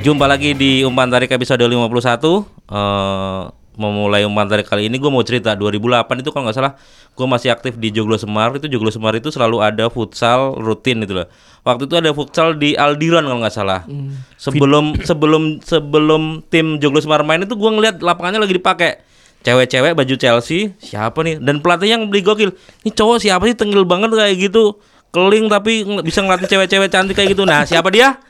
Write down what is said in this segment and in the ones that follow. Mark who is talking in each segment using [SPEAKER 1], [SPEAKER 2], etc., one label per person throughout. [SPEAKER 1] Jumpa lagi di Umpan Tarik episode 51 Eh, Memulai Umpan Tarik kali ini gue mau cerita 2008 itu kalau nggak salah Gue masih aktif di Joglo Semar Itu Joglo Semar itu selalu ada futsal rutin itu loh Waktu itu ada futsal di Aldiran kalau nggak salah Sebelum sebelum sebelum tim Joglo Semar main itu gue ngeliat lapangannya lagi dipakai Cewek-cewek baju Chelsea siapa nih Dan pelatihnya yang beli gokil Ini cowok siapa sih tengil banget kayak gitu Keling tapi ng- bisa ngelatih cewek-cewek cantik kayak gitu Nah siapa dia?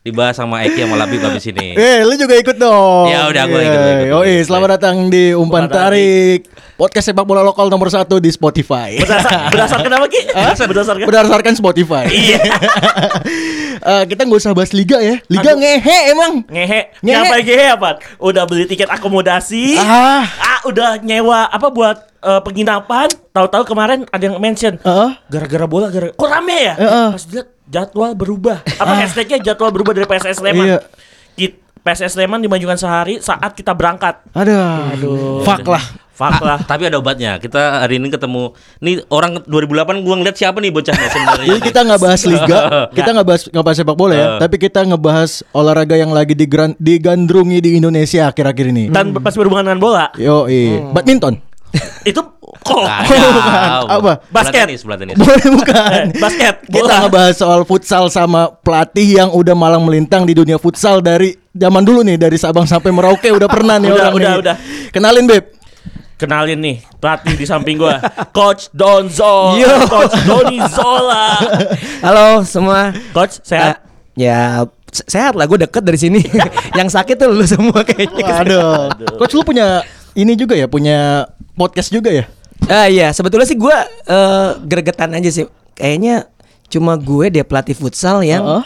[SPEAKER 1] dibahas sama Eki sama Labib habis ini.
[SPEAKER 2] Eh, lu juga ikut dong.
[SPEAKER 1] Ya udah, gua
[SPEAKER 2] Yeay.
[SPEAKER 1] ikut, gua ikut, gua
[SPEAKER 2] Yoi,
[SPEAKER 1] ikut.
[SPEAKER 2] selamat datang di Umpan Tarik. Podcast sepak bola lokal nomor satu di Spotify.
[SPEAKER 3] Berdasarkan apa Ki? Berdasarkan
[SPEAKER 2] Berdasarkan Spotify. Iya. kita nggak usah bahas liga ya. Liga
[SPEAKER 3] Aku-
[SPEAKER 2] ngehe emang.
[SPEAKER 3] ngehe.
[SPEAKER 2] Ngehe.
[SPEAKER 3] Nyapa ngehe apa? Udah beli tiket akomodasi.
[SPEAKER 2] Ah.
[SPEAKER 3] Ah, udah nyewa apa buat eh, penginapan. Tahu-tahu kemarin ada yang mention
[SPEAKER 2] Heeh.
[SPEAKER 3] gara-gara bola gara kok rame ya?
[SPEAKER 2] Heeh.
[SPEAKER 3] Pas dilihat jadwal berubah. Apa hashtagnya jadwal berubah dari
[SPEAKER 2] Iya.
[SPEAKER 3] PSS Sleman. Kit PSS Sleman dimajukan sehari saat kita berangkat.
[SPEAKER 2] Ada. Fuck lah.
[SPEAKER 3] Fuck lah.
[SPEAKER 1] Tapi ada obatnya. Kita hari ini ketemu nih orang 2008 gua ngeliat siapa nih bocahnya sebenarnya. Nah,
[SPEAKER 2] Jadi kita nggak bahas liga, kita nggak bahas nggak bahas sepak bola ya, tapi kita ngebahas olahraga yang lagi digran- digandrungi di Indonesia akhir-akhir ini.
[SPEAKER 3] Dan pas berhubungan dengan bola
[SPEAKER 2] Yoi, badminton.
[SPEAKER 3] itu kok
[SPEAKER 1] Ah. Kacau.
[SPEAKER 2] Oh, Apa?
[SPEAKER 1] Bola
[SPEAKER 3] Basket.
[SPEAKER 1] tenis, bola tenis.
[SPEAKER 2] Boleh bukan?
[SPEAKER 3] Eh, basket,
[SPEAKER 2] Kita
[SPEAKER 3] bola.
[SPEAKER 2] ngebahas soal futsal sama pelatih yang udah malang melintang di dunia futsal dari zaman dulu nih dari Sabang sampai Merauke udah pernah nih
[SPEAKER 3] Udah,
[SPEAKER 2] orang
[SPEAKER 3] udah,
[SPEAKER 2] nih.
[SPEAKER 3] udah.
[SPEAKER 2] Kenalin Beb.
[SPEAKER 3] kenalin nih pelatih di samping gua coach Donzo
[SPEAKER 2] Yo.
[SPEAKER 3] coach Doni Zola
[SPEAKER 4] Halo semua.
[SPEAKER 3] coach
[SPEAKER 4] Eh,
[SPEAKER 3] sehat
[SPEAKER 4] ya se- sehat lah gue deket dari sini. Yang sakit tuh lu semua
[SPEAKER 3] Iya,
[SPEAKER 4] kayaknya.
[SPEAKER 2] Waduh. Coach lu punya ini juga ya, punya podcast juga ya?
[SPEAKER 4] Ah iya, sebetulnya sih gue eh, gregetan aja sih. Kayaknya cuma gue dia pelatih futsal yang
[SPEAKER 2] Heeh.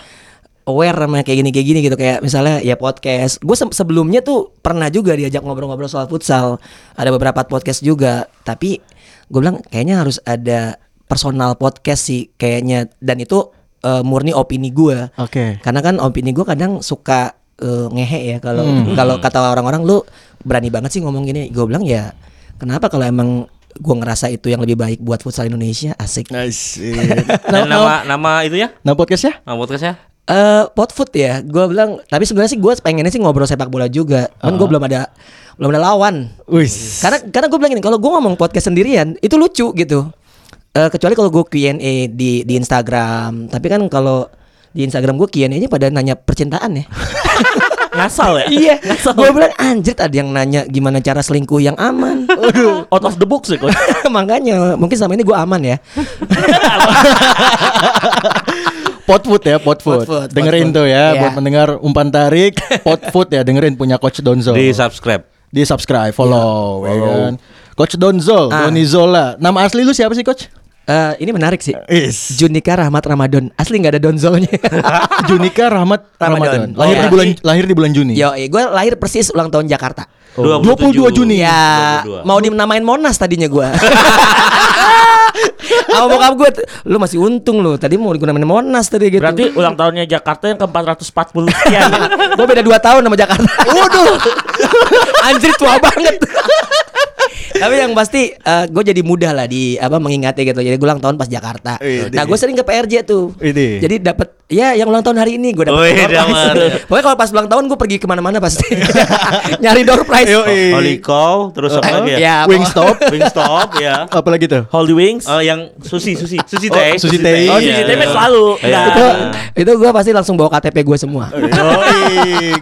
[SPEAKER 4] aware sama kayak gini kayak gini gitu kayak misalnya ya podcast. Gue se- sebelumnya tuh pernah juga diajak ngobrol-ngobrol soal futsal. Ada beberapa podcast juga, tapi gue bilang kayaknya harus ada personal podcast sih kayaknya dan itu eh, murni opini gue.
[SPEAKER 2] Oke.
[SPEAKER 4] Karena kan opini gue kadang suka eh, ngehe ya kalau kalau kata orang-orang lu berani banget sih ngomong gini. Gue bilang ya kenapa kalau emang gue ngerasa itu yang lebih baik buat futsal Indonesia asik. Eh
[SPEAKER 2] Nice.
[SPEAKER 1] Dan nama nama itu ya?
[SPEAKER 2] nah, podcast ya?
[SPEAKER 1] Nama podcastnya?
[SPEAKER 4] pot food ya, gue bilang. Tapi sebenarnya sih gue pengennya sih ngobrol sepak bola juga. Kan gue belum ada belum ada lawan.
[SPEAKER 2] Wis.
[SPEAKER 4] Karena karena gue bilang gini, kalau gue ngomong podcast sendirian itu lucu gitu. Eh kecuali kalau gue Q&A di di Instagram. Tapi kan kalau di Instagram gue Q&A-nya pada nanya percintaan ya.
[SPEAKER 3] ngasal ya
[SPEAKER 4] Iya,
[SPEAKER 3] ngasal
[SPEAKER 4] gue bilang anjir ada yang nanya gimana cara selingkuh yang aman. Aduh,
[SPEAKER 3] out of the box ya coach
[SPEAKER 4] makanya mungkin selama ini gue aman ya.
[SPEAKER 2] Pot food ya, pot food.
[SPEAKER 4] Pot food, pot
[SPEAKER 2] dengerin
[SPEAKER 4] food.
[SPEAKER 2] tuh ya,
[SPEAKER 4] Iya.
[SPEAKER 2] buat mendengar umpan tarik, pot food ya, dengerin punya Coach Donzo.
[SPEAKER 1] Di subscribe.
[SPEAKER 2] di subscribe, follow, ya kan? Coach Donzo,
[SPEAKER 4] Ah.
[SPEAKER 2] Doni Zola. Nama asli lu siapa sih, Coach?
[SPEAKER 4] Eh, ini menarik sih.
[SPEAKER 2] Is.
[SPEAKER 4] Junika Rahmat Ramadan asli nggak ada donzolnya.
[SPEAKER 2] Junika Rahmat Ramadan. Lahir di
[SPEAKER 4] Ramadan. Oh, Iya,
[SPEAKER 2] bulan lahir di bulan Juni. Oh.
[SPEAKER 4] Yo, gue lahir persis ulang tahun Jakarta.
[SPEAKER 2] 22 Juni.
[SPEAKER 4] Ya,
[SPEAKER 1] 22.
[SPEAKER 4] mau dinamain Monas tadinya gue. Sama bokap gue, lu masih untung lu. Tadi mau digunain Monas tadi gitu.
[SPEAKER 3] berarti ulang tahunnya Jakarta yang ke 440 sekian
[SPEAKER 4] gue beda 2 tahun sama Jakarta. Waduh. Anjir tua banget. Tapi yang pasti gue jadi mudah lah di apa mengingati gitu. Jadi gue ulang tahun pas Jakarta.
[SPEAKER 2] Wih,
[SPEAKER 4] Nah gue sering ke PRJ tuh.
[SPEAKER 2] Wih.
[SPEAKER 4] Jadi dapat ya yang ulang tahun hari ini gue
[SPEAKER 1] Wih,
[SPEAKER 4] dapat.
[SPEAKER 1] damar.
[SPEAKER 4] Pokoknya kalau pas ulang tahun gue pergi kemana-mana pasti nyari door prize.
[SPEAKER 2] Yoi. Eh.
[SPEAKER 1] Holy cow, terus
[SPEAKER 3] Oh,
[SPEAKER 1] apa lagi
[SPEAKER 3] iya.
[SPEAKER 1] ya?
[SPEAKER 4] Ya,
[SPEAKER 2] Wingstop,
[SPEAKER 1] Wingstop ya.
[SPEAKER 2] apalagi tuh?
[SPEAKER 3] Holy Wings
[SPEAKER 1] Eh, yang Susi, Susi, Susi Teh.
[SPEAKER 2] Susi Teh.
[SPEAKER 3] oh
[SPEAKER 2] Iya.
[SPEAKER 3] di CCTV selalu
[SPEAKER 1] Iya.
[SPEAKER 3] Nah,
[SPEAKER 4] pokoknya- itu gue pasti langsung bawa KTP gue semua.
[SPEAKER 2] Yoi.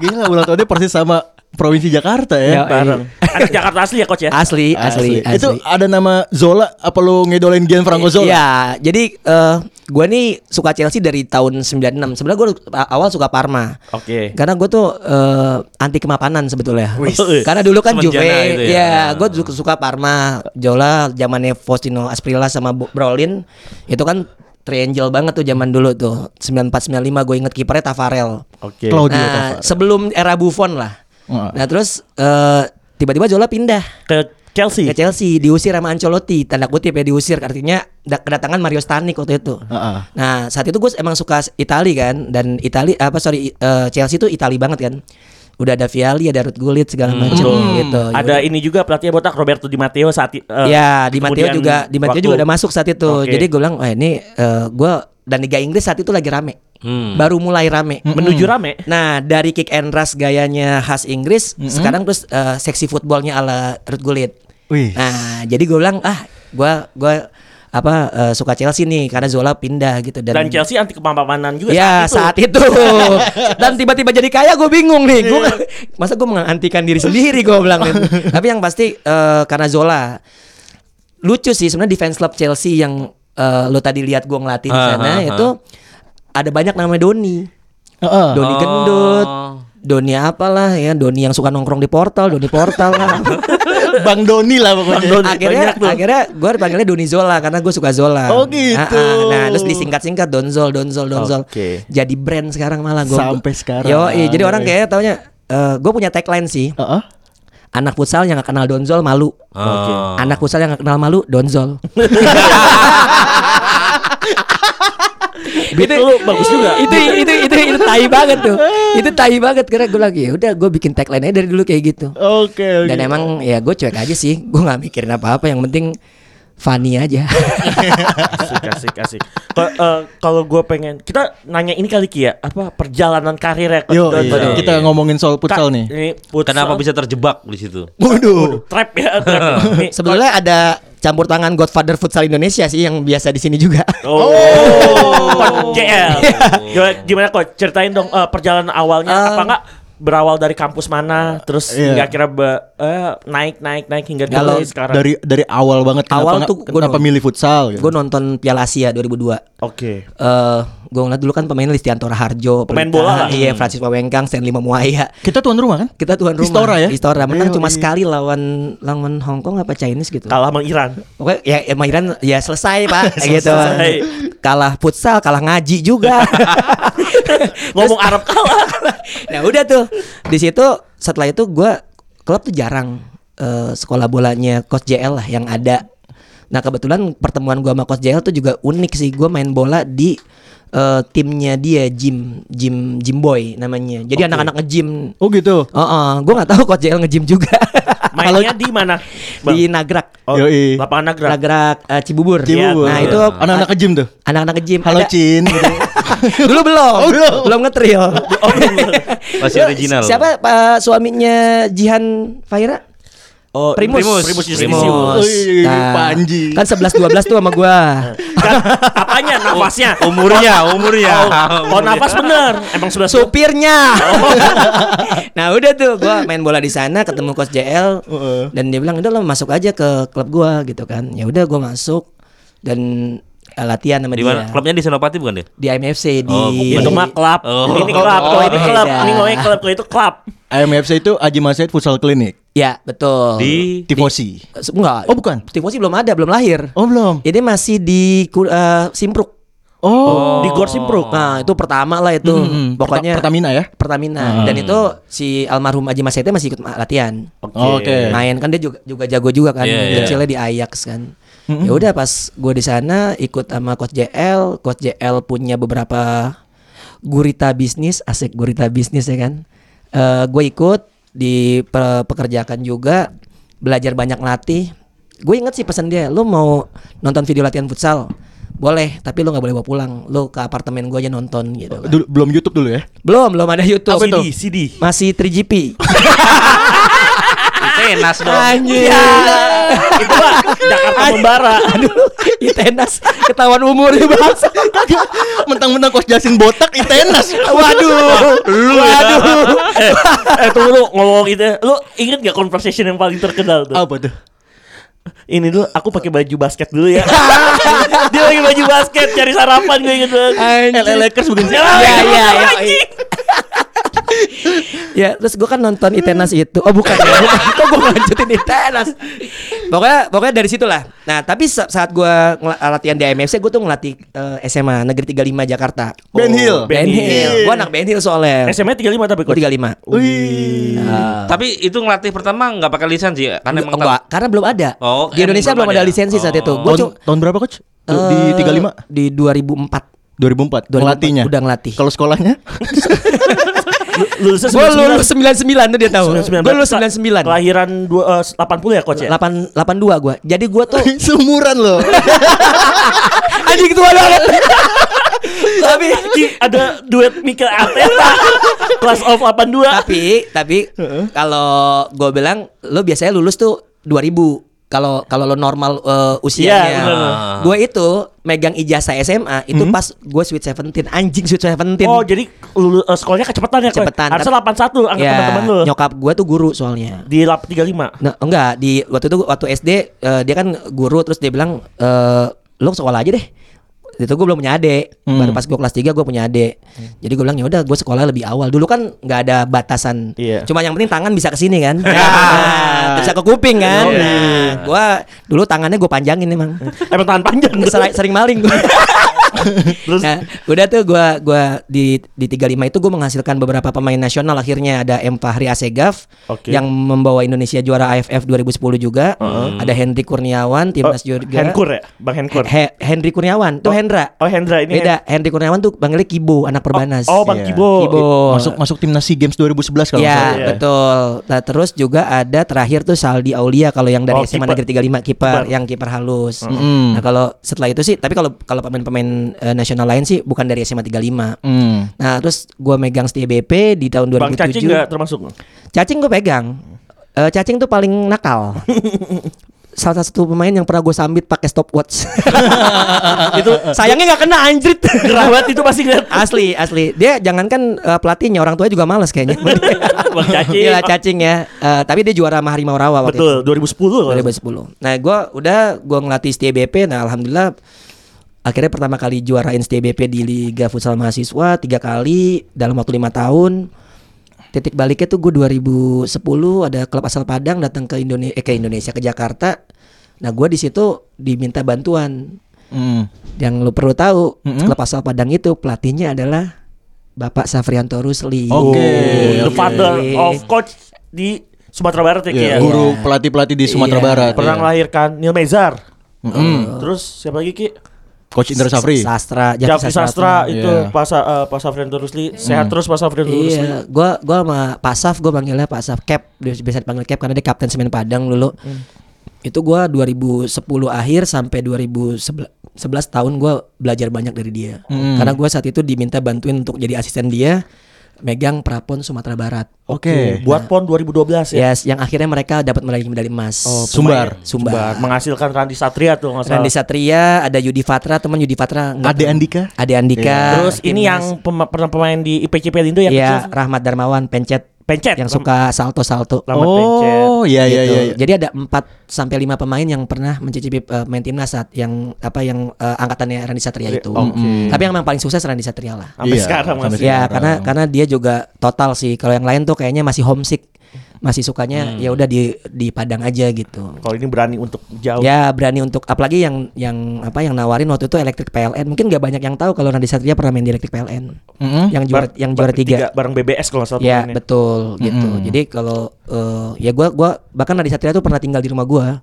[SPEAKER 2] Gila ulang tahunnya persis sama provinsi Jakarta ya.
[SPEAKER 4] Yoi.
[SPEAKER 3] anak Jakarta asli ya coach ya
[SPEAKER 4] Asli, Iya, asli, asli.
[SPEAKER 2] Itu ada nama Zola apa lu ngedolain Gianfranco Zola?
[SPEAKER 4] Iya, jadi eh gue nih suka Chelsea dari tahun 96. Sebenarnya gue awal suka Parma.
[SPEAKER 3] Oke.
[SPEAKER 4] Karena gue tuh eh, anti kemapanan sebetulnya.
[SPEAKER 1] Wis.
[SPEAKER 4] Karena dulu kan
[SPEAKER 1] Semenjana
[SPEAKER 4] Juve,
[SPEAKER 1] itu ya.
[SPEAKER 4] ya, gue suka Parma, Jola, zamannya Faustino Asprilla sama Bo- Brolin, itu kan triangle banget tuh zaman dulu tuh 94 95 gue inget kipernya Tafarel.
[SPEAKER 3] Oke.
[SPEAKER 2] Claudio
[SPEAKER 4] Nah,
[SPEAKER 2] Tavares.
[SPEAKER 4] sebelum era Buffon lah.
[SPEAKER 2] Wah.
[SPEAKER 4] Nah, terus eh, tiba-tiba Zola pindah
[SPEAKER 3] Ke Chelsea.
[SPEAKER 4] ke Chelsea diusir sama Ancelotti tanda kutip ya diusir artinya da- kedatangan Mario Stanik waktu itu
[SPEAKER 2] Heeh.
[SPEAKER 4] nah saat itu gue emang suka Itali kan dan Itali apa sorry eh, Chelsea tuh Itali banget kan udah ada Vialli ada Ruud Gullit segala macam gitu
[SPEAKER 3] Hmm. Ada ini juga pelatihnya botak Roberto Di Matteo saat i- eh,
[SPEAKER 4] ya di Matteo
[SPEAKER 3] kemudian
[SPEAKER 4] juga di Matteo
[SPEAKER 3] waktu-
[SPEAKER 4] juga udah masuk saat itu
[SPEAKER 3] Oke.
[SPEAKER 4] jadi gue bilang wah ini eh, gue dan Liga Inggris saat itu lagi rame
[SPEAKER 1] Hmm.
[SPEAKER 4] baru mulai rame
[SPEAKER 3] menuju rame. Hmm.
[SPEAKER 4] Nah dari kick and rush gayanya khas Inggris Sekarang terus eh, seksi footballnya ala Ruud Gullit
[SPEAKER 2] Wih.
[SPEAKER 4] Nah jadi gue bilang ah gue gua, apa eh, suka Chelsea nih karena Zola pindah gitu
[SPEAKER 3] Dan Chelsea anti kemampanan juga
[SPEAKER 4] Ya
[SPEAKER 3] saat
[SPEAKER 4] saat
[SPEAKER 3] itu. Iya.
[SPEAKER 4] itu, dan tiba-tiba jadi kaya gue bingung nih gue masa gue mengantikan diri sendiri gue bilang tapi yang pasti eh, karena Zola lucu sih sebenarnya defense club Chelsea yang eh, lo tadi lihat gue ngelatih di
[SPEAKER 1] Ah,
[SPEAKER 4] sana
[SPEAKER 1] ah, ah.
[SPEAKER 4] itu ada banyak nama Doni
[SPEAKER 2] Heeh.
[SPEAKER 4] Doni
[SPEAKER 1] Oh.
[SPEAKER 4] gendut Doni apalah ya Doni yang suka nongkrong di portal Doni portal kan. lah
[SPEAKER 2] Bang Doni lah pokoknya.
[SPEAKER 3] Doni,
[SPEAKER 4] akhirnya
[SPEAKER 3] banyak tuh.
[SPEAKER 4] akhirnya gue dipanggilnya Doni Zola karena gue suka Zola
[SPEAKER 2] Oh, gitu.
[SPEAKER 4] Ah, ah. nah terus disingkat-singkat Donzol Donzol Donzol
[SPEAKER 2] Oke.
[SPEAKER 4] jadi brand sekarang malah gue
[SPEAKER 2] Sampai sekarang.
[SPEAKER 4] yo iya, jadi orang kayaknya taunya gue punya tagline sih
[SPEAKER 2] Heeh.
[SPEAKER 4] anak futsal yang gak kenal Donzol malu
[SPEAKER 1] Ah.
[SPEAKER 4] anak futsal yang gak kenal malu Donzol
[SPEAKER 3] Beat lu bagus juga.
[SPEAKER 4] itu itu itu itu tai banget tuh itu tai banget karena gue lagi ya udah gue bikin tagline nya dari dulu kayak gitu
[SPEAKER 2] Oke, oke.
[SPEAKER 4] dan emang ya gue cuek aja sih gue nggak mikirin apa-apa yang penting funny aja
[SPEAKER 2] Iya.
[SPEAKER 3] asik asik asik. Ko- eh, Kalau gue pengen kita nanya ini kali Ki ya apa perjalanan karirnya ke
[SPEAKER 2] Yo,
[SPEAKER 3] Don-
[SPEAKER 2] iya.
[SPEAKER 3] Don-
[SPEAKER 2] kita ngomongin soal
[SPEAKER 3] Kak,
[SPEAKER 2] futsal nih.
[SPEAKER 3] Ini futsal.
[SPEAKER 1] Kenapa bisa terjebak di situ?
[SPEAKER 2] Waduh.
[SPEAKER 3] trap ya? Trap. Ini-
[SPEAKER 4] Sebenarnya ada campur tangan Godfather futsal Indonesia sih yang biasa di sini juga.
[SPEAKER 3] Oh, Coach JL. Gimana- Gimana kok ceritain dong eh, perjalanan awalnya
[SPEAKER 4] Um,
[SPEAKER 3] apa enggak berawal dari kampus mana terus
[SPEAKER 2] Iya.
[SPEAKER 3] hingga akhirnya be- eh, naik naik naik hingga ke
[SPEAKER 4] Kalau
[SPEAKER 3] titik sekarang.
[SPEAKER 2] Dari dari awal banget kenapa
[SPEAKER 4] Awal
[SPEAKER 2] nggak-
[SPEAKER 4] tuh gua
[SPEAKER 2] kenapa
[SPEAKER 4] dong.
[SPEAKER 2] milih futsal gitu.
[SPEAKER 4] gue nonton Piala Asia 2002.
[SPEAKER 3] Oke.
[SPEAKER 4] Eh, gue ngeliat dulu kan pemain Listianto Raharjo,
[SPEAKER 3] Pemain
[SPEAKER 4] Pelita,
[SPEAKER 3] bola lah.
[SPEAKER 2] Hmm.
[SPEAKER 4] iya Francis Wawengkang, Stanley Mamuaya.
[SPEAKER 2] Kita tuan rumah kan?
[SPEAKER 4] Kita tuan rumah.
[SPEAKER 2] Istora ya?
[SPEAKER 4] Istora menang
[SPEAKER 2] Iya,
[SPEAKER 4] cuma
[SPEAKER 2] iya.
[SPEAKER 4] sekali lawan lawan Hong Kong apa Chinese gitu.
[SPEAKER 3] Kalah sama Iran.
[SPEAKER 4] Pokoknya ya emang Iran ya selesai pak gitu.
[SPEAKER 3] Selesai.
[SPEAKER 4] Kalah futsal, kalah ngaji juga.
[SPEAKER 3] Ngomong Arab kalah.
[SPEAKER 4] nah udah tuh di situ setelah itu gua klub tuh jarang eh, sekolah bolanya coach JL lah yang ada nah kebetulan pertemuan gua sama coach JL tuh juga unik sih gua main bola di eh, timnya dia Jim Jim Jim Boy namanya jadi anak-anak nge-gym
[SPEAKER 2] Oh gitu.
[SPEAKER 4] oh gue nggak tahu coach JL nge-gym juga
[SPEAKER 3] Mainnya di mana? Bang?
[SPEAKER 4] di Nagrak
[SPEAKER 3] Oh,
[SPEAKER 2] Yoi.
[SPEAKER 3] lapangan Nagra.
[SPEAKER 4] Nagrak eh, Cibubur.
[SPEAKER 2] Cibubur.
[SPEAKER 4] iya. nah itu
[SPEAKER 2] anak-anak ke gym tuh.
[SPEAKER 4] anak-anak nge-gym
[SPEAKER 2] Halo
[SPEAKER 4] Ada-
[SPEAKER 2] Cin gitu.
[SPEAKER 4] dulu belum
[SPEAKER 2] Oh, belum. Oh,
[SPEAKER 4] belum ngetril
[SPEAKER 3] Oh.
[SPEAKER 1] Masih
[SPEAKER 3] Iya.
[SPEAKER 4] Dulu
[SPEAKER 1] original.
[SPEAKER 4] siapa Pak, suaminya Jihan Faira
[SPEAKER 3] Oh,
[SPEAKER 1] Primus.
[SPEAKER 3] Primus
[SPEAKER 1] Primus. Oh,
[SPEAKER 3] Justisius.
[SPEAKER 2] Wih, Panji.
[SPEAKER 4] kan 11 12 tuh sama gua.
[SPEAKER 3] Kan, apanya nafasnya?
[SPEAKER 1] Umurnya, umurnya.
[SPEAKER 3] Oh, nafas bener. Emang sudah sup.
[SPEAKER 4] Supirnya. nah, udah tuh gua main bola di sana ketemu coach JL
[SPEAKER 2] Heeh.
[SPEAKER 4] dan dia bilang udah lo masuk aja ke klub gua gitu kan. Ya udah gua masuk dan eh, latihan sama
[SPEAKER 1] Di
[SPEAKER 4] dia.
[SPEAKER 1] mana?
[SPEAKER 3] Iya.
[SPEAKER 1] Klubnya di Senopati bukan ya?
[SPEAKER 4] Di IMFC di
[SPEAKER 1] Oh,
[SPEAKER 3] Itu mah klub.
[SPEAKER 1] Oh.
[SPEAKER 3] Ini klub. Kalau ini
[SPEAKER 4] Iya. Oh,
[SPEAKER 3] klub.
[SPEAKER 4] beda.
[SPEAKER 3] Ini ngomongnya klub. Kalau itu klub.
[SPEAKER 2] IMFC itu Aji Masyid Futsal Clinic.
[SPEAKER 1] Oh,
[SPEAKER 4] Ya, betul.
[SPEAKER 1] Di
[SPEAKER 2] Tifosi.
[SPEAKER 4] Eh, Enggak.
[SPEAKER 2] Oh, bukan?
[SPEAKER 4] Tifosi belum ada, belum lahir.
[SPEAKER 2] Oh belum.
[SPEAKER 4] Ini masih di ku- eh, Simpruk.
[SPEAKER 2] Oh.
[SPEAKER 3] Di Gor Simpruk.
[SPEAKER 4] Nah, itu pertama lah itu.
[SPEAKER 2] Mm-mm.
[SPEAKER 4] Pokoknya
[SPEAKER 2] Perta- Pertamina ya.
[SPEAKER 4] Pertamina.
[SPEAKER 3] Hmm.
[SPEAKER 4] Dan itu si almarhum Aji Mas Ete masih ikut ma- latihan.
[SPEAKER 2] Oke.
[SPEAKER 4] Main kan dia juga juga jago juga kan.
[SPEAKER 1] Iya, iya.
[SPEAKER 4] Kecilnya di Ajax kan. Ya udah pas gue di sana ikut sama coach JL, coach JL punya beberapa gurita bisnis, asik gurita bisnis ya kan. Eh gue ikut dipekerjakan juga, belajar banyak latih. Gue inget sih pesan dia, lu mau nonton video latihan futsal? Boleh, tapi lu nggak boleh bawa pulang. Lu ke apartemen gue aja nonton gitu. kan.
[SPEAKER 2] Dulu- belum YouTube dulu ya.
[SPEAKER 4] Belum, belum ada YouTube.
[SPEAKER 3] Apa itu? CD.
[SPEAKER 4] Masih 3GP.
[SPEAKER 1] Tenas
[SPEAKER 4] Anjir.
[SPEAKER 3] itu lah Jakarta membara.
[SPEAKER 4] Aduh, Itenas ketahuan umur ya bangsa.
[SPEAKER 2] Mentang-mentang kos Jasin botak itenas.
[SPEAKER 4] Waduh. Waduh.
[SPEAKER 3] eh, eh tunggu lu ngomong itu. Lu inget gak conversation yang paling terkenal tuh?
[SPEAKER 2] Apa tuh?
[SPEAKER 3] Ini dulu aku pakai baju basket dulu ya. Dia pakai baju basket cari sarapan gitu. Eh, gue inget banget.
[SPEAKER 4] Anjir.
[SPEAKER 2] LA Lakers bukan sih?
[SPEAKER 3] Ya,
[SPEAKER 4] Ya, ya, ya.
[SPEAKER 3] anjing.
[SPEAKER 4] ya terus gue kan nonton Itenas itu oh bukan ya bukan. kok gue lanjutin Itenas pokoknya pokoknya dari situlah nah tapi sa- saat gue latihan di AMFC gue tuh ngelatih eh, SMA Negeri 35 Jakarta
[SPEAKER 2] Ben Hill.
[SPEAKER 4] Oh, Ben
[SPEAKER 3] Ben
[SPEAKER 4] Hill
[SPEAKER 3] Hill.
[SPEAKER 4] gue anak Ben Hill soalnya
[SPEAKER 3] SMA 35 tapi
[SPEAKER 4] gue
[SPEAKER 3] coach.
[SPEAKER 4] 35
[SPEAKER 2] Wih.
[SPEAKER 1] Tapi itu ngelatih pertama Ah. nggak pakai lisensi ya? Karena emang
[SPEAKER 4] Enggak, karena belum ada.
[SPEAKER 1] Oh,
[SPEAKER 4] di
[SPEAKER 1] emang
[SPEAKER 4] Indonesia
[SPEAKER 1] belum
[SPEAKER 4] belum ada Oh.
[SPEAKER 1] ada.
[SPEAKER 4] lisensi saat itu. Gua
[SPEAKER 2] Tahun,
[SPEAKER 4] cu-
[SPEAKER 2] tahun berapa coach?
[SPEAKER 3] Oh,
[SPEAKER 2] Du- Di
[SPEAKER 4] eh,
[SPEAKER 2] 35?
[SPEAKER 4] Di 2004.
[SPEAKER 2] 2004.
[SPEAKER 4] 2004,
[SPEAKER 2] Ngelatihnya.
[SPEAKER 4] udah ngelatih.
[SPEAKER 2] Kalau sekolahnya?
[SPEAKER 3] Lulusnya
[SPEAKER 4] Gue lulus 99 tuh dia tahu.
[SPEAKER 3] 99.
[SPEAKER 4] Gue lulus 99.
[SPEAKER 3] Kelahiran dua, eh, 80 ya coach ya?
[SPEAKER 4] 8 82 gua. Jadi gua tuh
[SPEAKER 2] Seumuran loh.
[SPEAKER 4] anjing tua banget. tapi
[SPEAKER 3] Ki, ada duet Mikel Arteta Class of 82
[SPEAKER 4] tapi tapi kalau gua bilang lo biasanya lulus tuh 2000 kalau kalau lo normal eh, usianya,
[SPEAKER 3] Iya, bener. Hmm.
[SPEAKER 4] gue itu megang ijazah SMA itu pas gue sweet 17 anjing sweet 17
[SPEAKER 3] Oh jadi lulu, eh, sekolahnya kecepetan ya coach?
[SPEAKER 4] Kecepetan.
[SPEAKER 3] Harusnya 81 angkat
[SPEAKER 4] Ya,
[SPEAKER 3] teman-teman lu
[SPEAKER 4] Nyokap gua tuh guru soalnya.
[SPEAKER 3] Di lap 35
[SPEAKER 4] Nah, enggak di waktu itu waktu SD eh, dia kan guru terus dia bilang eh lo sekolah aja deh. Itu gue belum punya adik.
[SPEAKER 3] Hmm.
[SPEAKER 4] Baru pas gue kelas 3 gue punya adik. Jadi gue bilang ya udah gue sekolah lebih awal. Dulu kan nggak ada batasan.
[SPEAKER 3] Iya. Ya.
[SPEAKER 4] Cuma yang penting tangan bisa ke sini kan. Nah, bisa ke kuping kan.
[SPEAKER 3] Iya.
[SPEAKER 4] Nah, gua dulu tangannya gue panjangin emang.
[SPEAKER 3] Emang tahan panjang
[SPEAKER 4] Sering, sering maling gue.
[SPEAKER 3] Terus
[SPEAKER 4] Nah, udah tuh gua gua di di 35 itu gue menghasilkan beberapa pemain nasional akhirnya ada M Fahri Asegaf
[SPEAKER 3] Oke.
[SPEAKER 4] yang membawa Indonesia juara AFF 2010 juga. Ada Hendri Kurniawan
[SPEAKER 3] eh,
[SPEAKER 4] timnas juga.
[SPEAKER 3] Henkur ya? Bang Henkur
[SPEAKER 4] He- Hendri Kurniawan tuh
[SPEAKER 3] Oh,
[SPEAKER 4] Hendra.
[SPEAKER 3] Oh Hendra ini
[SPEAKER 4] Beda, Hendri Kurniawan tuh panggilnya Kibo anak Perbanas.
[SPEAKER 3] Oh, oh, Bang
[SPEAKER 2] Iya.
[SPEAKER 3] Kibo.
[SPEAKER 4] Kibo.
[SPEAKER 2] Masuk masuk timnas SEA Games 2011 kalau nggak salah.
[SPEAKER 4] Oh.
[SPEAKER 2] ya.
[SPEAKER 4] Iya,
[SPEAKER 3] Iya.
[SPEAKER 4] betul. Nah, terus juga ada terakhir tuh Saldi Aulia kalau yang dari
[SPEAKER 3] Oh,
[SPEAKER 4] SMA
[SPEAKER 3] kiper.
[SPEAKER 4] Negeri 35 kiper
[SPEAKER 3] Kiper.
[SPEAKER 4] yang kiper halus.
[SPEAKER 2] Mm-mm.
[SPEAKER 4] Nah, kalau setelah itu sih, tapi kalau kalau pemain-pemain eh, nasional lain sih bukan dari SMA 35.
[SPEAKER 2] Hmm.
[SPEAKER 4] Nah terus gue megang setia BP di tahun 2007
[SPEAKER 3] Bang Cacing nggak termasuk?
[SPEAKER 4] Cacing gue pegang Eh, Cacing tuh paling nakal Salah satu pemain yang pernah gue sambit pakai stopwatch Itu sayangnya gak kena anjrit
[SPEAKER 3] Gerah banget itu pasti lihat
[SPEAKER 4] Asli, asli Dia jangankan eh, pelatihnya, orang tua juga males kayaknya
[SPEAKER 3] Bang Cacing
[SPEAKER 4] Gila Cacing ya Eh, Tapi dia juara Maharima Orawa waktu
[SPEAKER 3] Betul 2010 kalau
[SPEAKER 4] 2010. Nah, gua udah gua ngelatih STBP Nah, alhamdulillah akhirnya pertama kali juarain STBP di Liga Futsal Mahasiswa tiga kali dalam waktu lima tahun. Titik baliknya tuh gue 2010 ada klub asal Padang datang ke Indonesia eh, ke Indonesia ke Jakarta. Nah, gua di situ diminta bantuan.
[SPEAKER 2] Hmm.
[SPEAKER 4] Yang lu perlu tahu,
[SPEAKER 2] Mm-mm.
[SPEAKER 4] klub asal Padang itu pelatihnya adalah Bapak Safrianto Rusli.
[SPEAKER 2] Oke. Oke.
[SPEAKER 3] The father of coach di Sumatera Barat ya Ki
[SPEAKER 2] Iya,
[SPEAKER 3] ya?
[SPEAKER 2] guru pelatih-pelatih di Sumatera
[SPEAKER 4] Iya.
[SPEAKER 2] Barat.
[SPEAKER 3] Pernah
[SPEAKER 2] Iya. Hmm.
[SPEAKER 3] melahirkan Neil Mezar
[SPEAKER 2] Mm-mm.
[SPEAKER 3] Terus siapa lagi Ki?
[SPEAKER 2] Coach Indra Safri.
[SPEAKER 4] Sastra, Jaki
[SPEAKER 3] Jafri Sastra
[SPEAKER 2] Iya.
[SPEAKER 3] itu Pak Sa- eh, Pak Safrianto Rusli sehat terus Pak Safrianto Rusli.
[SPEAKER 4] Iya, gua gua sama Pak Saf gua panggilnya Pak Saf Cap, dia biasa dipanggil Cap karena dia kapten semen Padang dulu.
[SPEAKER 3] Hmm.
[SPEAKER 4] Itu gua 2010 akhir sampai 2011 tahun gua belajar banyak dari dia.
[SPEAKER 3] Hmm.
[SPEAKER 4] Karena gua saat itu diminta bantuin untuk jadi asisten dia megang prapon Sumatera Barat.
[SPEAKER 2] Oke.
[SPEAKER 4] Iya.
[SPEAKER 3] Buat PON 2012 ya.
[SPEAKER 4] Yes, yang akhirnya mereka dapat meraih medali emas.
[SPEAKER 3] Oh,
[SPEAKER 2] Sumbar.
[SPEAKER 4] Sumbar.
[SPEAKER 3] Menghasilkan Randi Satria tuh nggak salah.
[SPEAKER 4] Randy Satria, ada Yudi Fatra, teman Yudi Fatra. nggak-
[SPEAKER 2] Ade Andika.
[SPEAKER 4] Ade Andika.
[SPEAKER 3] Terus ini
[SPEAKER 4] timnas.
[SPEAKER 3] yang pema- pernah pemain di IPCP Lindo yang
[SPEAKER 4] ya
[SPEAKER 3] kecil
[SPEAKER 4] Rahmat Darmawan pencet
[SPEAKER 3] pencet
[SPEAKER 4] yang suka salto-salto.
[SPEAKER 3] Lama pencet.
[SPEAKER 2] Oh, iya iya
[SPEAKER 4] gitu.
[SPEAKER 2] iya. iya.
[SPEAKER 4] Jadi ada 4 sampai 5 pemain yang pernah mencicipi eh, main timnas saat yang apa yang eh, angkatannya Randy Satria itu. Mm. Tapi yang memang paling sukses Randy Satria lah.
[SPEAKER 3] sampai
[SPEAKER 2] Iya,
[SPEAKER 3] sekarang
[SPEAKER 2] sampai
[SPEAKER 3] masih.
[SPEAKER 2] sekarang.
[SPEAKER 4] Ya, karena karena dia juga total sih. Kalau yang lain tuh kayaknya masih homesick. Masih sukanya ya udah di di Padang aja gitu.
[SPEAKER 3] Kalau ini berani untuk jauh.
[SPEAKER 4] Ya berani untuk apalagi yang yang apa yang nawarin waktu itu elektrik PLN mungkin nggak banyak yang tahu kalau Randy Satria pernah main di elektrik PLN
[SPEAKER 2] Mm-mm.
[SPEAKER 4] yang juara
[SPEAKER 3] Bar-
[SPEAKER 4] yang
[SPEAKER 3] bar-
[SPEAKER 4] juara tiga
[SPEAKER 3] bareng BBS kalau nggak salah
[SPEAKER 4] Ya
[SPEAKER 3] pemainnya.
[SPEAKER 4] betul gitu. Jadi kalau eh, ya gua gua bahkan Nadi Satria tuh pernah tinggal di rumah gua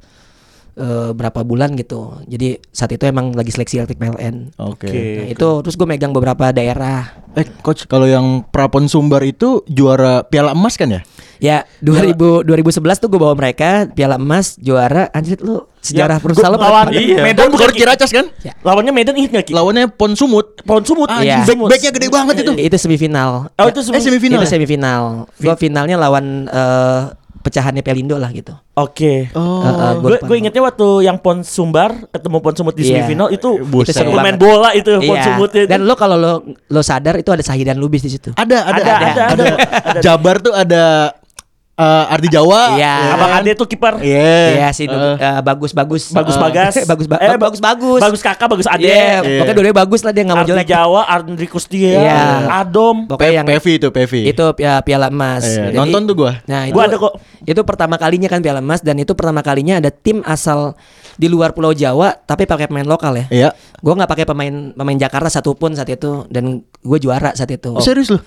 [SPEAKER 4] eh, berapa bulan gitu. Jadi saat itu emang lagi seleksi elektrik PLN.
[SPEAKER 3] Oke.
[SPEAKER 2] Oke.
[SPEAKER 4] Nah, itu terus gue megang beberapa daerah.
[SPEAKER 2] Eh, coach, kalau yang Prapon Sumbar itu juara Piala Emas kan ya?
[SPEAKER 4] Ya 2000 2011 tuh gue bawa mereka Piala Emas juara. Anjir lu sejarah
[SPEAKER 3] Ya,
[SPEAKER 4] perusahaan
[SPEAKER 3] gua-
[SPEAKER 4] lu pada-
[SPEAKER 3] lawan Medan bukan
[SPEAKER 2] Gor Ciracas kan?
[SPEAKER 3] Lawannya Medan inget nggak Ki?
[SPEAKER 2] Lawannya Pon Sumut.
[SPEAKER 3] Pohon Sumut.
[SPEAKER 2] Ah,
[SPEAKER 4] Iya. Iya,
[SPEAKER 2] back backnya gede banget itu.
[SPEAKER 4] itu semifinal.
[SPEAKER 3] Oh
[SPEAKER 2] Eh
[SPEAKER 3] itu sebelum-
[SPEAKER 2] semifinal.
[SPEAKER 4] Itu
[SPEAKER 2] ya?
[SPEAKER 4] semifinal. Gua finalnya lawan eh, pecahannya Pelindo lah gitu.
[SPEAKER 3] Oke.
[SPEAKER 2] Oh.
[SPEAKER 4] Eh, eh,
[SPEAKER 3] Gue
[SPEAKER 4] lupa
[SPEAKER 3] gue ingetnya waktu yang Pon Sumbar ketemu Pon Sumut di
[SPEAKER 4] Iya.
[SPEAKER 3] semifinal itu
[SPEAKER 2] Buset.
[SPEAKER 4] Itu seru
[SPEAKER 3] pemain
[SPEAKER 4] banget.
[SPEAKER 3] bola itu Pon
[SPEAKER 4] Iya.
[SPEAKER 3] Sumutnya itu.
[SPEAKER 4] Dan lo kalau lo lo sadar itu ada Sahidan Lubis di situ.
[SPEAKER 2] Ada ada ada,
[SPEAKER 3] Ada, ada,
[SPEAKER 2] ada. Jabar tuh ada eh, Ardi Jawa.
[SPEAKER 4] Iya.
[SPEAKER 2] ya
[SPEAKER 3] Abang
[SPEAKER 2] kan?
[SPEAKER 3] Ade tuh kiper.
[SPEAKER 2] Iya.
[SPEAKER 4] Iya sih
[SPEAKER 2] Eh.
[SPEAKER 4] bagus bagus
[SPEAKER 3] Bagus Bagas.
[SPEAKER 4] bagus ba-
[SPEAKER 3] Eh,
[SPEAKER 4] bagus bagus
[SPEAKER 3] Bagus kakak, bagus Ade.
[SPEAKER 4] Iya,
[SPEAKER 2] Iya.
[SPEAKER 4] pokoknya dua-duanya bagus lah dia nggak mau
[SPEAKER 3] Ardi
[SPEAKER 4] jelek.
[SPEAKER 3] Jawa, Andri Kustia,
[SPEAKER 4] Iya.
[SPEAKER 3] Adom.
[SPEAKER 4] Pokoknya
[SPEAKER 2] Pe-
[SPEAKER 4] yang
[SPEAKER 2] Pevi itu Pevi.
[SPEAKER 4] itu ya piala emas.
[SPEAKER 2] Iya,
[SPEAKER 4] Jadi-
[SPEAKER 2] nonton tuh gua.
[SPEAKER 4] Nah, itu
[SPEAKER 3] Gua ada kok.
[SPEAKER 4] Itu pertama kalinya kan piala emas dan itu pertama kalinya ada tim asal di luar Pulau Jawa tapi pakai pemain lokal ya.
[SPEAKER 2] Iya.
[SPEAKER 4] Gue nggak pakai pemain pemain Jakarta satupun saat itu dan gue juara saat itu.
[SPEAKER 2] Oh, Serius lu?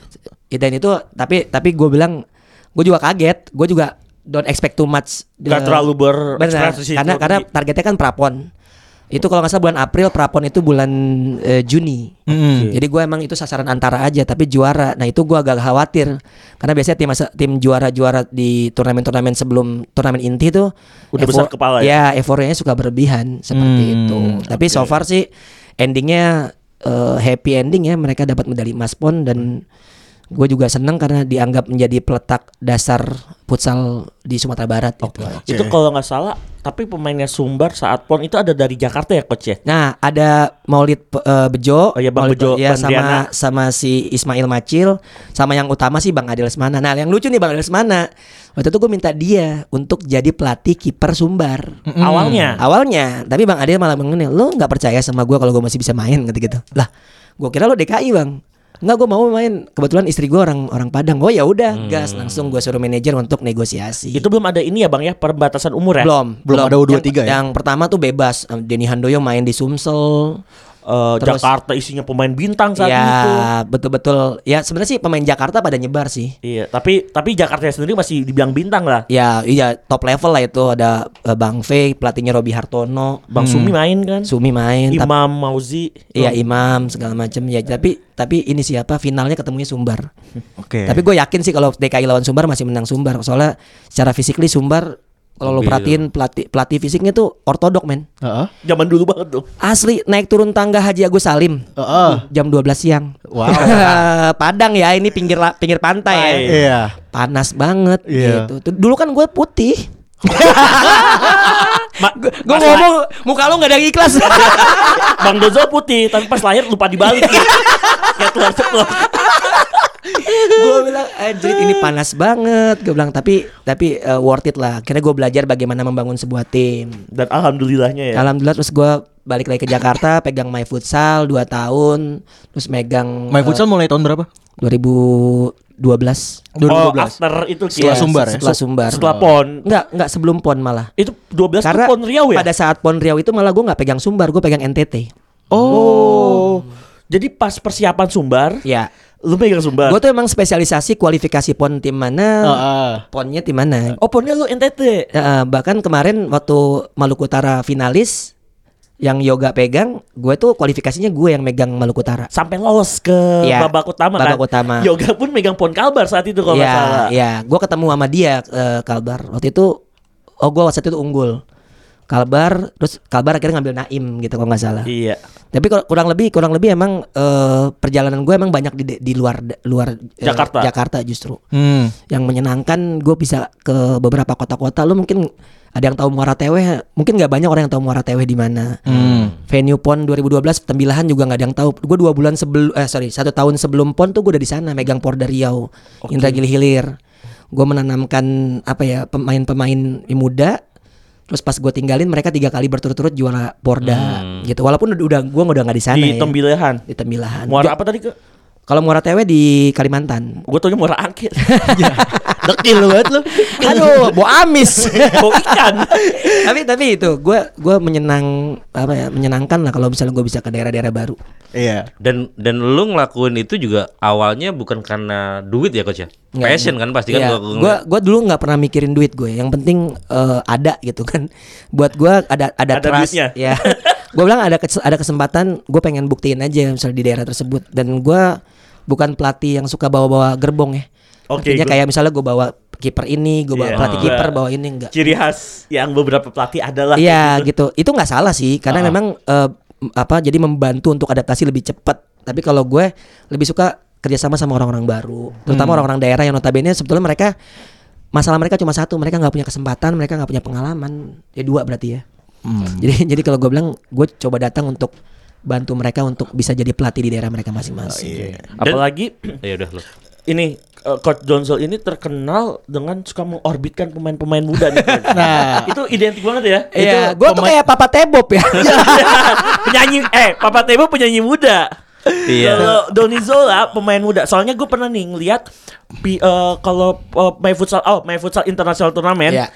[SPEAKER 4] Ya, dan itu tapi tapi gue bilang gue juga kaget, gue juga don't expect too much.
[SPEAKER 3] Nggak
[SPEAKER 4] Eh,
[SPEAKER 3] terlalu ber-
[SPEAKER 4] benar.
[SPEAKER 3] ekspresi itu.
[SPEAKER 4] Karena karena targetnya kan prapon. Itu kalau nggak salah bulan April prapon itu bulan eh, Juni.
[SPEAKER 3] Hmm.
[SPEAKER 2] Mm.
[SPEAKER 4] Jadi gue emang itu sasaran antara aja, tapi juara. Nah itu gue agak khawatir karena biasanya tim masa- tim juara-juara di turnamen-turnamen sebelum turnamen inti tuh
[SPEAKER 3] Udah besar kepala
[SPEAKER 4] ya. euforianya suka berlebihan seperti
[SPEAKER 2] Hmm,
[SPEAKER 4] itu. Tapi so far sih endingnya eh, happy ending ya mereka dapat medali emas pon dan gue juga seneng karena dianggap menjadi peletak dasar futsal di Sumatera Barat. gitu.
[SPEAKER 3] Itu kalau nggak salah, tapi pemainnya Sumbar saat pon itu ada dari Jakarta ya coach ya?
[SPEAKER 4] Nah, ada Maulid eh, Bejo,
[SPEAKER 3] Oh iya, Bang
[SPEAKER 4] Maulid
[SPEAKER 3] Bejo,
[SPEAKER 4] Be- ya,
[SPEAKER 3] Pandriana.
[SPEAKER 4] sama sama si Ismail Macil, sama yang utama sih Bang Adil Semana. Nah, yang lucu nih Bang Adil Semana. Waktu itu gue minta dia untuk jadi pelatih kiper Sumbar.
[SPEAKER 3] Awalnya.
[SPEAKER 4] Awalnya, tapi Bang Adil malah bilang gini, "Lo nggak percaya sama gue kalau gue masih bisa main?" gitu-gitu. Lah, gue kira lo DKI, Bang. Enggak, gue mau main. Kebetulan istri gue orang orang Padang. Oh ya udah, gas langsung gue suruh manajer untuk negosiasi.
[SPEAKER 3] Hmm. Itu belum ada ini ya bang ya perbatasan umur ya?
[SPEAKER 4] Iya. belum,
[SPEAKER 2] Belum ada U23
[SPEAKER 4] yang,
[SPEAKER 2] ya?
[SPEAKER 4] Yang pertama tuh bebas. Denny Handoyo main di Sumsel.
[SPEAKER 3] Eh,
[SPEAKER 4] Terus-
[SPEAKER 3] Jakarta isinya pemain bintang saat
[SPEAKER 4] ya,
[SPEAKER 3] itu.
[SPEAKER 4] betul-betul. Ya sebenarnya sih pemain Jakarta pada nyebar sih.
[SPEAKER 3] Iya, tapi tapi Jakarta sendiri masih dibilang bintang lah.
[SPEAKER 4] Ya, iya top level lah itu ada eh, Bang V, pelatihnya Robi Hartono,
[SPEAKER 3] Bang Sumi main kan?
[SPEAKER 4] Hmm. Sumi main, tapi
[SPEAKER 3] Imam Mauzi.
[SPEAKER 4] iya Imam segala macam ya. Tapi tapi ini siapa finalnya ketemunya Sumbar.
[SPEAKER 2] Oke.
[SPEAKER 4] Tapi gue yakin sih kalau DKI lawan Sumbar masih menang Sumbar. Soalnya secara fisikly Sumbar kalau lo
[SPEAKER 1] Lebih
[SPEAKER 4] perhatiin pelatih pelatih fisiknya tuh ortodok men.
[SPEAKER 2] Heeh.
[SPEAKER 3] Zaman dulu banget tuh.
[SPEAKER 4] Asli naik turun tangga Haji Agus Salim.
[SPEAKER 2] Heeh.
[SPEAKER 4] Jam 12 siang.
[SPEAKER 2] Wow.
[SPEAKER 4] Padang ya ini pinggir la- pinggir pantai. ya.
[SPEAKER 2] Iya.
[SPEAKER 4] panas banget
[SPEAKER 2] Iya.
[SPEAKER 4] gitu. Tuh, Dulu kan gue putih.
[SPEAKER 3] Ma-
[SPEAKER 4] Gue
[SPEAKER 3] pas lahir-
[SPEAKER 4] ngomong muka lu nggak ada yang ikhlas.
[SPEAKER 3] Bang Dozo putih, tapi pas lahir lupa dibalik. Ya, Kayak telur ceplok.
[SPEAKER 4] gue bilang anjir ini panas banget. Gue bilang tapi tapi eh, worth it lah. Akhirnya gue belajar bagaimana membangun sebuah tim.
[SPEAKER 3] Dan alhamdulillahnya ya.
[SPEAKER 4] Alhamdulillah terus gue balik lagi ke Jakarta pegang My Futsal 2 tahun terus megang
[SPEAKER 2] My Futsal mulai tahun berapa?
[SPEAKER 4] eh, 2012
[SPEAKER 3] Oh,
[SPEAKER 2] 2012.
[SPEAKER 3] after itu
[SPEAKER 2] Setelah
[SPEAKER 3] Kia.
[SPEAKER 2] Sumbar ya?
[SPEAKER 4] setelah Sumbar
[SPEAKER 3] Eh, Setelah pon.
[SPEAKER 4] enggak enggak sebelum pon malah
[SPEAKER 3] Itu 12 tuh
[SPEAKER 4] karena
[SPEAKER 3] pon Riau ya?
[SPEAKER 4] pada saat pon Riau itu malah gue nggak pegang Sumbar gue pegang NTT
[SPEAKER 3] Oh. Jadi pas persiapan Sumbar,
[SPEAKER 4] ya
[SPEAKER 3] lu pegang Sumbar.
[SPEAKER 4] Gue tuh emang spesialisasi kualifikasi pon tim mana,
[SPEAKER 2] Heeh.
[SPEAKER 4] ponnya tim mana.
[SPEAKER 3] Oh, ponnya lu NTT.
[SPEAKER 4] Eh, bahkan kemarin waktu Maluku Utara finalis yang Yoga pegang, gue tuh kualifikasinya gue yang megang Maluku Utara.
[SPEAKER 3] Sampai lolos ke
[SPEAKER 4] Iya,
[SPEAKER 3] babak utama kan.
[SPEAKER 4] babak utama.
[SPEAKER 3] Yoga pun megang pon Kalbar saat itu kalau Oh, nggak salah.
[SPEAKER 4] Iya, iya. Gue ketemu sama dia eh, Kalbar. Waktu itu, oh gue waktu itu unggul. Kalbar, terus Kalbar akhirnya ngambil Naim gitu kalau nggak salah.
[SPEAKER 3] Iya.
[SPEAKER 4] Tapi kur- kurang lebih kurang lebih emang eh, perjalanan gue emang banyak di di luar luar eh,
[SPEAKER 3] Jakarta.
[SPEAKER 4] Jakarta justru.
[SPEAKER 2] Hmm.
[SPEAKER 4] yang menyenangkan gue bisa ke beberapa kota-kota lu mungkin ada yang tahu Muara Teweh mungkin nggak banyak orang yang tahu Muara Teweh di mana
[SPEAKER 3] Hmm.
[SPEAKER 4] venue pon 2012 tembilahan juga nggak ada yang tahu gue dua bulan sebelum eh sorry satu tahun sebelum pon tuh gue udah di sana megang Porda Riau Indra Gili Hilir gue menanamkan apa ya pemain-pemain muda terus pas gue tinggalin mereka tiga kali berturut-turut juara Porda gitu walaupun udah gue udah nggak di sana
[SPEAKER 3] Hmm. Di
[SPEAKER 4] ya.
[SPEAKER 3] Tembilehan.
[SPEAKER 4] di tembilahan
[SPEAKER 3] Muara apa tadi ke?
[SPEAKER 4] kalau Muara Teweh di Kalimantan
[SPEAKER 3] Gue taunya muara angkit.
[SPEAKER 2] Dekil lu banget lu.
[SPEAKER 4] Aduh, bau amis.
[SPEAKER 3] Bau Oh, ikan.
[SPEAKER 4] tapi tapi itu gue gue menyenang apa ya menyenangkan lah kalau misalnya gue bisa ke daerah-daerah baru.
[SPEAKER 2] Iya.
[SPEAKER 1] Dan dan lu ngelakuin itu juga awalnya bukan karena duit ya coach ya? Passion kan pasti kan
[SPEAKER 4] Iya,
[SPEAKER 1] gua- gua
[SPEAKER 4] gue gue dulu nggak pernah mikirin duit gue. Yang penting eh, ada gitu kan. Buat gue ada ada,
[SPEAKER 3] Ada duitnya.
[SPEAKER 4] Ya. gue bilang ada kes- ada kesempatan gue pengen buktiin aja misalnya di daerah tersebut. Dan gue bukan pelatih yang suka bawa-bawa gerbong ya.
[SPEAKER 3] Oke,
[SPEAKER 4] Artinya
[SPEAKER 3] gua-
[SPEAKER 4] kayak misalnya gue bawa kiper ini, gue bawa
[SPEAKER 3] Iya.
[SPEAKER 4] pelatih
[SPEAKER 3] Ah.
[SPEAKER 4] kiper bawa ini enggak.
[SPEAKER 3] Ciri khas yang beberapa pelatih adalah
[SPEAKER 4] Iya gitu. Itu nggak salah sih karena memang eh, m- apa jadi membantu untuk adaptasi lebih cepat. Tapi kalau gue lebih suka kerjasama sama orang-orang baru, terutama orang-orang daerah yang notabene sebetulnya mereka masalah mereka cuma satu, mereka nggak punya kesempatan, mereka nggak punya pengalaman. Ya dua berarti ya. Jadi jadi kalau gue bilang gue coba datang untuk Oh, iya. bantu mereka untuk bisa jadi pelatih di daerah mereka masing-masing.
[SPEAKER 3] Apalagi
[SPEAKER 1] Ya udah lu.
[SPEAKER 3] ini eh, Coach Donzel ini terkenal dengan suka mengorbitkan pemain-pemain muda nih. Coach.
[SPEAKER 2] Nah.
[SPEAKER 3] itu identik banget ya.
[SPEAKER 4] Iya,
[SPEAKER 2] Itu
[SPEAKER 4] gue tuh
[SPEAKER 2] pemain-
[SPEAKER 4] kayak Papa Tebop ya.
[SPEAKER 3] penyanyi eh Papa Tebo penyanyi muda.
[SPEAKER 1] Iya.
[SPEAKER 3] Kalau Doni Zola pemain muda. Soalnya gue pernah nih ngeliat pi- eh, kalau eh, my futsal oh my futsal international turnamen.
[SPEAKER 4] Iya.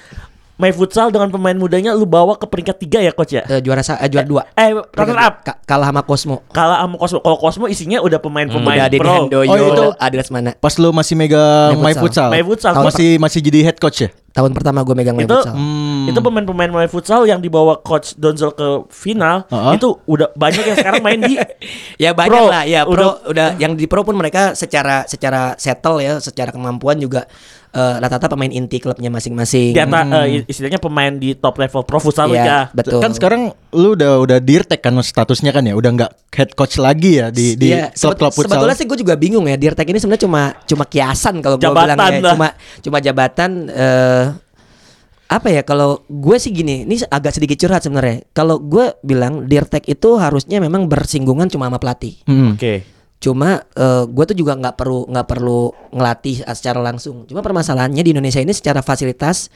[SPEAKER 3] My futsal dengan pemain mudanya lu bawa ke peringkat tiga ya coach ya.
[SPEAKER 4] Eh, juara sa- eh, juara dua.
[SPEAKER 3] Eh runner up.
[SPEAKER 4] Ka- kalah sama Cosmo.
[SPEAKER 3] Kalah sama Cosmo. Kalau Cosmo isinya udah
[SPEAKER 4] Udah
[SPEAKER 3] pemain-pemain
[SPEAKER 4] ada
[SPEAKER 3] pro.
[SPEAKER 4] Handoyo,
[SPEAKER 2] Oh, itu-
[SPEAKER 4] Adres mana?
[SPEAKER 2] Pas lu masih megang
[SPEAKER 4] Main
[SPEAKER 2] My Futsal.
[SPEAKER 4] futsal.
[SPEAKER 3] My futsal.
[SPEAKER 2] Masih masih jadi head coach ya?
[SPEAKER 4] Tahun pertama gue megang main
[SPEAKER 3] itu
[SPEAKER 4] futsal.
[SPEAKER 3] itu pemain-pemain main futsal yang dibawa coach Donzel ke final
[SPEAKER 2] Uh-huh.
[SPEAKER 3] itu udah banyak yang sekarang main di
[SPEAKER 4] Ya banyak
[SPEAKER 3] Pro.
[SPEAKER 4] lah ya pro udah,
[SPEAKER 3] Udah-
[SPEAKER 4] yang di pro pun mereka secara secara settle ya secara kemampuan juga eh, rata-rata pemain inti klubnya masing-masing.
[SPEAKER 3] di atas eh, istilahnya pemain di top level pro futsal
[SPEAKER 4] Hmm. Iya,
[SPEAKER 3] ya.
[SPEAKER 4] betul.
[SPEAKER 2] Kan sekarang lu udah udah dirtek kan statusnya kan ya, udah nggak head coach lagi ya di di
[SPEAKER 4] Iya, sebet-
[SPEAKER 2] klub-klub futsal.
[SPEAKER 4] Sebetulnya sih gue juga bingung ya. Dirtek ini sebenarnya cuma cuma kiasan kalau gue
[SPEAKER 3] Jabatan
[SPEAKER 4] bilang
[SPEAKER 3] lah.
[SPEAKER 4] ya. Cuma cuma jabatan eh apa ya kalau gue sih gini, ini agak sedikit curhat sebenarnya. Kalau gue bilang Dirtek itu harusnya memang bersinggungan cuma sama pelatih.
[SPEAKER 2] Mm-mm.
[SPEAKER 3] Oke.
[SPEAKER 4] Cuma gue tuh juga nggak perlu nggak perlu ngelatih eh, secara langsung. Cuma permasalahannya di Indonesia ini secara fasilitas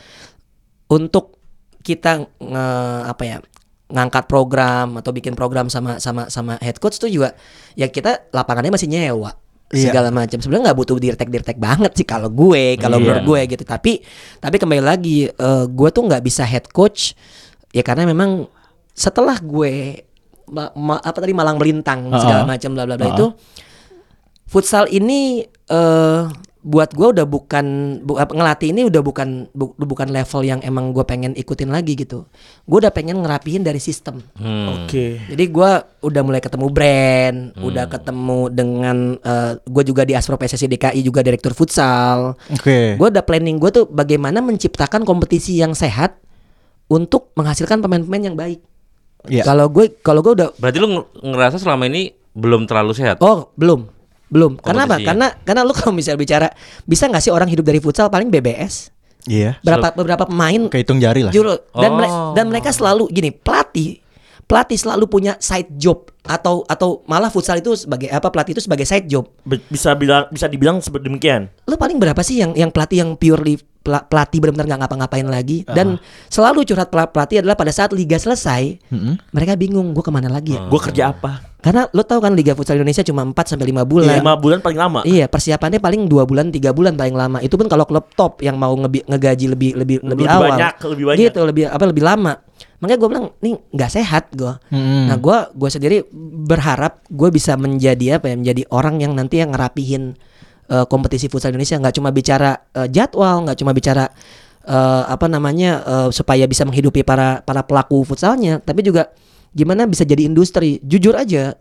[SPEAKER 4] untuk kita nge- apa ya ngangkat program atau bikin program sama sama sama head coach tuh juga ya kita lapangannya masih nyewa
[SPEAKER 2] Iya.
[SPEAKER 4] segala macam sebenarnya nggak butuh dirtek dirtek banget sih kalau gue kalau
[SPEAKER 3] Iya.
[SPEAKER 4] menurut gue gitu tapi tapi kembali lagi eh, gue tuh nggak bisa head coach ya karena memang setelah gue ma- ma- apa tadi malang melintang segala
[SPEAKER 2] Uh-uh.
[SPEAKER 4] macam bla bla bla itu futsal ini eh buat gue udah bukan bu- apa, ngelatih ini udah bukan bu- bukan level yang emang gue pengen ikutin lagi gitu. Gue udah pengen ngerapihin dari sistem.
[SPEAKER 1] Hmm.
[SPEAKER 3] Oke.
[SPEAKER 4] Jadi gue udah mulai ketemu brand, udah ketemu dengan eh, gue juga di Aspro PSSI DKI juga direktur futsal.
[SPEAKER 2] Oke.
[SPEAKER 4] Gue udah planning gue tuh bagaimana menciptakan kompetisi yang sehat untuk menghasilkan pemain-pemain yang baik.
[SPEAKER 2] Iya.
[SPEAKER 4] Kalau gue kalau gue udah
[SPEAKER 1] Berarti lu ng- ngerasa selama ini belum terlalu sehat?
[SPEAKER 4] Oh, belum. Belum. Karena apa?
[SPEAKER 1] Kompetisinya.
[SPEAKER 4] Karena karena lu kalau misalnya bicara bisa nggak sih orang hidup dari futsal paling BBS?
[SPEAKER 2] Iya.
[SPEAKER 4] Berapa beberapa pemain
[SPEAKER 2] Kehitung jari lah.
[SPEAKER 4] juru dan
[SPEAKER 1] Oh.
[SPEAKER 4] mere- dan mereka selalu gini, pelatih pelatih selalu punya side job atau atau malah futsal itu sebagai apa pelatih itu sebagai side job.
[SPEAKER 3] Be- bisa bilang bisa dibilang seperti demikian.
[SPEAKER 4] Lu paling berapa sih yang yang pelatih yang purely pela- pelatih benar-benar nggak ngapa-ngapain lagi dan selalu curhat pela- pelatih adalah pada saat liga selesai mereka bingung gue kemana lagi ya
[SPEAKER 3] Gue kerja apa?
[SPEAKER 4] karena lo tau kan liga futsal Indonesia cuma 4 sampai 5 bulan
[SPEAKER 3] Lima bulan paling lama.
[SPEAKER 4] Iya persiapannya paling dua bulan tiga bulan paling lama. Itu pun kalau klub top yang mau ngebi- ngegaji lebih lebih lebih,
[SPEAKER 3] Lebih
[SPEAKER 4] awal.
[SPEAKER 3] banyak, lebih banyak.
[SPEAKER 4] Gitu lebih apa lebih lama. Makanya gue bilang nih nggak sehat gue.
[SPEAKER 3] Hmm.
[SPEAKER 4] Nah gue gue sendiri berharap gue bisa menjadi apa ya menjadi orang yang nanti yang ngerapihin eh, kompetisi futsal Indonesia nggak cuma bicara eh, jadwal nggak cuma bicara eh, apa namanya eh, supaya bisa menghidupi para para pelaku futsalnya tapi juga gimana bisa jadi industri jujur aja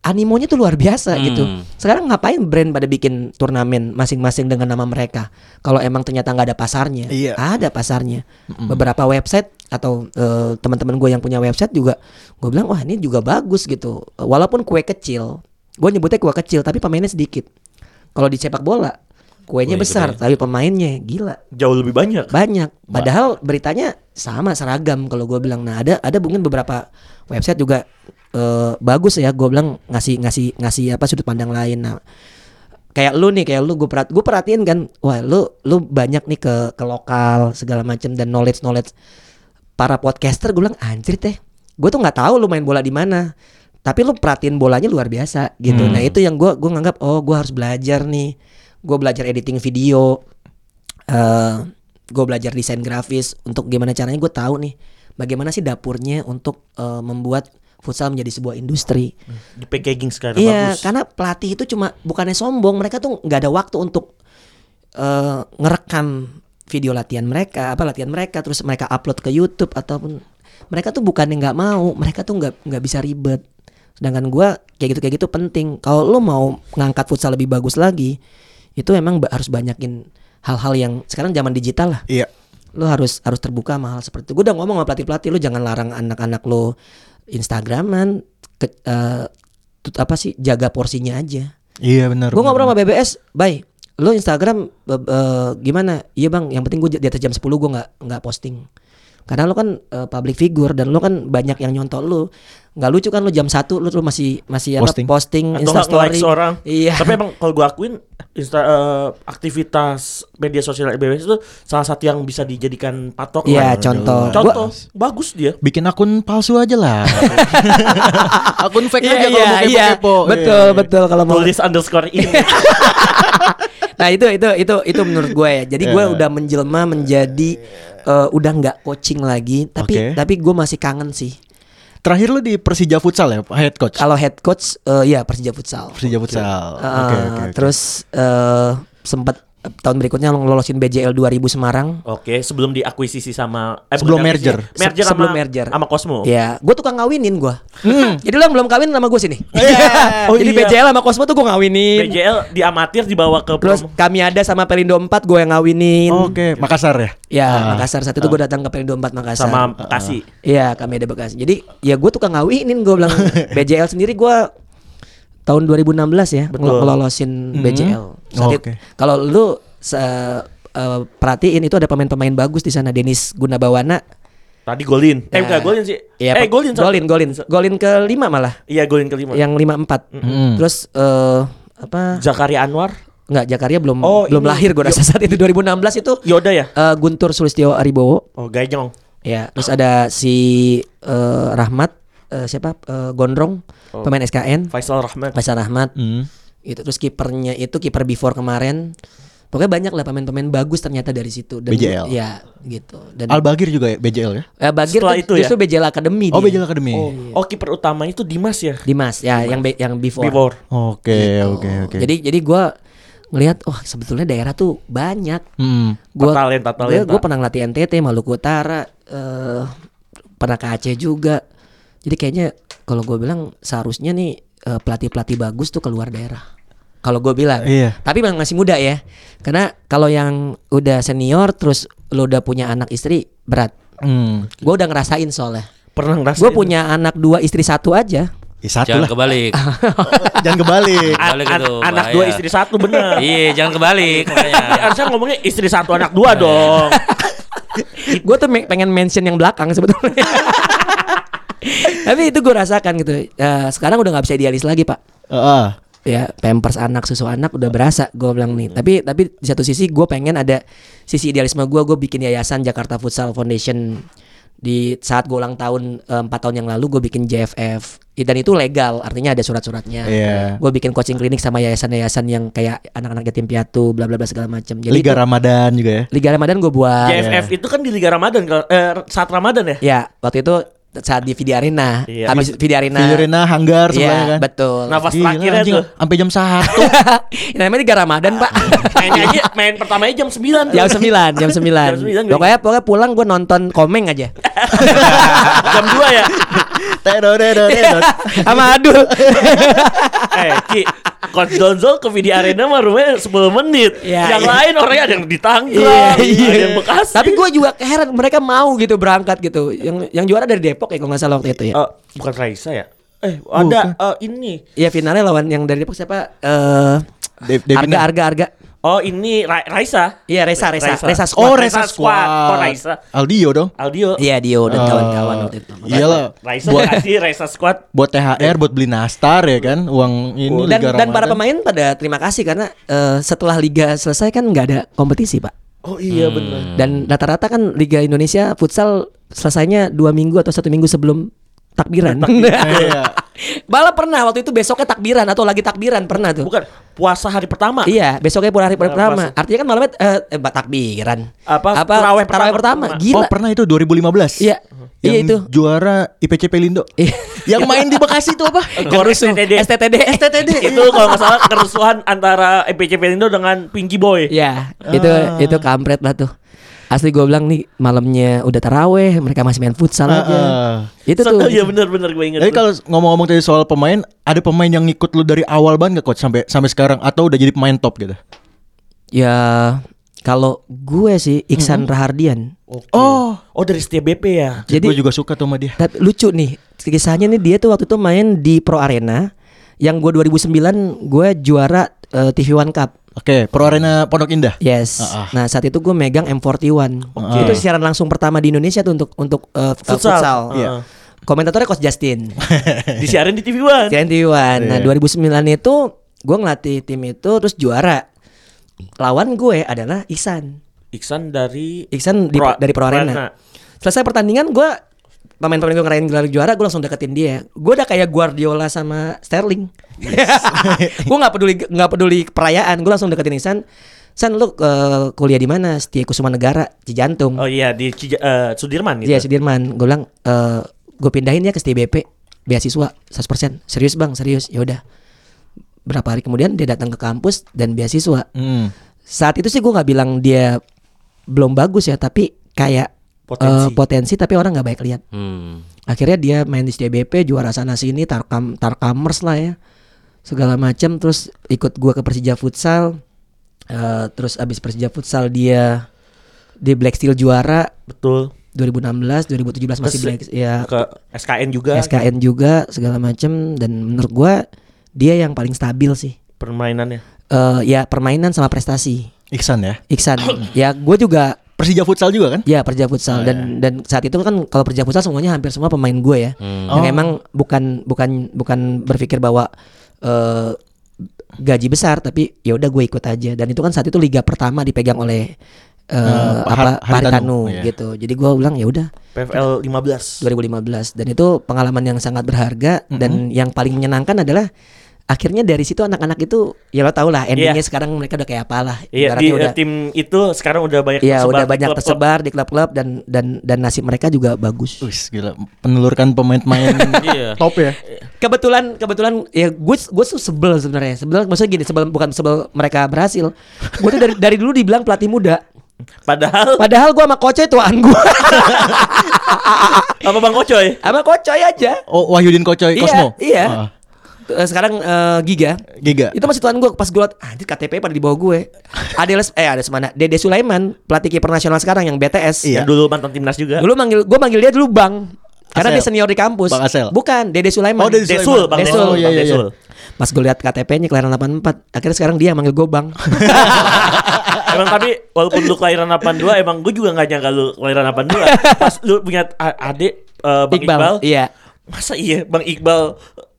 [SPEAKER 4] animonya tuh luar biasa
[SPEAKER 1] Hmm.
[SPEAKER 4] gitu. Sekarang ngapain brand pada bikin turnamen masing-masing dengan nama mereka? Kalau emang ternyata nggak ada pasarnya,
[SPEAKER 2] Iya.
[SPEAKER 4] ada pasarnya. Beberapa website atau eh, teman-teman gue yang punya website juga, gue bilang wah ini juga bagus gitu. Walaupun kue kecil, gue nyebutnya kue kecil tapi pemainnya sedikit. Kalau di sepak bola, kuenya
[SPEAKER 1] Kue
[SPEAKER 4] besar tapi pemainnya gila
[SPEAKER 3] Jauh lebih banyak.
[SPEAKER 4] banyak. Padahal beritanya sama seragam kalau gue bilang. Nah ada ada mungkin beberapa website juga eh, bagus ya. Gue bilang ngasih ngasih ngasih apa sudut pandang lain. Nah kayak lu nih kayak lu gue perat gue perhatiin kan. Wah lu lu banyak nih ke ke lokal segala macam dan knowledge knowledge para podcaster gue bilang anjir teh. Gue tuh nggak tahu lu main bola di mana. Tapi lu perhatiin bolanya luar biasa gitu. Nah itu yang gue gue nganggap oh gue harus belajar nih. Gue belajar editing video gue Eh, belajar desain grafis untuk gimana caranya gue tahu nih bagaimana sih dapurnya untuk eh, membuat futsal menjadi sebuah industri.
[SPEAKER 3] Di packaging sekarang bagus.
[SPEAKER 4] Iya, karena pelatih itu cuma bukannya sombong, mereka tuh nggak ada waktu untuk eh, ngerekam video latihan mereka, apa latihan mereka, terus mereka upload ke YouTube ataupun mereka tuh bukannya nggak mau, mereka tuh nggak nggak bisa ribet. Sedangkan gua kayak gitu kayak gitu penting. Kalau lo mau ngangkat futsal lebih bagus lagi, itu emang ba- harus banyakin hal-hal yang sekarang zaman digital lah
[SPEAKER 2] Iya.
[SPEAKER 4] lu harus harus terbuka sama hal seperti itu. Gue udah ngomong sama pelatih pelatih lu jangan larang anak-anak lu Instagraman, ke, eh, tut- apa sih jaga porsinya aja.
[SPEAKER 2] Iya benar.
[SPEAKER 4] Gue ngobrol sama BBS, bye. Lu Instagram eh, eh, gimana? Iya bang, yang penting gue di atas jam 10 gue nggak nggak posting. Karena lo kan eh, public figure dan lo kan banyak yang nyontol lo. Nggak lucu kan lo jam satu lo tuh masih masih
[SPEAKER 2] Posting.
[SPEAKER 4] apa posting
[SPEAKER 3] Atau
[SPEAKER 4] Insta
[SPEAKER 3] nggak like
[SPEAKER 4] story.
[SPEAKER 3] seorang
[SPEAKER 4] Iya.
[SPEAKER 3] Tapi emang kalau gue akuin Insta, eh, aktivitas media sosial IBWS itu salah satu yang bisa dijadikan patokan.
[SPEAKER 4] Iya, contoh.
[SPEAKER 3] Contoh, bagus dia.
[SPEAKER 2] Bikin akun palsu aja lah. akun fake
[SPEAKER 4] Iya
[SPEAKER 2] aja
[SPEAKER 4] iya
[SPEAKER 2] kalau mau
[SPEAKER 4] iya.
[SPEAKER 2] kepo-kepo.
[SPEAKER 4] Betul betul kalau mau
[SPEAKER 3] Tulis underscore ini.
[SPEAKER 4] Nah itu itu itu itu menurut gue ya. Jadi
[SPEAKER 2] Iya.
[SPEAKER 4] gue udah menjelma menjadi eh, udah nggak coaching lagi. Tapi
[SPEAKER 2] Oke.
[SPEAKER 4] tapi gue masih kangen sih.
[SPEAKER 2] Terakhir lu di Persija Futsal ya, head coach.
[SPEAKER 4] Kalau head coach eh, ya Persija Futsal.
[SPEAKER 2] Persija Futsal.
[SPEAKER 4] Eh,
[SPEAKER 2] Oke, oke, oke.
[SPEAKER 4] Terus eh, sempet eh, tahun berikutnya ngelolosin BJL 2000 Semarang.
[SPEAKER 3] Oke, sebelum diakuisisi sama eh,
[SPEAKER 2] Sebelum
[SPEAKER 3] bukan diakuisisi,
[SPEAKER 2] merger.
[SPEAKER 4] Se-
[SPEAKER 3] Merger
[SPEAKER 4] sebelum
[SPEAKER 3] sama,
[SPEAKER 4] merger.
[SPEAKER 3] sama Cosmo.
[SPEAKER 2] Oh.
[SPEAKER 4] Ya, gue tukang ngawinin gue. Jadi lo yang belum kawin sama gue sini.
[SPEAKER 3] Hmm. Oh,
[SPEAKER 4] Jadi
[SPEAKER 3] iya.
[SPEAKER 4] BJL sama Cosmo tuh gue ngawinin.
[SPEAKER 3] BJL di amatir dibawa ke
[SPEAKER 4] Terus
[SPEAKER 3] promo.
[SPEAKER 4] kami ada sama Perindo 4 gue yang ngawinin.
[SPEAKER 3] Oh.
[SPEAKER 2] Oke, Makassar ya.
[SPEAKER 4] Ya Makassar saat itu
[SPEAKER 2] Ah.
[SPEAKER 4] gue datang ke Perindo 4 Makassar.
[SPEAKER 3] sama Bekasi.
[SPEAKER 4] Iya kami ada bekas. Jadi ya gue tukang ngawinin gue bilang BJL sendiri gue tahun 2016 ya
[SPEAKER 3] Betul.
[SPEAKER 4] ngel- ngelolosin BJL. Saat
[SPEAKER 2] Oke.
[SPEAKER 4] itu- Kalau lu se- eh, perhatiin itu ada pemain-pemain bagus di sana Denis Gunabawana.
[SPEAKER 3] Tadi golin. Eh,
[SPEAKER 4] Ya.
[SPEAKER 3] enggak golin sih.
[SPEAKER 4] Ya,
[SPEAKER 3] eh,
[SPEAKER 4] pe-
[SPEAKER 3] golin. satu.
[SPEAKER 4] golin golin golin kelima malah
[SPEAKER 3] Iya, golin kelima.
[SPEAKER 4] yang lima empat.
[SPEAKER 2] Mm.
[SPEAKER 4] Terus eh, apa?
[SPEAKER 3] Zakaria Anwar,
[SPEAKER 4] Enggak Jakaria belum
[SPEAKER 3] Oh,
[SPEAKER 4] belum
[SPEAKER 3] ini-
[SPEAKER 4] lahir gue rasa saat itu 2016 itu
[SPEAKER 3] Yoda ya?
[SPEAKER 4] eh, Guntur Sulistyo Aribowo.
[SPEAKER 3] Oh, Gajong.
[SPEAKER 4] Ya, terus ada si eh, Rahmat eh, siapa? Eh, Gondrong,
[SPEAKER 3] Oh.
[SPEAKER 4] pemain SKN,
[SPEAKER 3] Faisal Rahman.
[SPEAKER 4] Faisal Rahmat.
[SPEAKER 2] Hmm.
[SPEAKER 4] Itu terus kipernya itu kiper before kemarin. Pokoknya banyak lah pemain-pemain bagus ternyata dari situ. Dan
[SPEAKER 2] BJL.
[SPEAKER 4] Ya, gitu. Dan
[SPEAKER 2] Al Bagir juga ya, BJL ya.
[SPEAKER 4] eh, Bagir
[SPEAKER 3] Setelah
[SPEAKER 4] tuh
[SPEAKER 3] itu ya?
[SPEAKER 4] justru BJL Academy
[SPEAKER 2] Oh,
[SPEAKER 4] dia.
[SPEAKER 2] BJL Academy.
[SPEAKER 3] Oh, oh kiper utama itu Dimas ya?
[SPEAKER 4] Dimas ya yang be- yang before.
[SPEAKER 3] Before.
[SPEAKER 2] Oke, oke, oke.
[SPEAKER 4] Gitu. Jadi jadi gua ngelihat wah sebetulnya daerah tuh banyak
[SPEAKER 2] Hmm.
[SPEAKER 4] gua
[SPEAKER 3] Talenta, talenta.
[SPEAKER 4] gue pernah ngelatih NTT Maluku Utara eh pernah ke Aceh juga jadi kayaknya kalau gue bilang seharusnya nih pelatih pelatih bagus tuh keluar daerah kalau gue bilang
[SPEAKER 2] Iya.
[SPEAKER 4] tapi memang masih muda ya karena kalau yang udah senior terus lo udah punya anak istri berat
[SPEAKER 2] Hmm.
[SPEAKER 4] gue udah ngerasain soalnya
[SPEAKER 3] Pernah ngerasain.
[SPEAKER 4] gue punya anak dua istri satu aja
[SPEAKER 2] Ya, satu
[SPEAKER 1] Jangan
[SPEAKER 2] lah.
[SPEAKER 1] kebalik.
[SPEAKER 2] Jangan kebalik.
[SPEAKER 3] An-
[SPEAKER 1] Balik
[SPEAKER 3] an-
[SPEAKER 1] itu,
[SPEAKER 3] anak
[SPEAKER 1] bahaya.
[SPEAKER 3] dua istri satu bener.
[SPEAKER 1] Iya, jangan kebalik makanya.
[SPEAKER 3] Tapi harusnya ngomongnya istri satu anak dua dong.
[SPEAKER 4] gue tuh me- pengen mention yang belakang sebetulnya tapi itu gue rasakan gitu Eh, sekarang udah nggak bisa idealis lagi pak
[SPEAKER 2] Heeh.
[SPEAKER 4] ya pampers anak susu anak udah berasa gue bilang nih tapi tapi di satu sisi gue pengen ada sisi idealisme gue gue bikin yayasan Jakarta Futsal Foundation di saat gue ulang tahun eh, empat tahun yang lalu gue bikin JFF I- Ya, dan itu legal artinya ada surat-suratnya
[SPEAKER 2] Iya.
[SPEAKER 4] gue bikin coaching klinik sama yayasan-yayasan yang kayak anak-anak yatim piatu bla bla bla segala macam jadi
[SPEAKER 2] Liga
[SPEAKER 4] itu-
[SPEAKER 2] Ramadan juga ya.
[SPEAKER 4] Liga Ramadan gue buat
[SPEAKER 3] JFF itu kan di Liga Ramadan kalau- eh, saat Ramadan ya?
[SPEAKER 4] ya waktu itu saat di Vidi Arena
[SPEAKER 3] Iya.
[SPEAKER 4] habis Vidi Arena
[SPEAKER 2] Filirina Hanggar sebelahnya
[SPEAKER 4] Nah. Iya
[SPEAKER 2] kan.
[SPEAKER 4] betul
[SPEAKER 3] Nafas
[SPEAKER 2] Gila,
[SPEAKER 3] terakhirnya
[SPEAKER 2] anjing,
[SPEAKER 3] tuh.
[SPEAKER 2] Sampai jam 1.
[SPEAKER 4] namanya Liga Ramadan pak
[SPEAKER 3] Mainnya aja main pertamanya jam 9
[SPEAKER 4] jam 9 jam 9
[SPEAKER 3] Jam sembilan, Eh, Greg.
[SPEAKER 4] pokoknya pokoknya pulang gue nonton komeng aja
[SPEAKER 3] jam 2 ya.
[SPEAKER 2] Teror-teror-teror.
[SPEAKER 4] sama Adul
[SPEAKER 3] Eh, Ki, Coach Donzel ke Vidi Arena mah rumahnya 10 menit.
[SPEAKER 4] Iya,
[SPEAKER 3] yang
[SPEAKER 4] iya.
[SPEAKER 3] lain orangnya ada yang di
[SPEAKER 4] Iya,
[SPEAKER 3] Tangerang,
[SPEAKER 4] iya.
[SPEAKER 3] ada yang Bekasi.
[SPEAKER 4] tapi gue juga heran mereka mau gitu berangkat gitu yang yang juara dari Depok ya kalau nggak salah waktu itu ya
[SPEAKER 3] Eh, bukan Raisa ya? Eh, ada eh, ini.
[SPEAKER 4] Iya finalnya lawan yang dari Depok siapa eh
[SPEAKER 2] De- Devina.
[SPEAKER 4] harga harga harga
[SPEAKER 3] Oh, ini Ra- Raisa.
[SPEAKER 4] iya Resa Resa
[SPEAKER 3] Reza.
[SPEAKER 4] Resa
[SPEAKER 2] Oh,
[SPEAKER 4] Squad
[SPEAKER 2] Reza
[SPEAKER 3] Reza Squad.
[SPEAKER 2] Squad.
[SPEAKER 3] Oh, Reza.
[SPEAKER 2] Aldio dong.
[SPEAKER 3] Aldio.
[SPEAKER 4] iya Dio dan
[SPEAKER 2] Eh,
[SPEAKER 4] kawan-kawan waktu itu
[SPEAKER 3] Iya,
[SPEAKER 2] Iyalah.
[SPEAKER 3] Raisa
[SPEAKER 2] Buat
[SPEAKER 3] kasih Raisa Squad.
[SPEAKER 2] buat THR, buat beli nastar ya kan, uang ini
[SPEAKER 4] Iya.
[SPEAKER 2] Liga
[SPEAKER 4] dan, dan
[SPEAKER 2] Ramadan.
[SPEAKER 4] para pemain pada terima kasih karena eh, setelah liga selesai kan nggak ada kompetisi pak
[SPEAKER 3] Oh iya benar.
[SPEAKER 4] Dan rata-rata kan Liga Indonesia futsal selesainya dua minggu atau satu minggu sebelum takbiran.
[SPEAKER 2] Iya.
[SPEAKER 4] Malah pernah waktu itu besoknya takbiran atau lagi takbiran pernah tuh.
[SPEAKER 3] Bukan puasa hari pertama.
[SPEAKER 4] Iya, besoknya pula hari
[SPEAKER 3] Nah,
[SPEAKER 4] pertama.
[SPEAKER 3] pas-
[SPEAKER 4] Artinya kan malamnya eh, eh, bah- takbiran.
[SPEAKER 3] Apa,
[SPEAKER 4] Apa
[SPEAKER 3] taraweh
[SPEAKER 4] taraweh pertama,
[SPEAKER 3] pertama.
[SPEAKER 2] Oh,
[SPEAKER 4] Gila.
[SPEAKER 2] pernah itu 2015.
[SPEAKER 4] Iya.
[SPEAKER 2] Yang
[SPEAKER 4] Iya, itu.
[SPEAKER 2] Juara IPC Pelindo.
[SPEAKER 4] Iya.
[SPEAKER 2] Yang main di Bekasi itu apa?
[SPEAKER 3] Gor STTD.
[SPEAKER 4] STTD. STTD.
[SPEAKER 3] itu kalau nggak salah kerusuhan antara MPC Pelindo dengan Pinky Boy.
[SPEAKER 4] Ya, itu
[SPEAKER 2] Ah.
[SPEAKER 4] itu kampret lah tuh. Asli gue bilang nih malamnya udah taraweh, mereka masih main futsal
[SPEAKER 2] Ah,
[SPEAKER 4] aja.
[SPEAKER 2] ah.
[SPEAKER 4] Itu tuh.
[SPEAKER 3] Iya benar-benar gue inget.
[SPEAKER 2] Tapi kalau ngomong-ngomong tadi soal pemain, ada pemain yang ngikut lu dari awal banget gak coach sampai sampai sekarang atau udah jadi pemain top gitu?
[SPEAKER 4] Ya kalau gue sih Iksan Rahardian.
[SPEAKER 3] Oh, oh dari setiap BP ya.
[SPEAKER 4] Jadi
[SPEAKER 2] gue juga suka tuh sama dia.
[SPEAKER 4] Tapi lucu nih kisahnya nih dia tuh waktu itu main di Pro Arena yang gue 2009 gue juara eh, TV One Cup.
[SPEAKER 2] Oke, Pro Arena Pondok Indah.
[SPEAKER 4] Yes.
[SPEAKER 2] Ah, ah.
[SPEAKER 4] Nah saat itu gue megang M41.
[SPEAKER 2] Oke.
[SPEAKER 4] Itu siaran langsung pertama di Indonesia tuh untuk untuk uh, futsal.
[SPEAKER 3] Futsal.
[SPEAKER 2] Iya.
[SPEAKER 3] Heeh.
[SPEAKER 4] Komentatornya Coach Justin.
[SPEAKER 3] Disiarin di TV One.
[SPEAKER 4] Kirain TV One. Nah
[SPEAKER 2] Iya.
[SPEAKER 4] 2009 itu gue ngelatih tim itu terus juara. Lawan gue adalah Iksan.
[SPEAKER 3] Iksan dari
[SPEAKER 4] Iksan di-
[SPEAKER 3] Pro-
[SPEAKER 4] dari Pro Arena.
[SPEAKER 3] Arena.
[SPEAKER 4] Selesai pertandingan gue pemain-pemain gue ngerayain gelar juara gue langsung deketin dia. Gue udah kayak Guardiola sama Sterling. gue nggak peduli nggak peduli perayaan gue langsung deketin Iksan. San lu eh, kuliah di mana? Setia Kusuma Negara, Cijantung.
[SPEAKER 3] Oh iya di Cija- eh, Sudirman gitu.
[SPEAKER 4] Iya Sudirman, gue bilang gue pindahin ya ke STBP beasiswa 100% serius bang serius ya udah berapa hari kemudian dia datang ke kampus dan beasiswa
[SPEAKER 2] Hmm.
[SPEAKER 4] saat itu sih gue nggak bilang dia belum bagus ya tapi kayak
[SPEAKER 3] Potensi.
[SPEAKER 4] eh, potensi tapi orang nggak baik lihat
[SPEAKER 1] Hmm.
[SPEAKER 4] akhirnya dia main di STBP juara sana sini tarkam tarkamers lah ya segala macam terus ikut gua ke Persija futsal Eh, terus abis Persija futsal dia di Black Steel juara
[SPEAKER 3] Betul.
[SPEAKER 4] 2016 2017 masih
[SPEAKER 3] Terus
[SPEAKER 4] Black ya
[SPEAKER 3] Ke SKN juga
[SPEAKER 4] SKN juga segala macem dan menurut gua dia yang paling stabil sih
[SPEAKER 3] permainannya.
[SPEAKER 4] Eh ya permainan sama prestasi
[SPEAKER 2] Iksan ya.
[SPEAKER 4] Iksan ya gue juga
[SPEAKER 2] Persija futsal juga kan?
[SPEAKER 4] ya perja futsal dan dan saat itu kan kalau perja futsal semuanya hampir semua pemain gue ya
[SPEAKER 2] Oh.
[SPEAKER 4] yang emang bukan bukan bukan berpikir bahwa eh gaji besar tapi ya udah gue ikut aja dan itu kan saat itu liga pertama dipegang oleh eh
[SPEAKER 2] Eh, Pak Har-
[SPEAKER 4] apa
[SPEAKER 2] Haritanu,
[SPEAKER 4] Haritanu
[SPEAKER 2] iya.
[SPEAKER 4] gitu jadi gue bilang ya udah
[SPEAKER 3] PFL 15.
[SPEAKER 4] 2015 dan itu pengalaman yang sangat berharga dan yang paling menyenangkan adalah akhirnya dari situ anak-anak itu ya lo tau lah endingnya
[SPEAKER 3] Iya.
[SPEAKER 4] sekarang mereka udah kayak apalah
[SPEAKER 3] Iya,
[SPEAKER 4] Ibaratnya
[SPEAKER 3] di
[SPEAKER 4] udah
[SPEAKER 3] eh, tim itu sekarang udah banyak
[SPEAKER 4] ya
[SPEAKER 3] di
[SPEAKER 4] udah banyak
[SPEAKER 3] klub-klub.
[SPEAKER 4] tersebar di klub-klub dan dan dan nasib mereka juga bagus
[SPEAKER 2] Wih, gila penelurkan pemain-pemain
[SPEAKER 1] Iya.
[SPEAKER 2] top ya.
[SPEAKER 4] kebetulan kebetulan ya gue gue tuh sebel sebenarnya sebel maksudnya gini sebel bukan sebel mereka berhasil gue tuh dari dari dulu dibilang pelatih muda
[SPEAKER 3] Padahal
[SPEAKER 4] padahal gue sama kocoy tuaan gue
[SPEAKER 3] apa Bang Kocoy?
[SPEAKER 4] sama kocoy aja
[SPEAKER 2] Oh, Wahyudin Kocoy
[SPEAKER 4] Iya,
[SPEAKER 2] Cosmo.
[SPEAKER 4] iya.
[SPEAKER 2] Ah,
[SPEAKER 4] Eh, sekarang eh, giga
[SPEAKER 2] Giga.
[SPEAKER 4] Itu masih tuan gue pas gue liat anjir KTP pada di bawah gue. Ada les- eh ada semana. Dede Sulaiman, pelatih kiper nasional sekarang yang BTS.
[SPEAKER 2] Iya.
[SPEAKER 3] Yang dulu mantan timnas juga.
[SPEAKER 4] Dulu manggil gue manggil dia dulu Bang. Karena
[SPEAKER 2] Asel.
[SPEAKER 4] dia senior di kampus.
[SPEAKER 2] Bang Asel.
[SPEAKER 4] Bukan, Dede
[SPEAKER 2] Oh,
[SPEAKER 4] Sulaiman.
[SPEAKER 2] Dede Sulaiman.
[SPEAKER 3] Desul, Bang
[SPEAKER 4] Desul.
[SPEAKER 3] Desul.
[SPEAKER 4] Oh, iya,
[SPEAKER 3] Bang
[SPEAKER 2] iya,
[SPEAKER 3] Desul.
[SPEAKER 4] Pas gue lihat KTP-nya kelahiran 84, akhirnya sekarang dia yang manggil gue Bang.
[SPEAKER 3] emang tapi walaupun lu kelahiran 82 emang gue juga gak nyangka lu kelahiran 82 pas lu punya a- adik eh, Bang Iqbal,
[SPEAKER 4] Iya.
[SPEAKER 3] masa iya Bang Iqbal uh,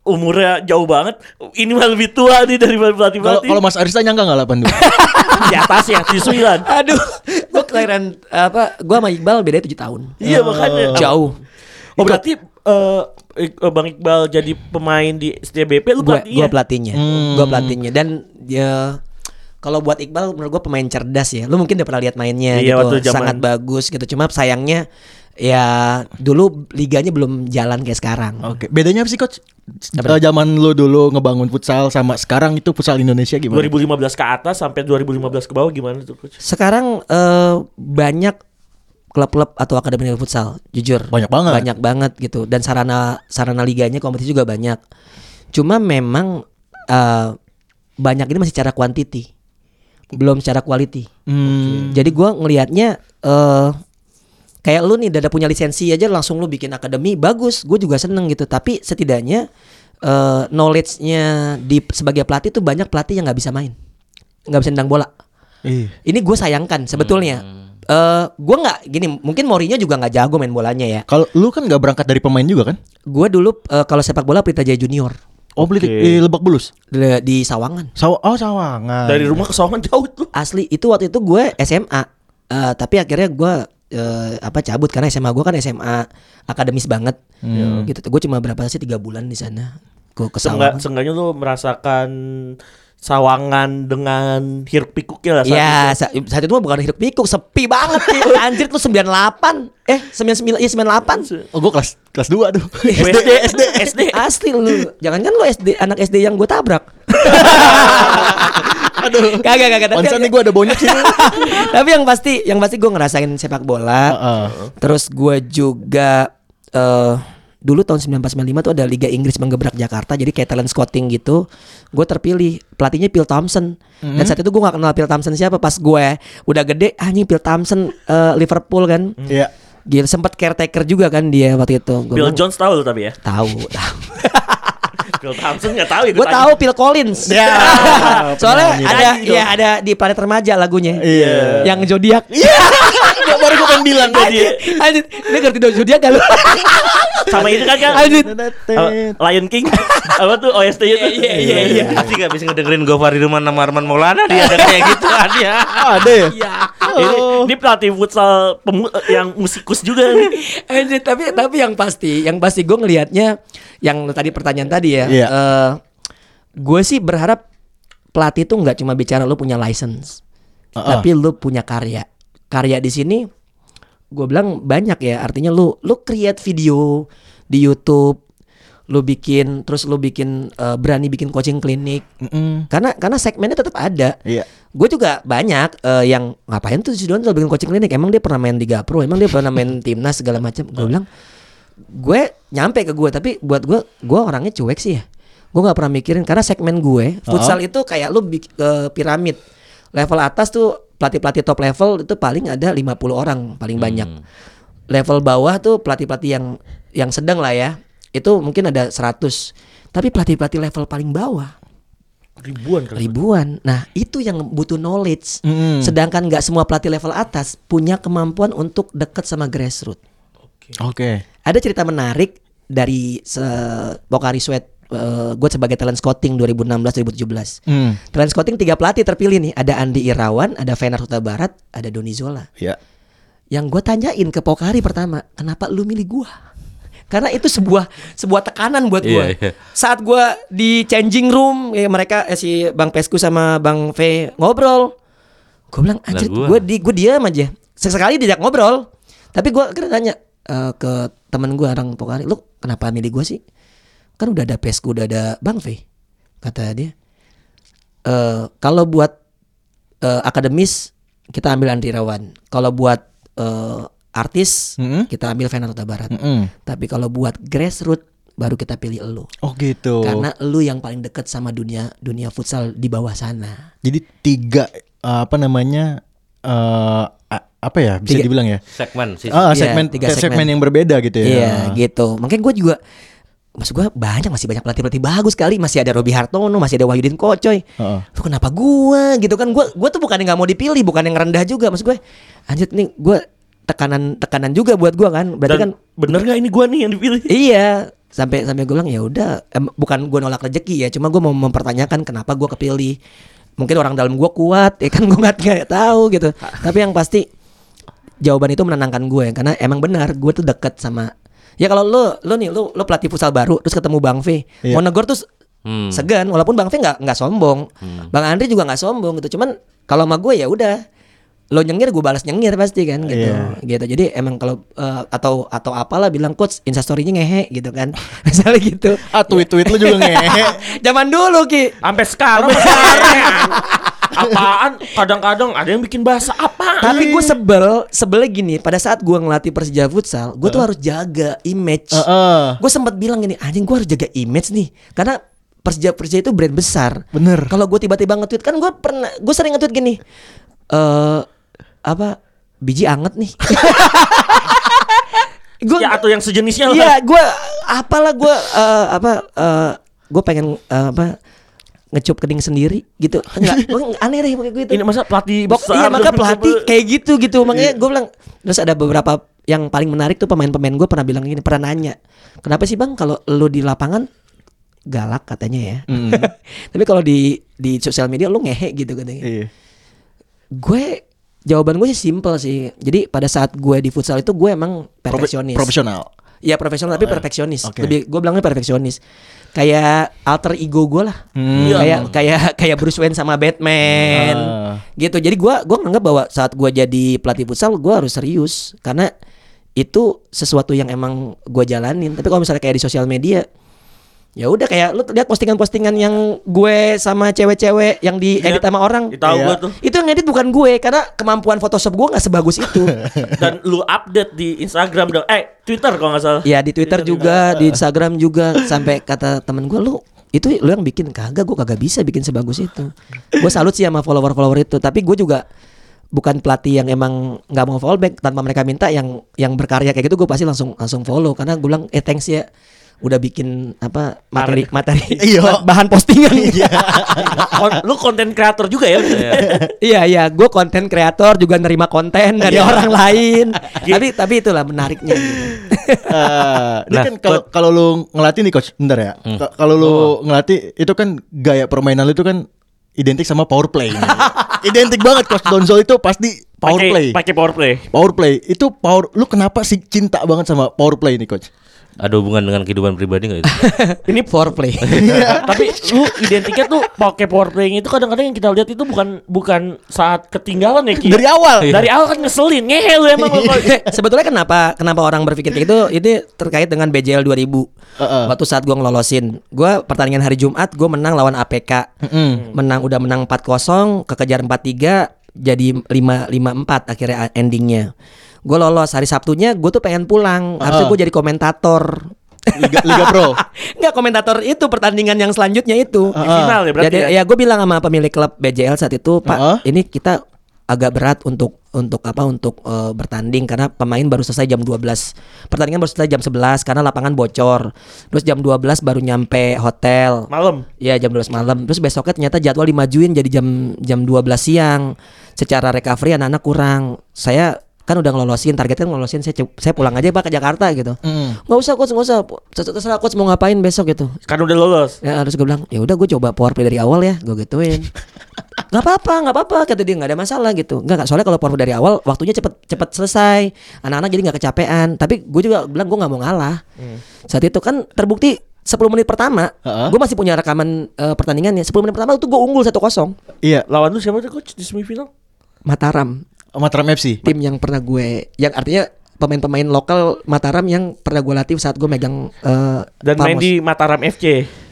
[SPEAKER 3] umurnya jauh banget ini malah lebih tua nih dari pelatih
[SPEAKER 2] Kalau
[SPEAKER 3] pelatih
[SPEAKER 2] kalau Mas Arista nyangka nggak 82?
[SPEAKER 3] di atas ya di 9
[SPEAKER 4] Aduh, gue kelahiran apa? Gue sama Iqbal beda 7 tahun.
[SPEAKER 3] iya makanya
[SPEAKER 4] Jauh.
[SPEAKER 3] oh berarti eh, Ik- eh, Bang Iqbal jadi pemain di setiap BP lu
[SPEAKER 4] gue
[SPEAKER 3] pelatih ya?
[SPEAKER 4] pelatihnya gue pelatihnya dan ya kalau buat Iqbal menurut gue pemain cerdas ya lu mungkin udah pernah lihat mainnya
[SPEAKER 3] Iya, waktu
[SPEAKER 4] gitu
[SPEAKER 3] zaman-
[SPEAKER 4] sangat bagus gitu cuma sayangnya ya dulu liganya belum jalan kayak sekarang
[SPEAKER 2] Oke, bedanya apa sih coach?
[SPEAKER 4] Apa?
[SPEAKER 2] Eh, zaman lu dulu ngebangun futsal sama sekarang itu futsal Indonesia gimana?
[SPEAKER 3] 2015 ke atas sampai 2015 ke bawah gimana tuh coach
[SPEAKER 4] sekarang eh, banyak klub-klub atau akademi futsal jujur
[SPEAKER 2] Banyak banget.
[SPEAKER 4] banyak banget gitu dan sarana sarana liganya kompetisi juga banyak cuma memang eh, banyak ini masih cara quantity belum secara quality
[SPEAKER 2] Hmm.
[SPEAKER 4] Jadi gua ngelihatnya eh kayak lu nih udah punya lisensi aja langsung lu bikin akademi bagus, gue juga seneng gitu. Tapi setidaknya eh knowledge-nya di sebagai pelatih tuh banyak pelatih yang nggak bisa main, nggak bisa nendang bola.
[SPEAKER 2] Ih.
[SPEAKER 4] Ini gue sayangkan sebetulnya. Eh gue nggak gini, mungkin Mourinho juga nggak jago main bolanya ya.
[SPEAKER 2] Kalau lu kan nggak berangkat dari pemain juga kan?
[SPEAKER 4] Gue dulu eh, kalau sepak bola Pelita Jaya Junior
[SPEAKER 2] Oh, beli di Lebak Bulus.
[SPEAKER 4] di, di Sawangan.
[SPEAKER 2] Saw oh,
[SPEAKER 4] Ah,
[SPEAKER 2] Sawangan.
[SPEAKER 3] dari
[SPEAKER 4] iya.
[SPEAKER 3] rumah ke Sawangan jauh tuh
[SPEAKER 4] Asli itu waktu itu gue SMA, Eh tapi akhirnya gue eh, apa cabut karena SMA gue kan SMA akademis banget.
[SPEAKER 2] Hmm.
[SPEAKER 4] gitu gue cuma berapa sih tiga bulan di sana gue ke
[SPEAKER 3] Sengga,
[SPEAKER 4] Sawangan
[SPEAKER 3] seenggaknya lu merasakan Sawangan dengan hiruk pikuknya lah saat
[SPEAKER 4] ya
[SPEAKER 3] itu.
[SPEAKER 4] sa- saat itu mah bukan hiruk pikuk sepi banget sih anjir tuh 98 eh 99 iya 98
[SPEAKER 2] Oh, gua kelas kelas 2 tuh.
[SPEAKER 3] SD SD SD
[SPEAKER 4] asli lu jangan kan lu SD anak SD yang gue tabrak
[SPEAKER 2] Aduh.
[SPEAKER 3] Kan
[SPEAKER 4] kagak kagak tapi,
[SPEAKER 3] ya?
[SPEAKER 2] Onsan nih gua ada bonyok sini.
[SPEAKER 4] tapi yang pasti yang pasti gue ngerasain sepak bola
[SPEAKER 2] Heeh.
[SPEAKER 4] terus gue juga eh dulu tahun 1995 tuh ada Liga Inggris menggebrak Jakarta jadi kayak talent scouting gitu gue terpilih pelatihnya Phil Thompson dan saat itu gue gak kenal Phil Thompson siapa pas gue udah gede "Ah, anjing Phil Thompson eh, Liverpool kan
[SPEAKER 2] Iya.
[SPEAKER 4] gila sempet caretaker juga kan dia waktu itu gue
[SPEAKER 3] Bill Jones tahu lu tapi ya
[SPEAKER 4] tahu tahu.
[SPEAKER 3] Phil Thompson nggak tahu itu.
[SPEAKER 4] Gue
[SPEAKER 3] tadi.
[SPEAKER 4] tahu Phil Collins.
[SPEAKER 2] Ya.
[SPEAKER 4] Soalnya
[SPEAKER 2] Penyanyi.
[SPEAKER 4] ada
[SPEAKER 3] Nyanyi dong.
[SPEAKER 4] ya ada di planet remaja lagunya.
[SPEAKER 2] Iya.
[SPEAKER 4] Yang zodiak. Iya.
[SPEAKER 2] Baru gue pengen bilang
[SPEAKER 3] Jadi
[SPEAKER 4] Anjir, lu ngerti dong zodiak gak lu?
[SPEAKER 3] sama itu kan kan
[SPEAKER 4] Anjir.
[SPEAKER 3] apa, Lion King apa tuh OST-nya tuh.
[SPEAKER 4] Iya, iya, iya.
[SPEAKER 1] Pasti gak bisa ngedengerin Gofar di rumah nama Arman Maulana dia ada kayak gituan ya.
[SPEAKER 2] Oh, ada ya?
[SPEAKER 3] Iya. Ini, ini pelatih futsal pemu- yang musikus juga nih.
[SPEAKER 4] Anjir, tapi tapi yang pasti, yang pasti gue ngelihatnya yang lu tadi pertanyaan tadi ya.
[SPEAKER 2] Iya.
[SPEAKER 4] eh, gue sih berharap pelatih tuh nggak cuma bicara lu punya license,
[SPEAKER 2] Uh-uh.
[SPEAKER 4] tapi lu punya karya. Karya di sini gue bilang banyak ya. Artinya lu lu create video di YouTube, lu bikin terus lu bikin eh, berani bikin coaching klinik.
[SPEAKER 2] Mm-mm.
[SPEAKER 4] Karena karena segmennya tetap ada.
[SPEAKER 2] Iya.
[SPEAKER 4] Gue juga banyak eh, yang ngapain tuh si Donzel bikin coaching klinik. Emang dia pernah main Liga Pro, emang dia pernah main timnas segala macam. Gue bilang gue nyampe ke gue tapi buat gue gue orangnya cuek sih ya. Gue nggak pernah mikirin karena segmen gue futsal itu kayak lu bik- eh, piramid. Level atas tuh pelatih-pelatih top level itu paling ada 50 orang paling banyak. Level bawah tuh pelatih-pelatih yang yang sedang lah ya. Itu mungkin ada 100. Tapi pelatih-pelatih level paling bawah
[SPEAKER 3] Ribuan
[SPEAKER 4] ribuan. Nah itu yang butuh knowledge.
[SPEAKER 2] Mm.
[SPEAKER 4] Sedangkan nggak semua pelatih level atas punya kemampuan untuk dekat sama grassroots.
[SPEAKER 2] Oke.
[SPEAKER 4] Ada cerita menarik dari se- Pokari Sweat. eh, gue sebagai talent scouting 2016-2017.
[SPEAKER 2] Hmm.
[SPEAKER 4] Talent scouting tiga pelatih terpilih nih. Ada Andi Irawan, ada Fener Huta Barat, ada Doni Zola.
[SPEAKER 2] Ya.
[SPEAKER 4] Yang gue tanyain ke Pokari pertama, kenapa lu milih gua? Karena itu sebuah sebuah tekanan buat gue.
[SPEAKER 1] Iya, iya.
[SPEAKER 4] Saat gua di changing room, ya mereka eh, si Bang Pesku sama Bang V ngobrol. Gue bilang, anjir
[SPEAKER 1] Lah, gua."
[SPEAKER 4] gue di gue diam aja. Sesekali diajak ngobrol, tapi gua akhirnya tanya eh, ke temen gue orang Pokari, lu kenapa milih gua sih? Kan udah ada Pesku, udah ada Bang V. Kata dia, eh kalau buat eh, akademis kita ambil Andri Rawan. Kalau buat eh, artis
[SPEAKER 2] Mm-mm. Mm.
[SPEAKER 4] kita ambil Venar Huta Barat.
[SPEAKER 2] Mm-mm.
[SPEAKER 4] Tapi kalau buat grassroots baru kita pilih elu.
[SPEAKER 2] Oh gitu.
[SPEAKER 4] Karena elu yang paling dekat sama dunia dunia futsal di bawah sana.
[SPEAKER 2] Jadi tiga uh, apa namanya eh a- apa ya bisa
[SPEAKER 4] Tiga.
[SPEAKER 2] dibilang ya?
[SPEAKER 1] Segmen sih.
[SPEAKER 2] Ah,
[SPEAKER 4] Iya,
[SPEAKER 2] segmen
[SPEAKER 4] tiga
[SPEAKER 2] segmen.
[SPEAKER 4] segmen
[SPEAKER 2] yang berbeda gitu ya.
[SPEAKER 4] Iya, gitu. Makanya gue juga Maksud gue banyak masih banyak pelatih-pelatih bagus kali Masih ada Robi Hartono, masih ada Wahyudin Kocoy
[SPEAKER 2] Heeh.
[SPEAKER 4] Lu kenapa gua gitu kan Gue gua tuh bukan yang gak mau dipilih, bukan yang rendah juga Maksud gue, anjir nih gue tekanan tekanan juga buat gua kan Berarti kan
[SPEAKER 3] Dan bener nggak ini gua nih yang dipilih?
[SPEAKER 4] Iya, sampai sampai gue bilang ya udah, em, bukan gue nolak rezeki ya, cuma gue mau mempertanyakan kenapa gue kepilih. Mungkin orang dalam gue kuat, ya kan gue nggak nggak tahu gitu. Tapi yang pasti jawaban itu menenangkan gue karena emang benar gue tuh deket sama ya kalau lo lo nih lo lo pelatih futsal baru terus ketemu Bang V
[SPEAKER 2] Iya.
[SPEAKER 4] mau negor terus
[SPEAKER 1] Hmm.
[SPEAKER 4] segan walaupun Bang V nggak nggak sombong
[SPEAKER 2] Hmm.
[SPEAKER 4] Bang Andri juga nggak sombong gitu cuman kalau sama gue ya udah lo nyengir gue balas nyengir pasti kan gitu
[SPEAKER 2] Iya.
[SPEAKER 4] gitu jadi emang kalau eh, atau atau apalah bilang coach instastorynya ngehe gitu kan misalnya gitu
[SPEAKER 2] Ah tweet-tweet lu juga ngehe.
[SPEAKER 4] zaman dulu ki
[SPEAKER 3] Sampai sekarang. Apaan? Kadang-kadang ada yang bikin bahasa apa?
[SPEAKER 4] tapi gue sebel sebelnya gini pada saat gue ngelatih Persija futsal gue tuh harus
[SPEAKER 2] Ah,
[SPEAKER 4] jaga image
[SPEAKER 2] Heeh.
[SPEAKER 4] gue sempat bilang gini anjing gue harus jaga image nih karena Persija Persija itu brand besar
[SPEAKER 2] Bener.
[SPEAKER 4] kalau gue tiba-tiba nge-tweet kan gue pernah gue sering nge-tweet gini eh apa biji anget nih gue
[SPEAKER 3] Ya atau yang sejenisnya lah.
[SPEAKER 4] Iya, gue apalah gue eh, apa gue pengen eh, apa ngecup kening sendiri gitu. Enggak, gua aneh deh kayak gitu.
[SPEAKER 3] Ini masa pelatih
[SPEAKER 4] Bok,
[SPEAKER 3] besar
[SPEAKER 4] iya maka
[SPEAKER 3] dan
[SPEAKER 4] pelatih
[SPEAKER 3] mencoba-
[SPEAKER 4] kayak gitu gitu makanya gue bilang terus ada beberapa yang paling menarik tuh pemain-pemain gue pernah bilang gini pernah nanya kenapa sih bang kalau lu di lapangan galak katanya ya tapi kalau di di sosial media lu ngehe gitu katanya
[SPEAKER 2] Iya.
[SPEAKER 4] gue jawaban gue sih simple sih jadi pada saat gue di futsal itu gue emang
[SPEAKER 2] Profe-
[SPEAKER 4] perfeksionis
[SPEAKER 2] Profesional.
[SPEAKER 4] Ya profesional tapi perfeksionis.
[SPEAKER 2] oke.
[SPEAKER 4] Lebih gue bilangnya perfeksionis. Kayak alter ego gue lah.
[SPEAKER 2] Hmm.
[SPEAKER 4] Kayak kayak kayak Bruce Wayne sama Batman.
[SPEAKER 2] Ah.
[SPEAKER 4] Gitu. Jadi gua gua nganggap bahwa saat gua jadi pelatih futsal gua harus serius karena itu sesuatu yang emang gua jalanin. Tapi kalau misalnya kayak di sosial media ya udah kayak lu lihat postingan-postingan yang gue sama cewek-cewek yang
[SPEAKER 3] Iya.
[SPEAKER 4] diedit sama orang.
[SPEAKER 3] Tahu
[SPEAKER 2] Iya.
[SPEAKER 3] gua tuh.
[SPEAKER 4] Itu yang edit bukan gue karena kemampuan Photoshop gua nggak sebagus itu.
[SPEAKER 3] Dan lu update di Instagram dong. Eh, Twitter kalau nggak salah.
[SPEAKER 4] Ya di Twitter juga, di Instagram juga sampai kata temen gue lu itu lu yang bikin kagak gue kagak bisa bikin sebagus itu. Gue salut sih sama follower-follower itu, tapi gue juga bukan pelatih yang emang nggak mau follow back tanpa mereka minta yang yang berkarya kayak gitu gue pasti langsung langsung follow karena gue bilang eh thanks ya udah bikin apa materi
[SPEAKER 3] Art.
[SPEAKER 4] materi
[SPEAKER 2] Iya.
[SPEAKER 4] ba- bahan postingan.
[SPEAKER 3] Kon- lu konten kreator juga ya
[SPEAKER 4] Iya iya, gue konten kreator juga nerima konten dari orang lain. tapi tapi itulah menariknya. gitu.
[SPEAKER 2] Eh, ini
[SPEAKER 1] Nah,
[SPEAKER 2] kan kalau kalau lu ngelatih nih coach, bentar ya.
[SPEAKER 3] Hmm.
[SPEAKER 2] Ka- Kalau lu ngelatih itu kan gaya permainan lu itu kan identik sama power play. identik banget coach Donzo itu pasti power
[SPEAKER 3] Pakai-
[SPEAKER 2] play.
[SPEAKER 3] pakai power play
[SPEAKER 2] Power play itu power lu kenapa sih cinta banget sama power play nih coach?
[SPEAKER 1] Ada hubungan dengan kehidupan pribadi nggak itu?
[SPEAKER 4] Ini foreplay.
[SPEAKER 3] tapi lu identiknya tuh pakai power playing itu kadang-kadang yang kita lihat itu bukan bukan saat ketinggalan ya Ki.
[SPEAKER 2] Dari awal.
[SPEAKER 4] Iya.
[SPEAKER 3] dari awal kan ngeselin ngehe lu emang lu kalau-
[SPEAKER 4] Eh, Sebetulnya kenapa kenapa orang berpikir kayak itu? Itu terkait dengan BJL 2000.
[SPEAKER 2] Heeh.
[SPEAKER 4] Waktu saat gua ngelolosin, gua pertandingan hari Jumat gua menang lawan APK. Menang udah menang 4-0, kekejar 4-3, jadi 5-5-4 akhirnya a- endingnya. Gue lolos hari Sabtunya, gue tuh pengen pulang. Harusnya gue jadi komentator.
[SPEAKER 2] Liga, Liga Pro.
[SPEAKER 4] Nggak komentator itu pertandingan yang selanjutnya itu.
[SPEAKER 3] Di final ya berarti
[SPEAKER 4] Jadi,
[SPEAKER 3] ya.
[SPEAKER 4] ya gue bilang sama pemilik klub BJL saat itu, Pak,
[SPEAKER 2] Heeh.
[SPEAKER 4] ini kita agak berat untuk untuk apa untuk eh, bertanding karena pemain baru selesai jam 12. Pertandingan baru selesai jam 11 karena lapangan bocor. Terus jam 12 baru nyampe hotel.
[SPEAKER 3] malam
[SPEAKER 4] Ya jam 12 malam. Terus besoknya ternyata jadwal dimajuin jadi jam jam 12 siang. Secara recovery anak-anak kurang. Saya kan udah ngelolosin targetnya ngelolosin saya ce- saya pulang aja Pak ke Jakarta gitu. Nggak usah coach, nggak usah. Terserah coach mau ngapain besok gitu.
[SPEAKER 3] kan udah lolos
[SPEAKER 4] Ya harus gue bilang, ya udah gue coba power play dari awal ya, gue gituin. Gak apa-apa, gak apa-apa kata dia nggak ada masalah gitu. Nggak, nggak, soalnya kalau power play dari awal waktunya cepet cepet selesai, anak-anak jadi nggak kecapean. Tapi gue juga bilang gue nggak mau ngalah.
[SPEAKER 3] Hmm.
[SPEAKER 4] Saat itu kan terbukti 10 menit pertama,
[SPEAKER 2] Heeh.
[SPEAKER 4] gue masih punya rekaman eh, pertandingannya. 10 menit pertama itu gue unggul 1-0
[SPEAKER 2] Iya,
[SPEAKER 3] lawan lu siapa tuh coach di semifinal
[SPEAKER 4] Mataram,
[SPEAKER 2] Mataram FC.
[SPEAKER 4] tim yang pernah gue, yang artinya pemain-pemain lokal Mataram yang pernah gue latih saat gue megang eh,
[SPEAKER 3] dan main
[SPEAKER 4] Palmos.
[SPEAKER 3] di Mataram FC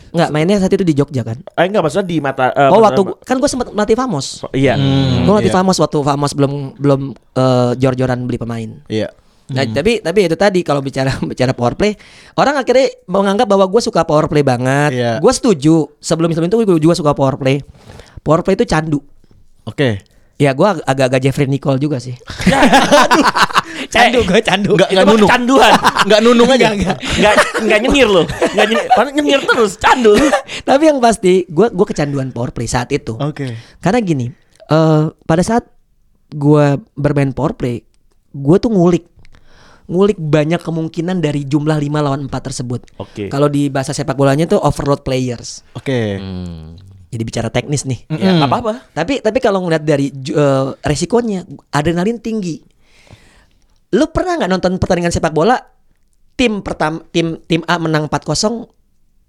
[SPEAKER 4] nggak mainnya saat itu di Jogja kan?
[SPEAKER 3] eh enggak maksudnya di mata eh,
[SPEAKER 4] oh
[SPEAKER 3] Mataram-
[SPEAKER 4] waktu kan gue sempat melatih Famos.
[SPEAKER 3] So- iya
[SPEAKER 4] Gue latih
[SPEAKER 2] iya.
[SPEAKER 4] Famos waktu Famos belum belum eh, jor-joran beli pemain.
[SPEAKER 2] Iya.
[SPEAKER 4] Nah, tapi tapi itu tadi kalau bicara bicara power play, orang akhirnya menganggap bahwa gue suka power play banget.
[SPEAKER 2] Iya.
[SPEAKER 4] Gue setuju. Sebelum sebelum itu gue juga suka power play. Power play itu candu.
[SPEAKER 2] Oke.
[SPEAKER 4] Ya gue agak-agak Jeffrey Nicole juga sih. candu gue candu.
[SPEAKER 2] Nggak-
[SPEAKER 3] Eh, itu
[SPEAKER 2] nggak
[SPEAKER 3] mah
[SPEAKER 2] nunuk.
[SPEAKER 3] kecanduan
[SPEAKER 2] Enggak nunung aja.
[SPEAKER 3] nggak nggak nyenir lo nggak nyenir padahal nyenir terus candu lu.
[SPEAKER 4] tapi yang pasti gue gue kecanduan power play saat itu.
[SPEAKER 2] Oke.
[SPEAKER 4] Karena gini, eh pada saat gua bermain power play, gue tuh ngulik, ngulik banyak kemungkinan dari jumlah 5 lawan 4 tersebut.
[SPEAKER 3] Oke.
[SPEAKER 4] Kalau di bahasa sepak bolanya tuh overload players.
[SPEAKER 2] Oke.
[SPEAKER 1] Hmm.
[SPEAKER 4] Jadi bicara teknis nih.
[SPEAKER 3] ya apa apa
[SPEAKER 4] Tapi tapi kalau ngeliat dari ju- eh, resikonya, adrenalin tinggi. Lu pernah nggak nonton pertandingan sepak bola tim pertama tim tim A menang 4-0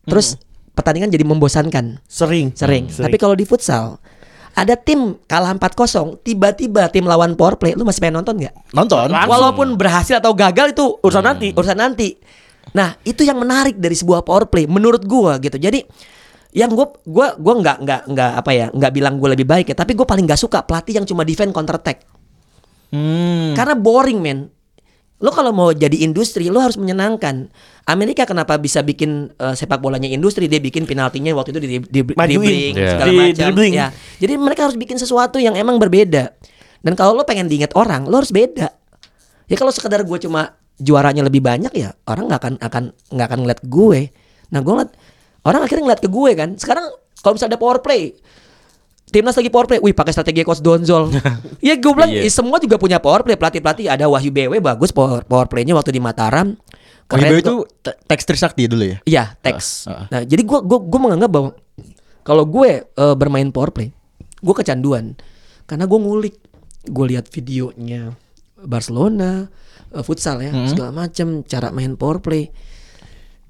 [SPEAKER 4] terus pertandingan jadi membosankan?
[SPEAKER 3] sering
[SPEAKER 4] sering. Tapi kalau di futsal ada tim kalah 4-0, tiba-tiba tim lawan power play, lu masih pengen nonton nggak?
[SPEAKER 2] Nonton.
[SPEAKER 4] Walaupun berhasil atau gagal itu urusan nanti, urusan nanti. Nah, itu yang menarik dari sebuah power play menurut gua gitu. Jadi yang gua gua gua nggak nggak nggak apa ya, nggak bilang gua lebih baik ya, tapi gua paling nggak suka pelatih yang cuma defend counter attack.
[SPEAKER 2] Hmm.
[SPEAKER 4] Karena boring men Lo kalau mau jadi industri Lo harus menyenangkan Amerika kenapa bisa bikin eh, Sepak bolanya industri Dia bikin penaltinya Waktu itu di, di, di
[SPEAKER 3] Majuin.
[SPEAKER 4] dribbling,
[SPEAKER 1] Yeah.
[SPEAKER 4] Segala
[SPEAKER 3] Di
[SPEAKER 4] macam
[SPEAKER 3] dribbling.
[SPEAKER 4] ya. Jadi mereka harus bikin sesuatu Yang emang berbeda Dan kalau lo pengen diingat orang Lo harus beda Ya kalau sekedar gue cuma Juaranya lebih banyak ya Orang nggak akan akan nggak akan ngeliat gue Nah gue ngeliat Orang akhirnya ngeliat ke gue kan Sekarang kalau misalnya ada power play Timnas lagi power play, wih pakai strategi coach Donzol. ya gue bilang
[SPEAKER 1] Iya.
[SPEAKER 4] "Ih, semua juga punya power play pelatih pelatih ada Wahyu BW bagus power power playnya waktu di Mataram. Keren
[SPEAKER 2] Keren
[SPEAKER 4] kok.
[SPEAKER 2] itu te- teks Trisakti dulu ya.
[SPEAKER 4] Iya, teks. Nah, jadi gua gua gua menganggap bahwa kalau gue eh, bermain power play, gua kecanduan karena gue ngulik. Gue lihat videonya Barcelona eh, futsal ya, segala macam cara main power play.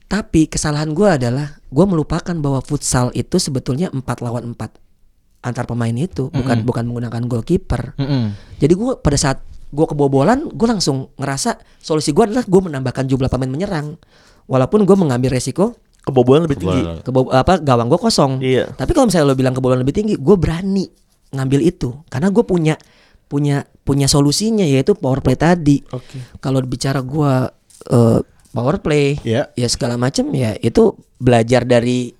[SPEAKER 4] Tapi kesalahan gua adalah gua melupakan bahwa futsal itu sebetulnya 4 lawan 4 antar pemain itu bukan bukan menggunakan goalkeeper. Jadi gue pada saat gue kebobolan, gue langsung ngerasa solusi gue adalah gue menambahkan jumlah pemain menyerang. Walaupun gue mengambil resiko
[SPEAKER 3] kebobolan lebih tinggi
[SPEAKER 4] kebo- apa gawang gue kosong.
[SPEAKER 3] Iya.
[SPEAKER 4] Tapi kalau misalnya lo bilang kebobolan lebih tinggi, gue berani ngambil itu karena gue punya punya punya solusinya yaitu power play tadi. Kalau bicara gue eh, power play,
[SPEAKER 2] Iya.
[SPEAKER 4] ya segala macam ya itu belajar dari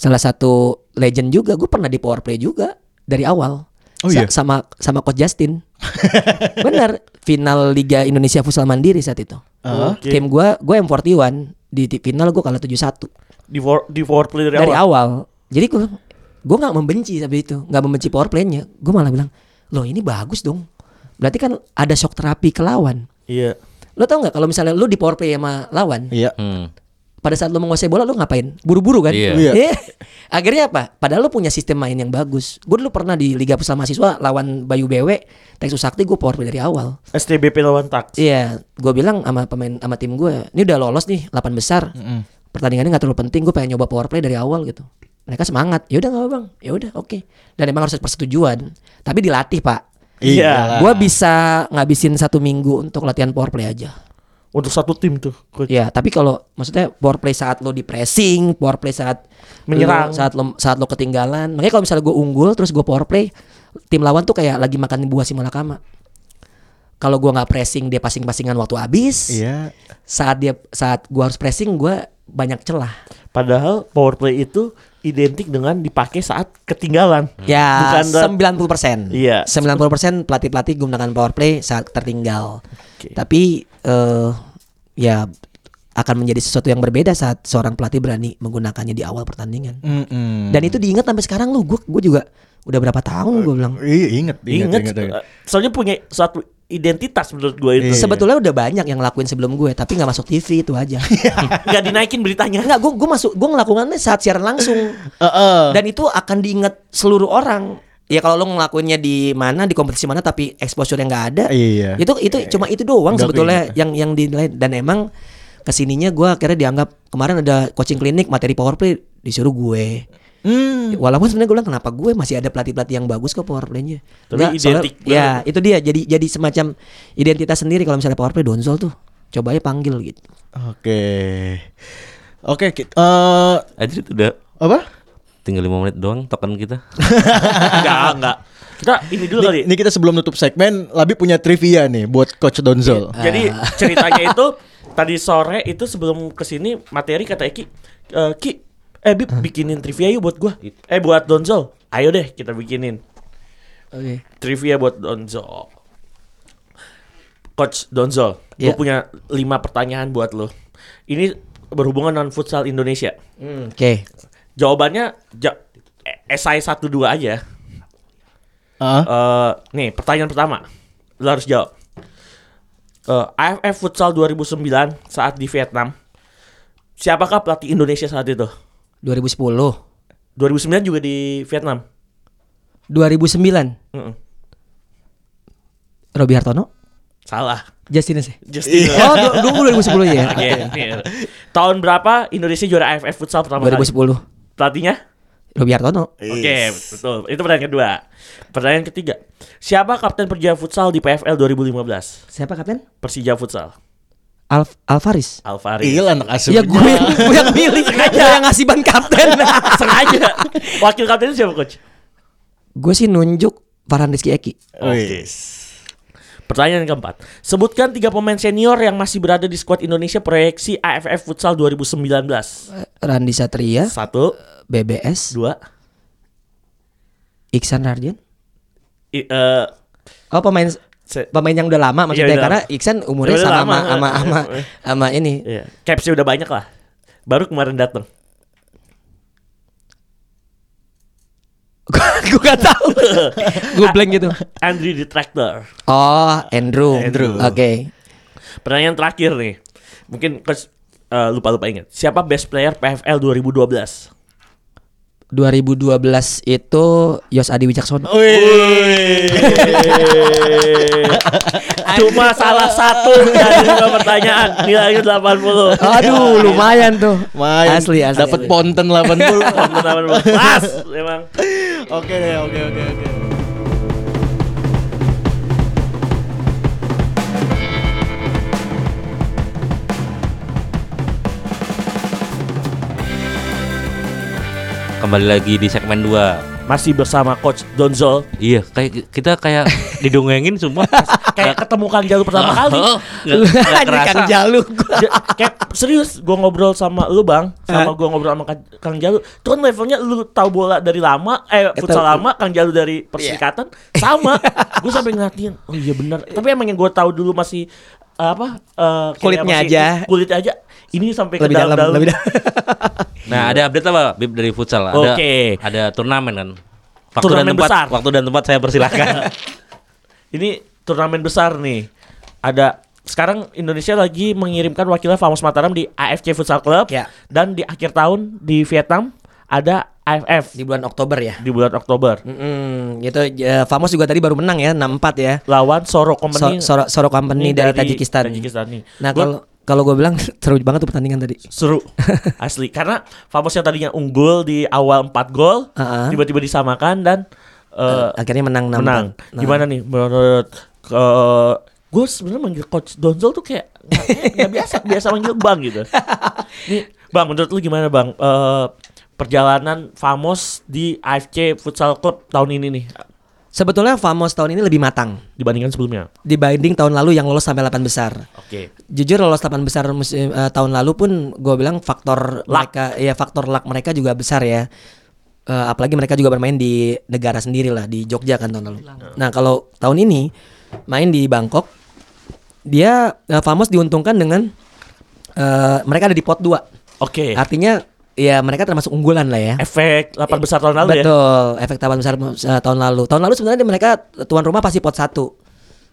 [SPEAKER 4] salah satu legend juga. Gue pernah di power play juga dari awal.
[SPEAKER 2] Oh iya?
[SPEAKER 4] Sama sama coach Justin.
[SPEAKER 2] Ah.
[SPEAKER 4] Bener final Liga Indonesia Futsal Mandiri saat itu.
[SPEAKER 3] Oke.
[SPEAKER 4] Tim gue gue M41 di ti- final gue kalah 7-1
[SPEAKER 3] Di for, di foreplay dari,
[SPEAKER 4] dari
[SPEAKER 3] awal.
[SPEAKER 4] awal. Jadi gue gue nggak membenci tapi itu, nggak membenci power play-nya. Gue malah bilang, "Loh, ini bagus dong." Berarti kan ada shock terapi ke lawan.
[SPEAKER 3] Iya.
[SPEAKER 4] Lo tau nggak kalau misalnya lo di power play sama lawan,
[SPEAKER 2] Iya.
[SPEAKER 1] Hmm.
[SPEAKER 4] pada saat lo menguasai bola lo ngapain? Buru-buru kan?
[SPEAKER 1] Iya.
[SPEAKER 2] Iya.
[SPEAKER 4] Akhirnya apa? Padahal lo punya sistem main yang bagus. Gue dulu pernah di Liga Pusat Mahasiswa lawan Bayu BW, Texas Sakti gue power play dari awal.
[SPEAKER 3] STBP lawan Tax.
[SPEAKER 4] Iya, gue bilang sama pemain sama tim gue, ini udah lolos nih 8 besar. Pertandingannya nggak terlalu penting, gue pengen nyoba power play dari awal gitu. Mereka semangat, ya udah nggak apa bang, ya udah oke. Dan emang harus ada persetujuan, tapi dilatih pak.
[SPEAKER 3] Iya.
[SPEAKER 2] Iyalah.
[SPEAKER 4] Gue bisa ngabisin satu minggu untuk latihan power play aja.
[SPEAKER 3] Untuk satu tim tuh. Coach.
[SPEAKER 4] Ya, tapi kalau maksudnya power play saat lo di pressing, power play saat
[SPEAKER 3] Menyerang.
[SPEAKER 4] lo- saat lo saat lo ketinggalan. Makanya kalau misalnya gue unggul terus gue power play, tim lawan tuh kayak lagi makan buah si malakama. Kalau gue nggak pressing dia passing-passingan waktu habis.
[SPEAKER 2] Iya.
[SPEAKER 4] Saat dia saat gue harus pressing gue banyak celah.
[SPEAKER 3] Padahal powerplay itu identik dengan dipakai saat ketinggalan.
[SPEAKER 4] Ya,
[SPEAKER 3] Bukan da-
[SPEAKER 4] 90%.
[SPEAKER 3] Iya.
[SPEAKER 4] 90% pelatih-pelatih gunakan power play saat tertinggal.
[SPEAKER 3] Oke.
[SPEAKER 4] Tapi eh ya akan menjadi sesuatu yang berbeda saat seorang pelatih berani menggunakannya di awal pertandingan.
[SPEAKER 3] Hmm.
[SPEAKER 2] Mm-mm.
[SPEAKER 4] Dan itu diingat sampai sekarang lu. Gue gue juga udah berapa tahun gue bilang.
[SPEAKER 2] Iya, inget, inget,
[SPEAKER 3] Ingat,
[SPEAKER 2] inget, inget.
[SPEAKER 3] soalnya punya satu identitas menurut gue itu.
[SPEAKER 2] Iya.
[SPEAKER 4] Sebetulnya udah banyak yang ngelakuin sebelum gue, tapi nggak masuk TV itu aja.
[SPEAKER 3] Iya. Nggak dinaikin beritanya.
[SPEAKER 4] Enggak, gue gue masuk gue ngelakuinnya saat siaran langsung.
[SPEAKER 2] Heeh.
[SPEAKER 4] Dan itu akan diingat seluruh orang. Ya kalau lo ngelakuinnya di mana, di kompetisi mana, tapi exposure yang nggak ada.
[SPEAKER 2] Iya.
[SPEAKER 4] Itu itu cuma itu doang
[SPEAKER 2] Nggak
[SPEAKER 4] sebetulnya yang yang dinilai dan emang kesininya gue akhirnya dianggap kemarin ada coaching klinik materi powerplay disuruh gue.
[SPEAKER 2] Hmm.
[SPEAKER 4] Walaupun sebenarnya gue bilang kenapa gue masih ada pelatih-pelatih yang bagus kok power play-nya.
[SPEAKER 3] Tapi
[SPEAKER 4] Nggak,
[SPEAKER 3] identik
[SPEAKER 4] soalnya- Ya, itu dia jadi jadi semacam identitas sendiri kalau misalnya power play Donzol tuh. Coba aja panggil gitu.
[SPEAKER 2] Oke. Oke, ki- eh,
[SPEAKER 1] Anjir itu udah
[SPEAKER 2] apa?
[SPEAKER 1] tinggal 5 menit doang token kita.
[SPEAKER 3] Enggak, enggak. Kita ini dulu kali.
[SPEAKER 2] Ini kita sebelum nutup segmen, Labi punya trivia nih buat Coach Donzel.
[SPEAKER 3] Jadi ceritanya itu tadi sore itu sebelum kesini materi kata Eki, e, Ki, eh Bib bikinin trivia yuk buat gua. Eh buat Donzol. Ayo deh kita bikinin
[SPEAKER 4] Oke.
[SPEAKER 3] trivia buat Donzol. Coach Donzol, gua
[SPEAKER 4] Iya.
[SPEAKER 3] punya lima pertanyaan buat lo. Ini berhubungan dengan futsal Indonesia.
[SPEAKER 4] Hmm, Oke.
[SPEAKER 3] Jawabannya ja eh, esai 1 2 aja.
[SPEAKER 2] Ah,
[SPEAKER 3] Eh, nih pertanyaan pertama Lo harus jawab Eh, AFF Futsal 2009 saat di Vietnam Siapakah pelatih Indonesia saat itu?
[SPEAKER 4] 2010,
[SPEAKER 3] 2009 juga di Vietnam
[SPEAKER 4] 2009,
[SPEAKER 3] Mm-mm.
[SPEAKER 4] Robi Hartono,
[SPEAKER 3] Salah
[SPEAKER 4] Justin Ese.
[SPEAKER 3] Justin
[SPEAKER 4] Oh, du- dulu 2010 ya.
[SPEAKER 3] Oke, nih. Tahun berapa Indonesia juara AFF Futsal pertama kali?
[SPEAKER 4] 2010,
[SPEAKER 3] Pelatihnya?
[SPEAKER 4] Robi Hartono,
[SPEAKER 3] Oke, betul Itu pertanyaan kedua Pertanyaan ketiga Siapa kapten Persija Futsal di PFL 2015?
[SPEAKER 4] siapa kapten?
[SPEAKER 3] Persija Futsal
[SPEAKER 4] Alf Alvaris.
[SPEAKER 3] Alvaris
[SPEAKER 2] Iya, anak asuh.
[SPEAKER 4] Ya gue yang, gue yang milih sengaja yang ngasih ban kapten.
[SPEAKER 3] Sengaja Wakil kaptennya siapa coach?
[SPEAKER 4] gue sih nunjuk Farhan Rizky Eki.
[SPEAKER 2] Wih.
[SPEAKER 3] Pertanyaan keempat. Sebutkan tiga pemain senior yang masih berada di skuad Indonesia proyeksi AFF Futsal 2019.
[SPEAKER 4] Randi Satria,
[SPEAKER 3] Satu,
[SPEAKER 4] BBS,
[SPEAKER 3] dua,
[SPEAKER 4] Iksan Rardian.
[SPEAKER 3] i- eh,
[SPEAKER 4] Oh pemain
[SPEAKER 3] se-
[SPEAKER 4] pemain yang udah lama
[SPEAKER 3] Iya,
[SPEAKER 4] maksudnya
[SPEAKER 3] udah
[SPEAKER 4] karena
[SPEAKER 3] lama.
[SPEAKER 4] Iksan umurnya
[SPEAKER 3] Udah
[SPEAKER 4] sama
[SPEAKER 3] lama.
[SPEAKER 4] sama sama sama ini
[SPEAKER 3] iya. Capsnya udah banyak lah. Baru kemarin datang.
[SPEAKER 4] gue gak tahu gue blank gitu
[SPEAKER 3] Andri Detractor.
[SPEAKER 4] oh Andrew,
[SPEAKER 2] Andrew.
[SPEAKER 4] oke
[SPEAKER 3] Pertanyaan terakhir nih. Mungkin coach eh, lupa-lupa ingat. Siapa best player PFL 2012?
[SPEAKER 4] 2012 itu Yos Adi Wijaksono
[SPEAKER 3] Cuma salah satu dari lima pertanyaan. Nilainya 80.
[SPEAKER 4] aduh Iya, lumayan tuh
[SPEAKER 2] Main.
[SPEAKER 4] asli asli
[SPEAKER 2] Dapat ponten 80.
[SPEAKER 3] Teman-teman, Pas, emang.
[SPEAKER 2] Oke deh, oke oke oke.
[SPEAKER 1] Kembali lagi di segmen 2.
[SPEAKER 3] Masih bersama coach Donzol
[SPEAKER 1] Iya, kayak kita kayak didongengin semua.
[SPEAKER 3] kayak ketemu Kang Jalu pertama kali.
[SPEAKER 1] Enggak
[SPEAKER 4] Ini Kang
[SPEAKER 1] kerasa.
[SPEAKER 4] Jalu
[SPEAKER 3] Ja- kayak serius gua ngobrol sama lu Bang, sama gua ngobrol sama Kang- Kang Jalu. Itu kan levelnya lu tahu bola dari lama, eh futsal
[SPEAKER 4] tahu.
[SPEAKER 3] lama, Kang Jalu dari iya
[SPEAKER 4] Eh.
[SPEAKER 3] Perserikatan sama. gua sampai ngeliatin, oh iya benar. Tapi emang yang gua tahu dulu masih apa eh, kayak
[SPEAKER 4] Kulitnya
[SPEAKER 3] masih-
[SPEAKER 4] aja.
[SPEAKER 3] kulit aja ini sampai ke
[SPEAKER 4] lebih dalam,
[SPEAKER 3] dalam-dalam.
[SPEAKER 4] lebih dalam.
[SPEAKER 1] Nah, ada update apa Bib dari futsal? Ada
[SPEAKER 3] Oke.
[SPEAKER 1] ada turnamen kan. Waktu dan
[SPEAKER 3] Turnamen
[SPEAKER 1] tempat,
[SPEAKER 3] besar.
[SPEAKER 1] waktu dan tempat saya persilahkan.
[SPEAKER 3] Ini turnamen besar nih. Ada sekarang Indonesia lagi mengirimkan wakilnya Famos Mataram di AFC Futsal Club
[SPEAKER 4] Ya.
[SPEAKER 3] dan di akhir tahun di Vietnam ada AFF
[SPEAKER 4] Di bulan Oktober ya.
[SPEAKER 3] di bulan Oktober
[SPEAKER 4] Mm-mm, gitu. eh, Famos juga tadi baru menang ya 64 ya.
[SPEAKER 3] lawan Soro
[SPEAKER 4] So,
[SPEAKER 3] Company
[SPEAKER 4] Soro, Soro Company dari, Tajikistan.
[SPEAKER 3] Tajikistan nih.
[SPEAKER 4] Nah
[SPEAKER 3] Gua-
[SPEAKER 4] kalau kalau gue bilang seru banget tuh pertandingan tadi.
[SPEAKER 3] seru asli karena Famos yang tadinya unggul di awal 4 gol
[SPEAKER 4] Uh-uh.
[SPEAKER 3] tiba-tiba disamakan dan eh,
[SPEAKER 4] Akhirnya menang Nah, 64.
[SPEAKER 3] menang. Gimana nih menurut eh gue sebenarnya manggil coach Donzel tuh kayak nggak- kayak nggak biasa biasa manggil bang gitu. Nih bang menurut lu gimana bang Eh, perjalanan Famos di AFC Futsal Club tahun ini nih
[SPEAKER 4] Sebetulnya Famos tahun ini lebih matang
[SPEAKER 3] dibandingkan sebelumnya?
[SPEAKER 4] dibanding tahun lalu yang lolos sampai 8 besar.
[SPEAKER 3] Oke.
[SPEAKER 4] Jujur lolos 8 besar musim eh, tahun lalu pun gue bilang
[SPEAKER 3] Luck.
[SPEAKER 4] faktor mereka ya faktor luck mereka juga besar ya. Eh, apalagi mereka juga bermain di negara sendiri lah di Jogja kan tahun lalu. Nah, kalau tahun ini main di Bangkok dia eh, Famos diuntungkan dengan eh, mereka ada di pot 2.
[SPEAKER 3] Oke.
[SPEAKER 4] Artinya ya mereka termasuk unggulan lah ya.
[SPEAKER 3] Efek 8 besar tahun lalu ya.
[SPEAKER 4] Betul, efek tawan besar eh, tahun lalu. Tahun lalu sebenarnya mereka tuan rumah pasti pot 1.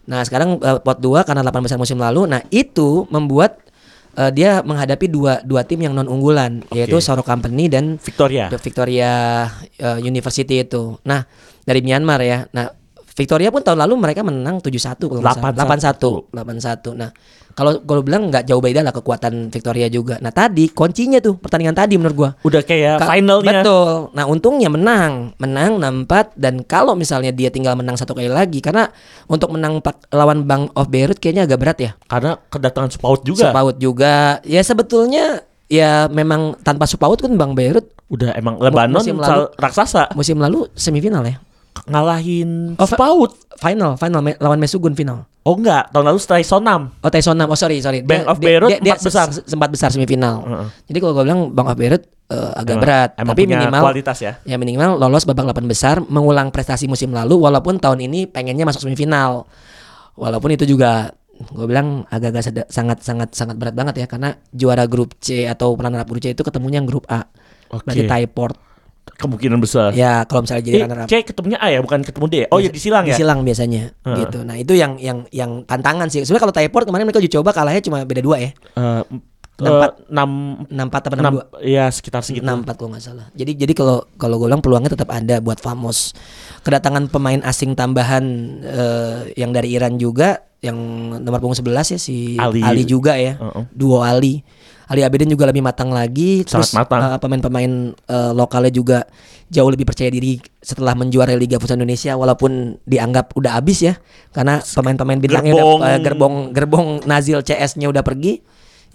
[SPEAKER 4] Nah, sekarang eh, pot 2 karena 8 besar musim lalu. Nah, itu membuat eh, dia menghadapi dua dua tim yang non unggulan, yaitu Soro Company dan
[SPEAKER 3] Victoria.
[SPEAKER 4] The Victoria eh, University itu. Nah, dari Myanmar ya. Nah, Victoria pun tahun lalu mereka menang 7-1 kalau nggak salah.
[SPEAKER 3] 8-1.
[SPEAKER 4] 8-1. 8-1. Nah, kalau kalau bilang nggak jauh beda lah kekuatan Victoria juga. Nah, tadi kuncinya tuh pertandingan tadi menurut gua.
[SPEAKER 3] Udah kayak
[SPEAKER 4] Ka-
[SPEAKER 3] finalnya.
[SPEAKER 4] Betul. Nah, untungnya menang. Menang 6-4 dan kalau misalnya dia tinggal menang satu kali lagi karena untuk menang 4 lawan Bank of Beirut kayaknya agak berat ya.
[SPEAKER 3] Karena kedatangan Spaut juga.
[SPEAKER 4] Supaut juga. Ya sebetulnya ya memang tanpa Supaut kan Bank Beirut
[SPEAKER 3] Udah emang Lebanon
[SPEAKER 4] musim
[SPEAKER 3] futsal
[SPEAKER 4] lalu.
[SPEAKER 3] raksasa
[SPEAKER 4] musim lalu semifinal ya.
[SPEAKER 3] ngalahin
[SPEAKER 4] Oh, fa-
[SPEAKER 3] Spaut.
[SPEAKER 4] Final, final me- lawan Mesugun final.
[SPEAKER 3] Oh enggak, tahun lalu setelah Sonam.
[SPEAKER 4] Oh Tyson Nam. oh sorry sorry.
[SPEAKER 3] Bank of Beirut empat
[SPEAKER 4] se-
[SPEAKER 3] besar.
[SPEAKER 4] se- sempat besar semifinal.
[SPEAKER 3] Heeh.
[SPEAKER 4] Jadi kalau gue bilang Bank of Beirut eh,
[SPEAKER 3] Emang-
[SPEAKER 4] agak berat,
[SPEAKER 3] emang
[SPEAKER 4] tapi
[SPEAKER 3] punya
[SPEAKER 4] minimal
[SPEAKER 3] kualitas ya.
[SPEAKER 4] Ya minimal lolos babak 8 besar, mengulang prestasi musim lalu walaupun tahun ini pengennya masuk semifinal. Walaupun itu juga gue bilang agak-agak seda- sangat sangat sangat berat banget ya karena juara grup C atau runner up grup C itu ketemunya yang grup A.
[SPEAKER 3] Oke.
[SPEAKER 4] Berarti Thaiport.
[SPEAKER 3] Kemungkinan besar.
[SPEAKER 4] Ya kalau misalnya jadi
[SPEAKER 3] Eh,
[SPEAKER 4] runner up.
[SPEAKER 3] C ketemunya A ya, bukan ketemu D. Oh ya disilang ya.
[SPEAKER 4] Disilang biasanya gitu. Nah, itu yang yang yang tantangan sih. Sebenarnya kalau Thaiport kemarin mereka uji coba kalahnya cuma beda dua ya.
[SPEAKER 3] Eh,
[SPEAKER 4] Enam
[SPEAKER 3] eh,
[SPEAKER 4] empat.
[SPEAKER 3] enam
[SPEAKER 4] 64
[SPEAKER 3] enam
[SPEAKER 4] atau 62.
[SPEAKER 3] ya sekitar segitu.
[SPEAKER 4] 64 kalau nggak salah. Jadi jadi kalau kalau gue bilang peluangnya tetap ada buat Famos. Kedatangan pemain asing tambahan eh, yang dari Iran juga yang nomor punggung 11 ya si
[SPEAKER 3] Ali.
[SPEAKER 4] Ali, juga ya.
[SPEAKER 3] Heeh.
[SPEAKER 4] Duo Ali. Ali Abedin juga lebih matang
[SPEAKER 3] Sangat
[SPEAKER 4] lagi terus
[SPEAKER 3] matang.
[SPEAKER 4] eh, pemain-pemain eh, lokalnya juga jauh lebih percaya diri setelah menjuarai Liga Futsal Indonesia walaupun dianggap udah habis ya karena pemain-pemain bintangnya
[SPEAKER 3] Gerbong.
[SPEAKER 4] udah eh, gerbong gerbong Nazil CS-nya udah pergi.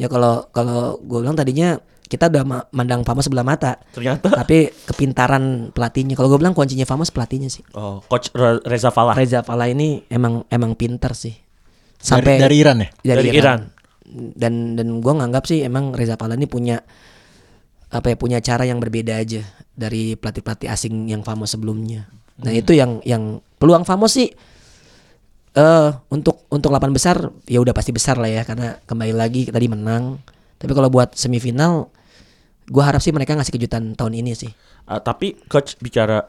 [SPEAKER 4] Ya kalau kalau gue bilang tadinya kita udah ma- mandang Famos sebelah mata.
[SPEAKER 3] Ternyata
[SPEAKER 4] Tapi kepintaran pelatihnya. Kalau gue bilang kuncinya Famos pelatihnya sih.
[SPEAKER 3] oh, coach Re- Reza
[SPEAKER 2] Ah.
[SPEAKER 3] Falah.
[SPEAKER 4] Reza Fala ini emang emang pinter sih.
[SPEAKER 2] Sampai
[SPEAKER 4] Sampai
[SPEAKER 2] dari, Iran ya.
[SPEAKER 3] dari
[SPEAKER 4] Dan dan gue nganggap sih emang Reza Fala ini punya apa ya punya cara yang berbeda aja dari pelatih-pelatih asing yang Famos sebelumnya.
[SPEAKER 3] Hmm.
[SPEAKER 4] Nah, itu yang yang peluang Famos sih eh untuk untuk 8 besar ya udah pasti besar lah ya karena kembali lagi tadi menang. Tapi kalau buat semifinal gua harap sih mereka ngasih kejutan tahun ini sih.
[SPEAKER 3] Eh, tapi coach bicara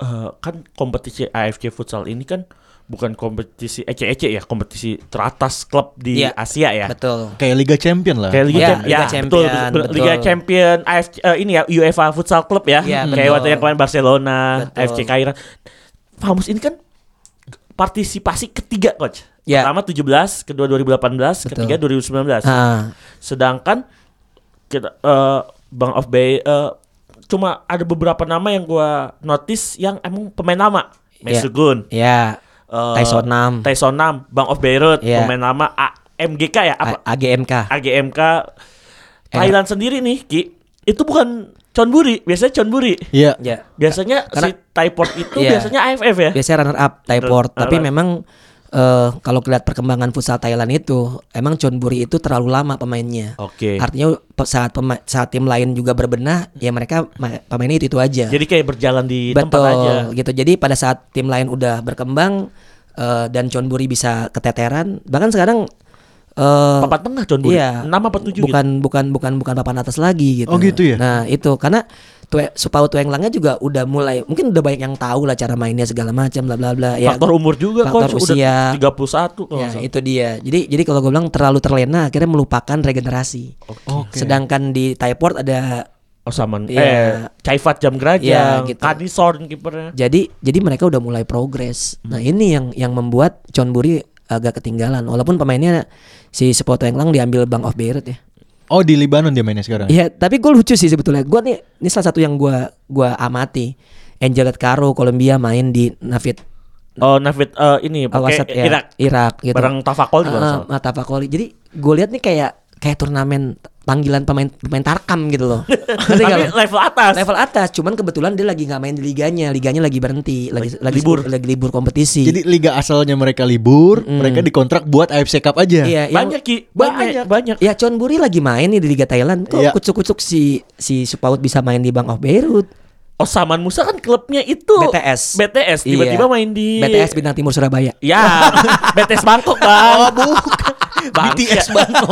[SPEAKER 3] eh, kan kompetisi AFC futsal ini kan bukan kompetisi ece-ece ya, kompetisi teratas klub di
[SPEAKER 4] Iya.
[SPEAKER 3] Asia ya.
[SPEAKER 4] Betul.
[SPEAKER 2] Kayak Liga Champion lah.
[SPEAKER 3] Kayak Liga,
[SPEAKER 4] Iya,
[SPEAKER 3] Champ- ya,
[SPEAKER 4] Liga
[SPEAKER 3] betul,
[SPEAKER 4] Champion,
[SPEAKER 3] betul. Liga
[SPEAKER 4] betul.
[SPEAKER 3] Champion AFC eh, ini ya UEFA Futsal Club ya.
[SPEAKER 4] Iya,
[SPEAKER 3] Kayak
[SPEAKER 4] betul.
[SPEAKER 3] waktu yang kemarin Barcelona,
[SPEAKER 4] Betul.
[SPEAKER 3] AFC Kaira. Famus ini kan partisipasi ketiga coach.
[SPEAKER 4] Iya.
[SPEAKER 3] Pertama 17, kedua 2018, ketiga 2019.
[SPEAKER 4] Ah,
[SPEAKER 3] Sedangkan kita eh, Bank of Bay eh, cuma ada beberapa nama yang gua notice yang emang pemain lama.
[SPEAKER 4] Iya.
[SPEAKER 3] Mesugun,
[SPEAKER 4] ya.
[SPEAKER 3] eh,
[SPEAKER 4] Tyson Nam.
[SPEAKER 3] Tyson Nam, Bank of Beirut,
[SPEAKER 4] Iya.
[SPEAKER 3] pemain lama AMGK ya apa?
[SPEAKER 4] A- AGMK.
[SPEAKER 3] AGMK
[SPEAKER 4] Eh.
[SPEAKER 3] Thailand sendiri nih Ki itu bukan Chonburi biasanya Chonburi
[SPEAKER 2] Iya.
[SPEAKER 4] Ya.
[SPEAKER 3] biasanya
[SPEAKER 4] Karena-
[SPEAKER 3] si Thaiport itu
[SPEAKER 4] Iya.
[SPEAKER 3] biasanya AFF ya
[SPEAKER 4] biasanya runner up Thaiport
[SPEAKER 3] Runner
[SPEAKER 4] tapi
[SPEAKER 3] up.
[SPEAKER 4] memang eh, kalau lihat perkembangan futsal Thailand itu emang Chonburi itu terlalu lama pemainnya
[SPEAKER 3] Oke.
[SPEAKER 4] artinya pe- saat pema- saat tim lain juga berbenah ya mereka ma- pemainnya itu itu aja
[SPEAKER 3] jadi kayak berjalan di tempat
[SPEAKER 4] betul
[SPEAKER 3] aja
[SPEAKER 4] gitu jadi pada saat tim lain udah berkembang eh, dan Chonburi bisa keteteran bahkan sekarang eh,
[SPEAKER 3] Papan tengah John Budi.
[SPEAKER 4] Iya.
[SPEAKER 3] Enam apa tujuh gitu.
[SPEAKER 4] bukan bukan bukan bukan papan atas lagi gitu.
[SPEAKER 2] Oh, gitu ya?
[SPEAKER 4] Nah, itu karena tue, supau tuenglangnya juga udah mulai mungkin udah banyak yang tahu lah cara mainnya segala macam bla bla Ya, bla
[SPEAKER 3] gitu. Faktor umur juga
[SPEAKER 4] iya. faktor
[SPEAKER 3] coach
[SPEAKER 4] usia.
[SPEAKER 3] udah 31 kalau
[SPEAKER 4] Ya,
[SPEAKER 3] nggak salah.
[SPEAKER 4] itu dia. Jadi jadi kalau gue bilang terlalu terlena akhirnya melupakan regenerasi.
[SPEAKER 2] Oke.
[SPEAKER 4] Sedangkan di Thaiport ada
[SPEAKER 3] Osaman
[SPEAKER 4] Iya.
[SPEAKER 3] Oh, eh Caifat Jam
[SPEAKER 4] Iya,
[SPEAKER 3] Gerajang,
[SPEAKER 4] gitu.
[SPEAKER 3] Kanisorn kipernya.
[SPEAKER 4] jadi jadi mereka udah mulai progres. Nah, ini yang yang membuat Chonburi agak ketinggalan walaupun pemainnya si Spoto Englang diambil Bank of Beirut ya.
[SPEAKER 2] Oh di Libanon dia mainnya sekarang.
[SPEAKER 4] Iya, tapi gue lucu sih sebetulnya. Gue nih ini salah satu yang gue gua amati. Angelet Caro Kolombia main di Navit
[SPEAKER 3] Oh, Navid eh, ini
[SPEAKER 4] Al
[SPEAKER 3] pakai
[SPEAKER 4] ya,
[SPEAKER 3] Irak.
[SPEAKER 4] Irak gitu.
[SPEAKER 3] Bareng Tafakol juga
[SPEAKER 4] Ah,
[SPEAKER 3] nggak salah.
[SPEAKER 4] ah, Tafakoli. Jadi gue lihat nih kayak kayak turnamen panggilan pemain pemain Tarkam gitu loh. Ngerti nggak
[SPEAKER 3] Tapi
[SPEAKER 4] lo?
[SPEAKER 3] level atas.
[SPEAKER 4] level atas, cuman kebetulan dia lagi nggak main di liganya, liganya lagi berhenti, lagi lagi
[SPEAKER 3] libur.
[SPEAKER 4] lagi libur kompetisi.
[SPEAKER 2] Jadi liga asalnya mereka libur, mereka dikontrak buat AFC Cup aja.
[SPEAKER 4] Hmm. iya, yang-
[SPEAKER 3] ya, banyak Ki, banyak banyak.
[SPEAKER 4] Ya Chonburi lagi main nih di Liga Thailand. Kok
[SPEAKER 2] Iya.
[SPEAKER 4] kucuk-kucuk si si Supaut bisa main di Bank of Beirut?
[SPEAKER 3] Osaman Musa kan klubnya itu
[SPEAKER 4] BTS.
[SPEAKER 3] BTS tiba-tiba
[SPEAKER 4] Iya.
[SPEAKER 3] main di
[SPEAKER 4] BTS Bintang Timur Surabaya.
[SPEAKER 3] Ya, BTS Bangkok,
[SPEAKER 2] Oh,
[SPEAKER 3] Bang.
[SPEAKER 2] bukan.
[SPEAKER 3] Bang,
[SPEAKER 2] BTS
[SPEAKER 3] iya.
[SPEAKER 2] Bangkok.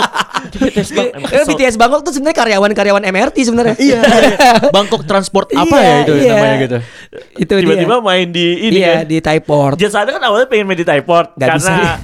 [SPEAKER 3] BTS Bang.
[SPEAKER 4] Eh, BTS Bangkok tuh sebenarnya karyawan-karyawan MRT sebenarnya.
[SPEAKER 2] iya. Bangkok Transport apa
[SPEAKER 4] Iya,
[SPEAKER 2] ya itu
[SPEAKER 4] iya.
[SPEAKER 2] namanya gitu.
[SPEAKER 4] Itu
[SPEAKER 3] Tiba-tiba
[SPEAKER 4] dia.
[SPEAKER 3] main di ini
[SPEAKER 4] iya,
[SPEAKER 3] kan.
[SPEAKER 4] di Thaiport.
[SPEAKER 3] Jasa kan awalnya pengen main di Thaiport
[SPEAKER 4] Nggak bisa,
[SPEAKER 3] karena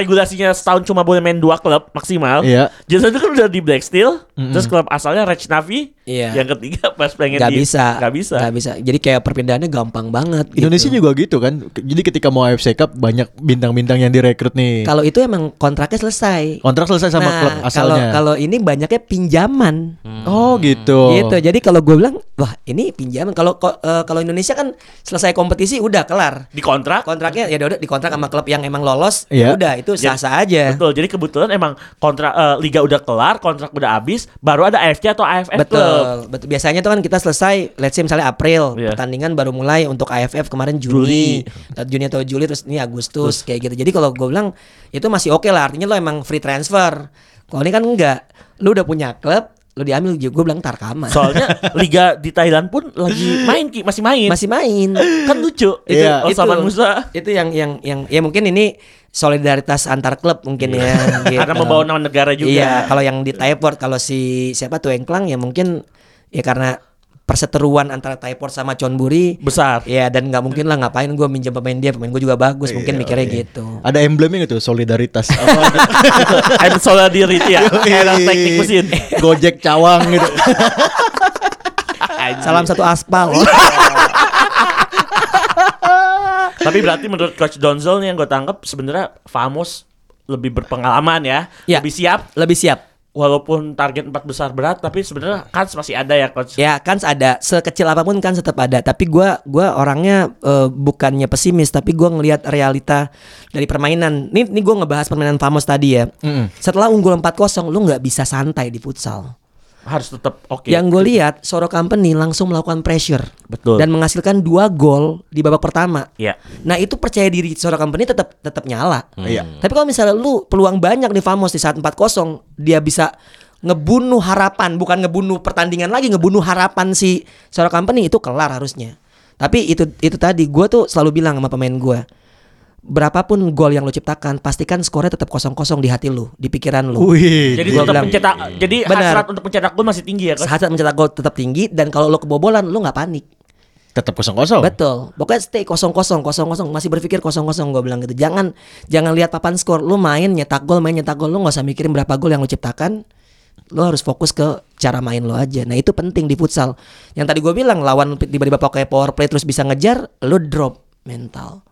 [SPEAKER 3] regulasinya setahun cuma boleh main dua klub maksimal.
[SPEAKER 2] Iya.
[SPEAKER 3] Jasa itu kan udah di Black Steel, terus klub asalnya Reg Navi.
[SPEAKER 4] Iya.
[SPEAKER 3] Yang ketiga pas pengen
[SPEAKER 4] Gak
[SPEAKER 3] di
[SPEAKER 4] bisa.
[SPEAKER 3] Gak bisa.
[SPEAKER 4] Gak bisa. Jadi kayak perpindahannya gampang banget gitu.
[SPEAKER 2] Indonesia juga gitu kan. Jadi ketika mau AFC Cup banyak bintang-bintang yang direkrut nih.
[SPEAKER 4] Kalau itu emang kontraknya selesai.
[SPEAKER 2] Kontrak selesai sama klub
[SPEAKER 4] Nah, kalau
[SPEAKER 2] asalnya.
[SPEAKER 4] kalau ini banyaknya pinjaman.
[SPEAKER 2] oh gitu.
[SPEAKER 4] Gitu. Jadi kalau gue bilang, wah, ini pinjaman. Kalau ko- eh, kalau Indonesia kan selesai kompetisi udah kelar.
[SPEAKER 3] Di kontrak.
[SPEAKER 4] Kontraknya ya udah dikontrak sama klub yang emang lolos,
[SPEAKER 2] Iya.
[SPEAKER 4] ya udah itu sah-sah
[SPEAKER 3] Ya,
[SPEAKER 4] aja.
[SPEAKER 3] Betul. Jadi kebetulan emang kontrak eh, liga udah kelar, kontrak udah habis, baru ada AFC atau AFF club.
[SPEAKER 4] Betul, betul. Biasanya tuh kan kita selesai, let's say misalnya April,
[SPEAKER 3] Iya.
[SPEAKER 4] pertandingan baru mulai untuk AFF kemarin Juni, Eh, Juni atau Juli terus ini Agustus kayak gitu. Jadi kalau gue bilang itu masih oke lah, artinya lo emang free transfer. Kalau ini kan enggak, lo udah punya klub, lo diambil juga gue bilang tarkama,
[SPEAKER 3] Soalnya liga di Thailand pun lagi main Ki, masih main.
[SPEAKER 4] masih main.
[SPEAKER 3] Kan lucu itu
[SPEAKER 2] Iya.
[SPEAKER 3] Osaman
[SPEAKER 4] Itu-
[SPEAKER 3] Musa.
[SPEAKER 4] Itu yang yang yang ya mungkin ini solidaritas antar klub mungkin ya. gitu.
[SPEAKER 3] Karena membawa nama negara juga.
[SPEAKER 4] Iya, kalau yang di Thaiport kalau si siapa tuh Engklang ya mungkin ya karena perseteruan antara Thaiport sama Chonburi
[SPEAKER 3] Besar.
[SPEAKER 4] Ya dan nggak mungkin lah ngapain gue minjem pemain dia, pemain gue juga bagus, mungkin mikirnya gitu.
[SPEAKER 2] Ada emblemnya gitu, solidaritas.
[SPEAKER 3] I'm solidarity ya. Era teknik mesin.
[SPEAKER 2] Gojek cawang gitu.
[SPEAKER 4] Salam satu aspal.
[SPEAKER 3] Tapi berarti menurut Coach Donzel nih yang gue tangkap sebenarnya Famos lebih berpengalaman ya,
[SPEAKER 4] Ya.
[SPEAKER 3] lebih siap.
[SPEAKER 4] Lebih siap.
[SPEAKER 3] Walaupun target empat besar berat, tapi sebenarnya kans masih ada ya Coach.
[SPEAKER 4] Ya kan ada sekecil apapun kan tetap ada. Tapi gua gua orangnya eh, bukannya pesimis, tapi gua ngelihat realita dari permainan. Nih nih gua ngebahas permainan Famos tadi ya. Setelah unggul 4-0, lu nggak bisa santai di futsal.
[SPEAKER 3] Harus tetap oke.
[SPEAKER 4] Yang gue lihat Soro Company langsung melakukan pressure
[SPEAKER 3] Betul.
[SPEAKER 4] dan menghasilkan dua gol di babak pertama.
[SPEAKER 3] Iya.
[SPEAKER 4] Nah itu percaya diri Soro Company tetap tetap nyala.
[SPEAKER 3] Hmm.
[SPEAKER 2] Iya.
[SPEAKER 4] Tapi kalau misalnya lu peluang banyak di Famos di saat 4-0 dia bisa ngebunuh harapan bukan ngebunuh pertandingan lagi ngebunuh harapan si Soro Company itu kelar harusnya. Tapi itu itu tadi gue tuh selalu bilang sama pemain gue berapapun gol yang lu ciptakan pastikan skornya tetap kosong-kosong di hati lu di pikiran lu.
[SPEAKER 2] Wih.
[SPEAKER 3] Jadi tetap
[SPEAKER 4] Gua bilang- "Iya."
[SPEAKER 3] mencetak, jadi
[SPEAKER 4] Benar.
[SPEAKER 3] hasrat untuk mencetak gol masih tinggi ya Coach.
[SPEAKER 4] Saat mencetak gol tetap tinggi dan kalau lo kebobolan lo nggak panik.
[SPEAKER 2] Tetap kosong-kosong.
[SPEAKER 4] Betul. Pokoknya stay kosong kosong kosong kosong masih berpikir kosong kosong gue bilang gitu. Jangan jangan lihat papan skor. Lo main nyetak gol main nyetak gol lo nggak usah mikirin berapa gol yang lo ciptakan. Lo harus fokus ke cara main lo aja. Nah itu penting di futsal. Yang tadi gue bilang lawan tiba-tiba pakai power play terus bisa ngejar lo drop mental.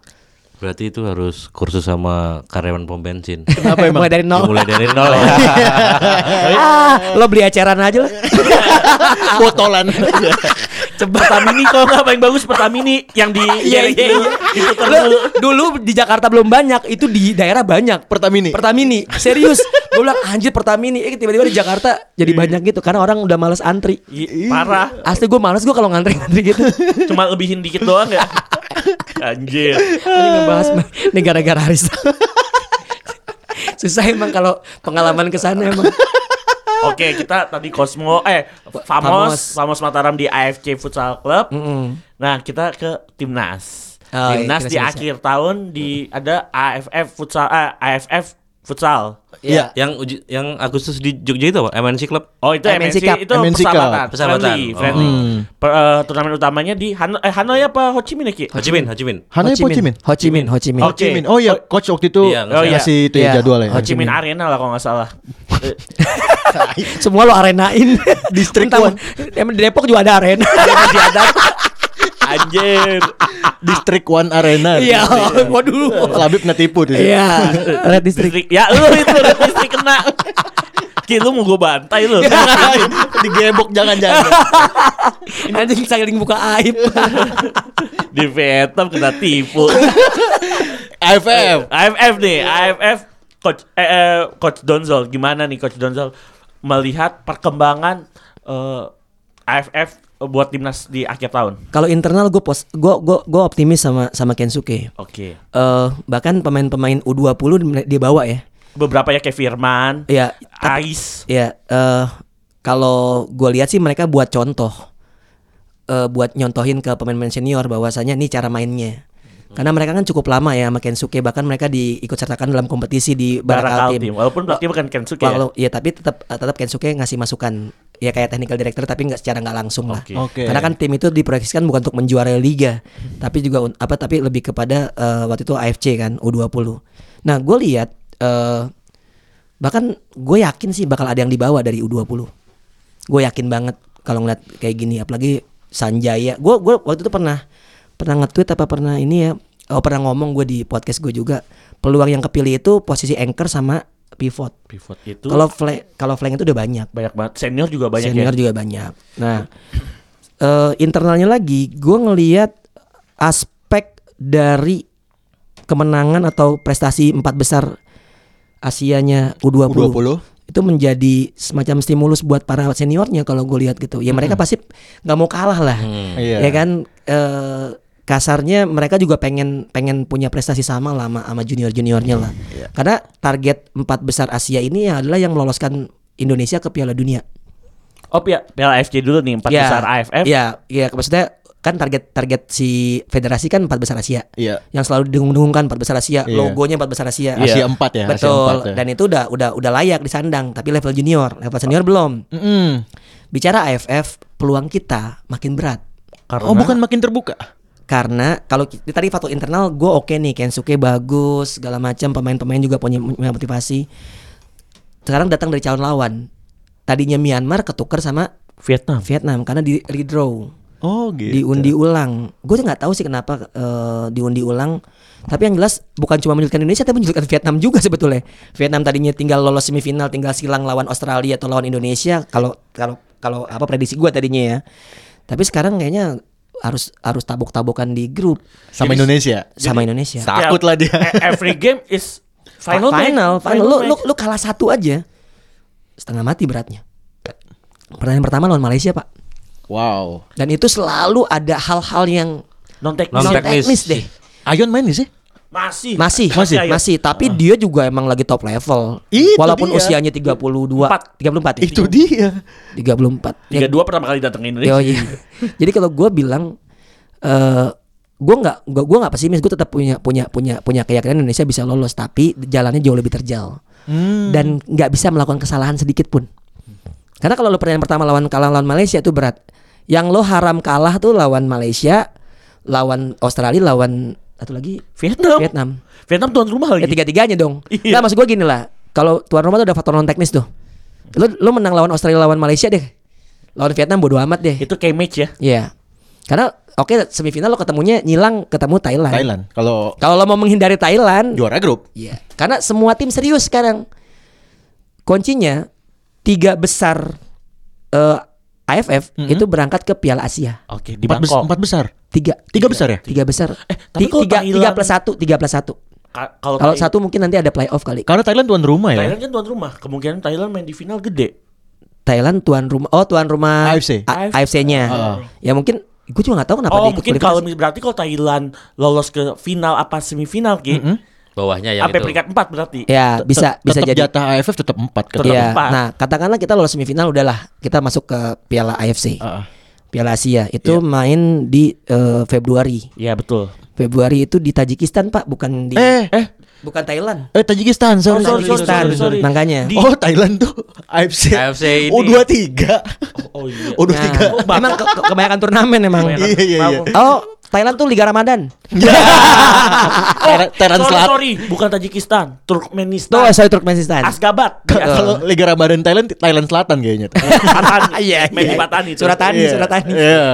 [SPEAKER 1] Berarti itu harus kursus sama karyawan pom bensin.
[SPEAKER 2] Kenapa emang?
[SPEAKER 4] Mulai dari nol.
[SPEAKER 1] Mulai dari nol ya.
[SPEAKER 3] Iya.
[SPEAKER 4] ah, lo beli eceran aja lah.
[SPEAKER 2] Botolan.
[SPEAKER 3] Pertamini kalau nggak paling bagus Pertamini yang di
[SPEAKER 4] Iya iya. iya. Lu- Dulu di Jakarta belum banyak, itu di daerah banyak.
[SPEAKER 2] Pertamini.
[SPEAKER 4] Pertamini. Serius. Gue bilang anjir Pertamini. Eh tiba-tiba di Jakarta jadi
[SPEAKER 2] Iya.
[SPEAKER 4] banyak gitu karena orang udah males antri.
[SPEAKER 3] Iya, Parah.
[SPEAKER 4] Asli gue males gue kalau ngantri-ngantri gitu.
[SPEAKER 3] Cuma lebihin dikit doang ya. Anjir.
[SPEAKER 4] Ini ngebahas nih gara-gara Haris. Susah emang kalau pengalaman kesana emang.
[SPEAKER 3] Oke, kita tadi Cosmo eh
[SPEAKER 4] Famos.
[SPEAKER 3] Famos Famos Mataram di AFC Futsal Club. Nah, kita ke timnas.
[SPEAKER 4] Oh,
[SPEAKER 3] timnas
[SPEAKER 4] iya, timnas
[SPEAKER 3] di
[SPEAKER 4] Indonesia.
[SPEAKER 3] akhir tahun di ada AFF Futsal eh, AFF futsal.
[SPEAKER 4] Ya.
[SPEAKER 2] Iya.
[SPEAKER 1] Yang uji- yang Agustus di Jogja itu apa? MNC Club.
[SPEAKER 3] Oh itu MNC,
[SPEAKER 4] MNC Cup.
[SPEAKER 3] itu
[SPEAKER 2] MNC Cup.
[SPEAKER 3] persahabatan,
[SPEAKER 1] Persahabatan.
[SPEAKER 3] friendly,
[SPEAKER 1] Oh.
[SPEAKER 3] friendly.
[SPEAKER 2] Hmm.
[SPEAKER 3] Per- eh, turnamen utamanya di Hanoi, eh, Hanoi apa Ho Chi Minh ya Ki?
[SPEAKER 1] Ho Chi Minh, Ho Chi Minh.
[SPEAKER 2] Hanoi apa Ho Chi Minh?
[SPEAKER 4] Ho Chi Minh, Ho Chi Minh.
[SPEAKER 3] Oke.
[SPEAKER 2] Ho Chi Minh. Oh iya, coach waktu itu
[SPEAKER 1] Iya,
[SPEAKER 3] oh iya.
[SPEAKER 2] kasih itu ya
[SPEAKER 4] Iya.
[SPEAKER 2] jadwalnya.
[SPEAKER 3] Ho Chi Minh Arena lah kalau nggak salah. Eh,
[SPEAKER 4] Semua lo arenain
[SPEAKER 2] Distrik
[SPEAKER 4] Entah, Emang di Depok juga ada arena.
[SPEAKER 3] Anjir.
[SPEAKER 2] District One Arena.
[SPEAKER 4] Iya, waduh.
[SPEAKER 2] Labib Ah. netipu tuh.
[SPEAKER 4] Iya, Red District.
[SPEAKER 3] Distrik. Ya lu itu udah distrik kena. Ki lu mau gue bantai lu.
[SPEAKER 2] Digebok jangan-jangan.
[SPEAKER 4] Anjing saking buka aib.
[SPEAKER 3] Di Vietnam kena tipu.
[SPEAKER 2] AFF.
[SPEAKER 3] AFF nih, AFF coach eh, eh, coach Donzel gimana nih coach Donzel melihat perkembangan eh, AFF buat timnas di akhir tahun.
[SPEAKER 4] Kalau internal gue pos, gue gue gue optimis sama sama Kensuke.
[SPEAKER 3] Oke.
[SPEAKER 4] Eh bahkan pemain-pemain U20 dia bawa ya.
[SPEAKER 3] Beberapa ya kayak Firman,
[SPEAKER 4] Iya,
[SPEAKER 3] Ais.
[SPEAKER 4] Ya, eh kalau gue lihat sih mereka buat contoh, Eh buat nyontohin ke pemain-pemain senior bahwasanya ini cara mainnya. Karena mereka kan cukup lama ya sama Kensuke, bahkan mereka diikut sertakan dalam kompetisi di Barakal Team.
[SPEAKER 3] Walaupun pelatih bukan Kensuke ya.
[SPEAKER 4] Walau, ya tapi tetap tetap Kensuke ngasih masukan ya kayak technical director tapi nggak secara nggak langsung lah.
[SPEAKER 3] Oke.
[SPEAKER 2] Oke.
[SPEAKER 4] Karena kan tim itu diproyeksikan bukan untuk menjuarai liga, tapi juga un- apa tapi lebih kepada eh, waktu itu AFC kan U20. Nah, gue lihat eh, bahkan gue yakin sih bakal ada yang dibawa dari U20. Gue yakin banget kalau ngeliat kayak gini, apalagi Sanjaya. Gue gue waktu itu pernah pernah nge-tweet apa pernah ini ya, oh pernah ngomong gue di podcast gue juga peluang yang kepilih itu posisi anchor sama pivot.
[SPEAKER 3] Pivot itu
[SPEAKER 4] Kalau flank kalau flank itu udah banyak
[SPEAKER 3] banyak banget. Senior juga banyak
[SPEAKER 4] senior
[SPEAKER 3] ya.
[SPEAKER 4] juga banyak. Nah, eh, internalnya lagi, gue ngelihat aspek dari kemenangan atau prestasi empat besar Asianya U20,
[SPEAKER 2] U20.
[SPEAKER 4] itu menjadi semacam stimulus buat para seniornya kalau gue lihat gitu. Ya
[SPEAKER 3] Hmm.
[SPEAKER 4] mereka pasti nggak mau kalah lah,
[SPEAKER 2] Iya.
[SPEAKER 4] ya kan? Eh, kasarnya mereka juga pengen pengen punya prestasi sama lah sama, sama junior-juniornya lah.
[SPEAKER 3] Iya.
[SPEAKER 4] Karena target empat besar Asia ini adalah yang meloloskan Indonesia ke Piala Dunia
[SPEAKER 3] Oh ya, Piala AFC dulu nih, empat
[SPEAKER 4] ya,
[SPEAKER 3] besar AFF.
[SPEAKER 4] Iya, iya maksudnya kan target target si federasi kan empat besar Asia.
[SPEAKER 2] Iya.
[SPEAKER 4] Yang selalu didengungkan empat besar Asia,
[SPEAKER 2] Iya.
[SPEAKER 4] logonya empat besar Asia.
[SPEAKER 3] Iya.
[SPEAKER 2] Asia 4 ya, Asia
[SPEAKER 4] Betul.
[SPEAKER 2] 4 ya.
[SPEAKER 4] Dan itu udah udah udah layak disandang, tapi level junior, level senior belum.
[SPEAKER 2] Mm-mm.
[SPEAKER 4] Bicara AFF, peluang kita makin berat.
[SPEAKER 3] Karena
[SPEAKER 2] Oh, bukan makin terbuka.
[SPEAKER 4] Karena kalau ki- tadi faktor internal gue oke nih Kensuke bagus segala macam pemain-pemain juga punya punya motivasi. Sekarang datang dari calon lawan. Tadinya Myanmar ketukar sama
[SPEAKER 3] Vietnam.
[SPEAKER 4] Vietnam karena di redraw.
[SPEAKER 2] Oh, gitu.
[SPEAKER 4] diundi ulang. Gue tuh nggak tahu sih kenapa eh, diundi ulang. Tapi yang jelas bukan cuma menyulitkan Indonesia, tapi menyulitkan Vietnam juga sebetulnya. Vietnam tadinya tinggal lolos semifinal, tinggal silang lawan Australia atau lawan Indonesia. Kalau kalau kalau apa prediksi gue tadinya ya. Tapi sekarang kayaknya harus harus tabok-tabokan di grup
[SPEAKER 2] sama Indonesia.
[SPEAKER 4] sama Indonesia.
[SPEAKER 2] Sa- Takut lah dia.
[SPEAKER 3] E- Every game is final match.
[SPEAKER 4] final, final. Lu, lu
[SPEAKER 3] match.
[SPEAKER 4] lu kalah satu aja setengah mati beratnya. Pertandingan pertama lawan Malaysia pak.
[SPEAKER 2] Wow.
[SPEAKER 4] Dan itu selalu ada hal-hal yang
[SPEAKER 3] non teknis.
[SPEAKER 1] Non
[SPEAKER 4] non
[SPEAKER 1] teknis.
[SPEAKER 4] teknis deh.
[SPEAKER 2] Ayon main nih sih?
[SPEAKER 3] Masih.
[SPEAKER 4] Masih,
[SPEAKER 2] Iya. Masih, Ah.
[SPEAKER 4] masih,
[SPEAKER 3] ayo.
[SPEAKER 4] masih. Tapi dia juga emang lagi top level.
[SPEAKER 2] Itu
[SPEAKER 4] Walaupun
[SPEAKER 2] dia.
[SPEAKER 4] usianya 32, 34,
[SPEAKER 2] Itu dia.
[SPEAKER 4] 34.
[SPEAKER 3] Tiga
[SPEAKER 4] Ya,
[SPEAKER 3] dua pertama kali datang ke Indonesia.
[SPEAKER 4] yo, iya. Jadi kalau gue bilang, eh gue nggak, gue gue nggak pesimis. Gue tetap punya punya punya punya keyakinan Indonesia bisa lolos. Tapi jalannya jauh lebih terjal
[SPEAKER 2] Hmm.
[SPEAKER 4] dan nggak bisa melakukan kesalahan sedikit pun. Karena kalau lo pertandingan pertama lawan kalah lawan Malaysia itu berat. Yang lo haram kalah tuh lawan Malaysia, lawan Australia, lawan satu lagi
[SPEAKER 3] Vietnam. Vietnam.
[SPEAKER 4] Vietnam.
[SPEAKER 3] tuan rumah
[SPEAKER 4] Ya
[SPEAKER 3] lagi.
[SPEAKER 4] tiga-tiganya dong.
[SPEAKER 3] Oh, Iya.
[SPEAKER 4] Nah maksud gue gini lah. Kalau tuan rumah tuh ada faktor non teknis tuh. Lo, lo menang lawan Australia lawan Malaysia deh. Lawan Vietnam bodo amat deh. Iya.
[SPEAKER 3] Itu kayak match ya.
[SPEAKER 4] Karena oke semifinal lo ketemunya nyilang ketemu Thailand.
[SPEAKER 2] Thailand. Kalau
[SPEAKER 4] Kalau lo mau menghindari Thailand.
[SPEAKER 2] juara grup.
[SPEAKER 4] Iya. Karena semua tim serius sekarang. Kuncinya tiga besar eh, AFF itu berangkat ke Piala Asia.
[SPEAKER 3] Oke, di
[SPEAKER 2] Empat, bes-
[SPEAKER 3] Bangkok.
[SPEAKER 2] empat besar.
[SPEAKER 4] Tiga.
[SPEAKER 2] Tiga besar ya?
[SPEAKER 4] Tiga besar.
[SPEAKER 3] tapi
[SPEAKER 4] Ti-
[SPEAKER 3] kalau
[SPEAKER 4] tiga, tiga
[SPEAKER 3] Thailand-
[SPEAKER 4] plus satu, tiga plus satu.
[SPEAKER 3] Ka- Kalau
[SPEAKER 4] Kalau
[SPEAKER 3] Thailand-
[SPEAKER 4] satu mungkin nanti ada playoff kali.
[SPEAKER 2] Karena Thailand tuan rumah ya.
[SPEAKER 3] Thailand kan tuan rumah. Kemungkinan Thailand main di final gede.
[SPEAKER 4] Thailand tuan rumah oh tuan rumah
[SPEAKER 2] AFC.
[SPEAKER 4] A- AFC-nya. Ya mungkin gue juga nggak tahu kenapa
[SPEAKER 3] oh,
[SPEAKER 4] dia ikut
[SPEAKER 3] mungkin kalau
[SPEAKER 4] kualifikasi.
[SPEAKER 3] berarti kalau Thailand lolos ke final apa semifinal Ki,
[SPEAKER 1] Bawahnya yang
[SPEAKER 3] sampai
[SPEAKER 1] itu.
[SPEAKER 3] peringkat 4 berarti.
[SPEAKER 4] ya bisa
[SPEAKER 2] Tetap
[SPEAKER 4] bisa jadi.
[SPEAKER 2] jatah AFF tetap empat kan.
[SPEAKER 3] tetap
[SPEAKER 4] Iya.
[SPEAKER 3] empat.
[SPEAKER 4] Nah, katakanlah kita lolos semifinal udahlah, kita masuk ke Piala AFC.
[SPEAKER 2] Ah, ah.
[SPEAKER 4] Piala Asia itu main di eh, Februari.
[SPEAKER 3] Iya, betul.
[SPEAKER 4] Februari itu di Tajikistan Pak, bukan di
[SPEAKER 2] Eh, eh,
[SPEAKER 4] bukan Thailand.
[SPEAKER 2] eh Tajikistan, sorry.
[SPEAKER 3] Oh, sorry, sorry,
[SPEAKER 4] Tajikistan,
[SPEAKER 3] sorry, sorry.
[SPEAKER 4] makanya.
[SPEAKER 3] Di-
[SPEAKER 2] Oh, Thailand tuh AFC.
[SPEAKER 1] AFC ini.
[SPEAKER 2] U23.
[SPEAKER 3] Oh, oh iya.
[SPEAKER 4] Nah,
[SPEAKER 2] U23.
[SPEAKER 4] emang ke- ke- kebanyakan turnamen emang.
[SPEAKER 3] Kebanyakan. Ah.
[SPEAKER 2] Iya, iya, iya.
[SPEAKER 4] Oh, Thailand tuh Liga Ramadan.
[SPEAKER 2] Ter- Teran
[SPEAKER 3] sorry,
[SPEAKER 2] Selat.
[SPEAKER 3] sorry, bukan Tajikistan, Turkmenistan.
[SPEAKER 4] Tuh, saya Turkmenistan.
[SPEAKER 3] Asgabat. Iya,
[SPEAKER 4] Heeh.
[SPEAKER 2] Kalau Liga Ramadan Thailand Thailand Selatan kayaknya.
[SPEAKER 3] Patani.
[SPEAKER 4] Iya,
[SPEAKER 3] Medi
[SPEAKER 4] iya.
[SPEAKER 3] Patani itu.
[SPEAKER 4] Suratani,
[SPEAKER 2] Iya,
[SPEAKER 4] Suratani.
[SPEAKER 2] iya.